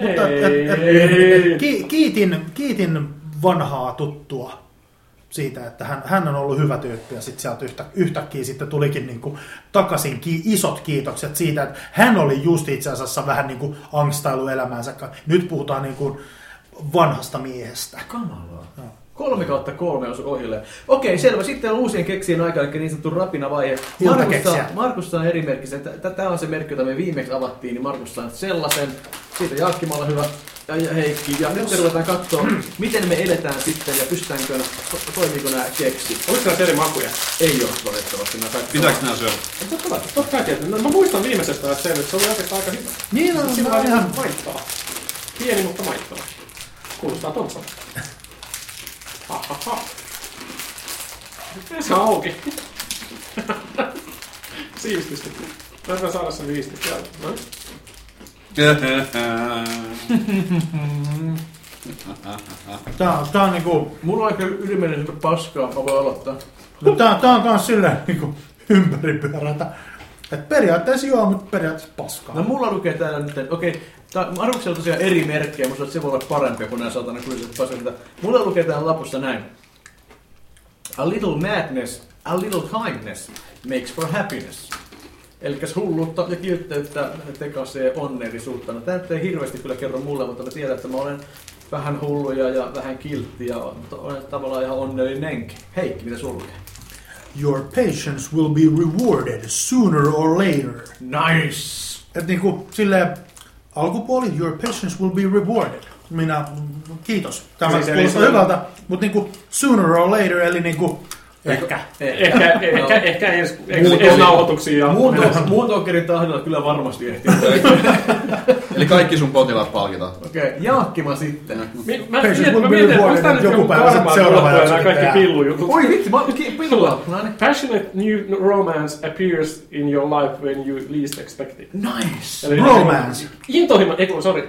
Speaker 1: Mutta et, et,
Speaker 4: Ei.
Speaker 1: et, ki, kiitin, kiitin vanhaa tuttua siitä, että hän, hän on ollut hyvä tyyppi ja sitten sieltä yhtä, yhtäkkiä sitten tulikin niinku takaisin ki, isot kiitokset siitä, että hän oli just itse asiassa vähän niinku angstailu elämäänsä. Nyt puhutaan niinku vanhasta miehestä.
Speaker 2: Kamalaa. Kolme kautta kolme osui ohille. Okei, selvä. Sitten on uusien keksien aika, eli niin sanottu rapinavaihe. Markus saa,
Speaker 1: Iltakeksiä.
Speaker 2: Markus saa eri merkkisen. Tämä on se merkki, jota me viimeksi avattiin, niin Markus saa sellaisen. Siitä Jaakkimalla hyvä ja ja Heikki. Ja nyt me ruvetaan katsoa, miten me eletään sitten ja pystytäänkö, to- toimiiko nämä keksi.
Speaker 4: Oliko siellä eri makuja?
Speaker 2: Ei ole valitettavasti nämä kaikki.
Speaker 3: pitääkö nää syödä?
Speaker 4: Totta kai, totta kai tietysti. No, mä muistan viimeisestä asti sen, että se oli oikeastaan aika hyvä.
Speaker 1: Niin on,
Speaker 4: Sillä
Speaker 1: no,
Speaker 4: on ihan
Speaker 1: ihan,
Speaker 4: maittava. Pieni, mutta maittava. Kuulostaa tontsalta. Ha, ha, ha. Miten se on auki? Siististi. Mä en saada sen viististi. No.
Speaker 1: tää, on- tää on niinku, no,
Speaker 2: Mulla on aika ylimennessä paskaa, mä voin aloittaa.
Speaker 1: tää, tää on kans silleen niinku ympäripyörätä. Et periaatteessa joo, mutta periaatteessa paskaa.
Speaker 2: No mulla lukee täällä nyt, että okei, tää- Markuksella on tosiaan eri merkkejä, mutta se voi olla parempi kuin nämä satana kuitenkin paskilta. Mulla lukee täällä lapussa näin. A little madness, a little kindness makes for happiness. Eli hulluutta ja kiltteyttä tekasee onnellisuutta. No tämä nyt ei hirveästi kyllä kerro mulle, mutta mä tiedän, että mä olen vähän hullu ja, ja vähän kiltti ja on- olen tavallaan ihan onnellinenkin. Heikki, mitä sulla lukee?
Speaker 1: Your patience will be rewarded sooner or later.
Speaker 2: Nice!
Speaker 1: Et niinku silleen alkupuoli, your patience will be rewarded. Minä, mm, kiitos. Tämä
Speaker 4: Siis
Speaker 1: siis
Speaker 4: eli
Speaker 1: kuulostaa
Speaker 4: se-
Speaker 1: hyvältä, mutta niinku sooner or later, eli niinku ehkä.
Speaker 2: Ehkä.
Speaker 4: Ehkä,
Speaker 1: No.
Speaker 4: ehkä, ehkä ensi,
Speaker 5: Muut
Speaker 4: ensi, ensi
Speaker 5: oli-
Speaker 4: nauhoituksia. Ja
Speaker 2: Muun to- Muun tokerin tahdolla kyllä varmasti ehtii.
Speaker 3: Eli kaikki sun potilaat palkitaan.
Speaker 2: Okei, okay. Jaakkima sitten.
Speaker 4: Mi- Mä
Speaker 1: Patience
Speaker 4: mietin,
Speaker 1: will
Speaker 4: mä
Speaker 1: be
Speaker 4: mietin, että onko
Speaker 1: rewarded,
Speaker 4: tää nyt
Speaker 1: joku
Speaker 4: joku
Speaker 1: päivä sitten
Speaker 4: varmaan
Speaker 1: seuraava
Speaker 4: tulla
Speaker 1: jaksokin
Speaker 4: nämä kaikki
Speaker 1: tehdään.
Speaker 4: pillujutut.
Speaker 2: Oi vitsi, mä ki- pillulla. No niin.
Speaker 4: Passionate new romance appears in your life when you least expect it.
Speaker 2: Nice.
Speaker 4: Eli
Speaker 1: Romance.
Speaker 4: Intohimo, ei kun, sorry,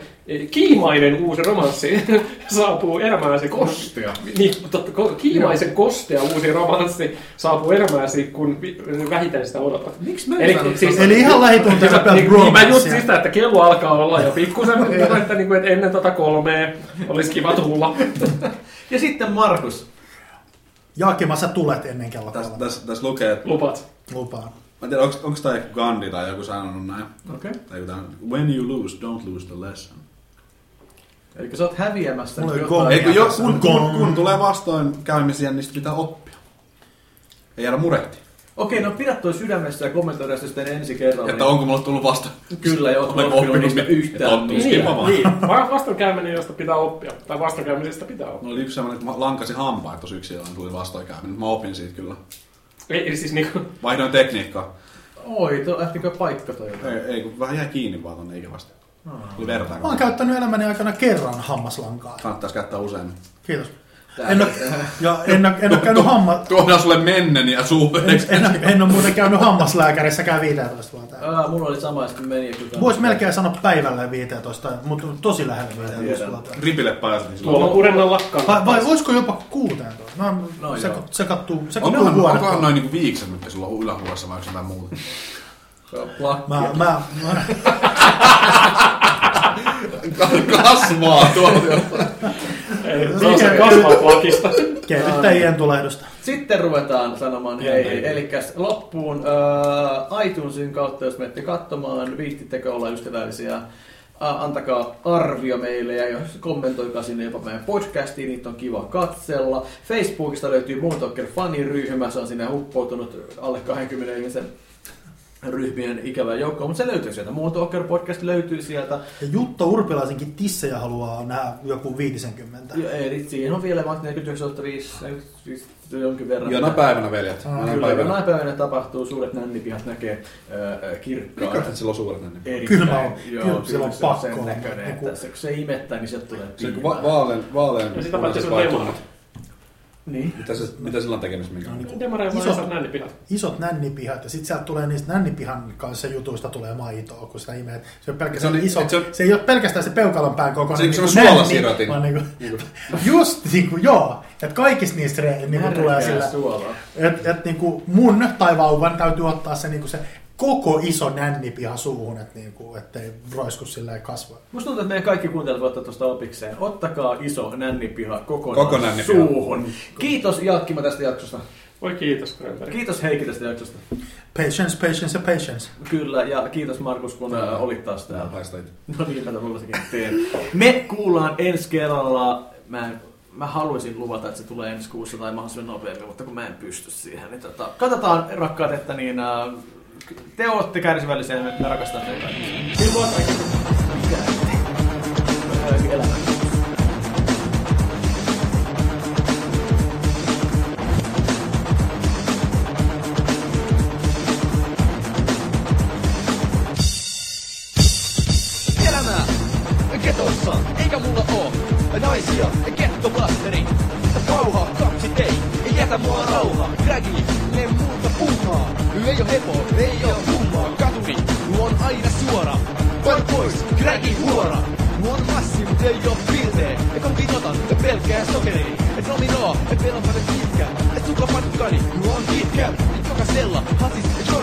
Speaker 4: kiimainen uusi romanssi saapuu elämääsi kos...
Speaker 2: Kostia.
Speaker 4: Niin, totta, ko- kiimaisen kostea uusi romanssi saapuu elämääsi, kun vi- vähiten sitä odotat.
Speaker 2: Miksi mä en
Speaker 4: Eli,
Speaker 2: saanut
Speaker 4: siis,
Speaker 1: Eli ihan lähitunteena
Speaker 4: Niin,
Speaker 1: pelät
Speaker 4: niin, mä just
Speaker 1: romancea.
Speaker 4: sitä, että kello alkaa olla jo pikkusen, mutta että, niin kuin, että ennen tota kolmea olisi kiva tulla.
Speaker 2: Ja sitten Markus.
Speaker 1: Jaakima, sä tulet ennen kello
Speaker 3: Tässä
Speaker 1: kolme.
Speaker 3: täs, täs lukee, että
Speaker 4: Lupat.
Speaker 1: Lupaan.
Speaker 3: mä en tiedä, onko, onko tää ehkä Gandhi tai joku sanonut näin.
Speaker 2: Okei. Okay.
Speaker 3: Tai joku tämän, when you lose, don't lose the lesson.
Speaker 2: Eli sä oot häviämässä
Speaker 1: Mulla
Speaker 2: nyt
Speaker 1: oli
Speaker 2: jotain.
Speaker 1: kolme.
Speaker 3: Ei kun, jo,
Speaker 1: tässä
Speaker 3: kun,
Speaker 1: on
Speaker 3: kun,
Speaker 1: gong.
Speaker 3: kun, tulee vastoin käymisiä, niistä pitää oppia. Ei jäädä murehti.
Speaker 2: Okei, no pidä toi sydämessä ja kommentoida sitä sitten ensi kerralla. niin
Speaker 3: Että onko mulla tullut vastaan.
Speaker 2: Kyllä, joo, olet
Speaker 3: Olenko
Speaker 2: oppinut
Speaker 3: oppinut
Speaker 2: niistä
Speaker 3: mit- että
Speaker 2: yhtään.
Speaker 3: on tullut.
Speaker 4: Niin,
Speaker 3: Kiva vaan.
Speaker 4: niin. Va- Vastoinkäyminen, josta pitää oppia. Tai vastoinkäymisestä pitää oppia.
Speaker 3: Mulla oli yksi sellainen, että mä lankasin hampaat tuossa yksi on tuli vastoinkäyminen. Mä opin siitä kyllä.
Speaker 4: Ei, ei siis niinku...
Speaker 3: Vaihdoin tekniikkaa.
Speaker 2: Oi, tuo lähtikö paikka toi?
Speaker 3: Ei, ei kun vähän jäi kiinni vaan tonne ikävästi. Oli vertaa.
Speaker 1: Mä oon käyttänyt elämäni aikana kerran hammaslankaa.
Speaker 3: Kannattaisi käyttää useammin.
Speaker 1: Kiitos. En oo, ja en, oo- en oo käynyt hamma,
Speaker 3: Tuodaan sulle mennen ja
Speaker 1: en,
Speaker 3: suureksi.
Speaker 1: en, en oo muuten käynyt hammaslääkärissäkään 15 vuotta.
Speaker 2: Aa, mulla oli sama, ja sitten meni. ja kyllä-
Speaker 1: Voisi melkein sanoa päivällä 15, mutta tosi lähellä 15 vuotta.
Speaker 3: Ripille pääsin. niin silloin-
Speaker 4: Tuolla urennan lakkaan.
Speaker 1: Vai, vai olisiko jopa 16? No,
Speaker 2: No
Speaker 1: se,
Speaker 2: joo.
Speaker 1: se kattuu, se kattuu
Speaker 3: Onkohan,
Speaker 1: vuodet.
Speaker 3: onkohan noin niinku viikset nyt sulla ylähuolessa vai onko jotain muuta?
Speaker 2: Se on plakki.
Speaker 1: Mä, mä, mä,
Speaker 3: Kasvaa tuolla.
Speaker 4: Ei, se on se kasvapakista.
Speaker 1: kevyttäjien tulehdusta.
Speaker 2: Sitten ruvetaan sanomaan hei hei. Eli loppuun äh, iTunesin kautta, jos menette katsomaan, viittittekö olla ystävällisiä, äh, antakaa arvio meille ja jos kommentoikaa sinne jopa meidän podcastiin, niitä on kiva katsella. Facebookista löytyy Moontalker faniryhmä, se on sinne huppoutunut alle 20 ihmisen ryhmien ikävää joukkoa, mutta se löytyy sieltä. Muun Talker podcast löytyy sieltä.
Speaker 1: Ja Jutta Urpilaisenkin tissejä haluaa nähdä joku 50.
Speaker 2: Ja Eli siihen on vielä vain 49 45, jonkin verran.
Speaker 3: no
Speaker 5: Jona päivänä, veljet.
Speaker 1: Ah,
Speaker 5: Jona
Speaker 2: Kyllä,
Speaker 5: päivänä.
Speaker 2: jonain päivänä tapahtuu, suuret nännipihat näkee ö, ö, kirkkaan.
Speaker 5: Pikkaset silloin suuret ennen.
Speaker 2: Erittäin-
Speaker 1: Kyllä mä oon- kyllä
Speaker 2: Joo,
Speaker 1: sillä on
Speaker 2: se on
Speaker 1: pakko
Speaker 2: sen
Speaker 1: olla. Niin
Speaker 2: näköinen, että se, kun se imettää, niin sieltä tulee
Speaker 5: Se on
Speaker 2: piimää.
Speaker 5: va- vaaleen, vaaleen
Speaker 4: Ja sitä paitsi
Speaker 5: punaiset
Speaker 4: se on
Speaker 5: vaihtuvat.
Speaker 4: demarit.
Speaker 2: Niin.
Speaker 5: Mitä, se, mitä sillä on tekemistä minkä?
Speaker 1: No niin.
Speaker 4: Demareja vaan
Speaker 1: Iso-
Speaker 4: ei saa näin pihat.
Speaker 1: Isot nännipihat ja sitten sieltä tulee niistä nännipihan kanssa jutuista tulee maitoa, kun sitä imeet. Se, on pelkästään
Speaker 5: Se on-
Speaker 1: iso,
Speaker 5: et
Speaker 1: se,
Speaker 5: se
Speaker 1: on,
Speaker 5: on-
Speaker 1: se ei ole pelkästään se peukalon pään kokoinen.
Speaker 5: Se on
Speaker 1: niinku
Speaker 5: semmoinen
Speaker 1: nänni,
Speaker 5: suolasirotin.
Speaker 1: Vaan niinku, just niin kuin joo, että kaikista niistä re, niinku tulee
Speaker 2: Närkää
Speaker 1: sillä,
Speaker 2: suolaa.
Speaker 1: että et, niinku mun tai vauvan täytyy ottaa se, niinku se koko iso nännipiha suuhun, että niinku, ettei roisku silleen kasvaa.
Speaker 2: Musta tuntuu, että meidän kaikki kuuntelijat voivat ottaa tuosta opikseen. Ottakaa iso nännipiha kokonaan
Speaker 5: Koko nännipiha.
Speaker 2: suuhun. Kiitos Jaakkima tästä jaksosta.
Speaker 4: Voi kiitos, Grönberg.
Speaker 2: Kiitos Heikki tästä jaksosta.
Speaker 1: Patience, patience ja patience.
Speaker 2: Kyllä, ja kiitos Markus, kun ää, olit taas täällä.
Speaker 5: Haista itse.
Speaker 2: No niin, mä tämän sekin teen. Me kuullaan ensi kerralla. Mä, en, mä haluaisin luvata, että se tulee ensi kuussa tai mahdollisimman nopeammin, mutta kun mä en pysty siihen. Niin tota, katsotaan, rakkaat, että niin, äh, te olette kärsivällisiä ja me me rakastetaan teitä. Kyllä, luotaan. Mikä? Ää, Elämä.
Speaker 6: elämää ketossa, eikä mulla oo naisia, kettoblasteri. Kauha, kaksi tei, ei jätä mua rauhaa. Dragi, ne muuta puuhaa. Ei oo hepo, ei oo kummaa. Katuri, on aina suora. Vai pois, dragi huora. Muon massi, mut ei oo piltee. Ja kun vitotan, pelkää sokeri. Et E nominoo, et pelon päivä pitkä. Et suklapatkani, muon pitkä. Et jokaisella, hatis, et um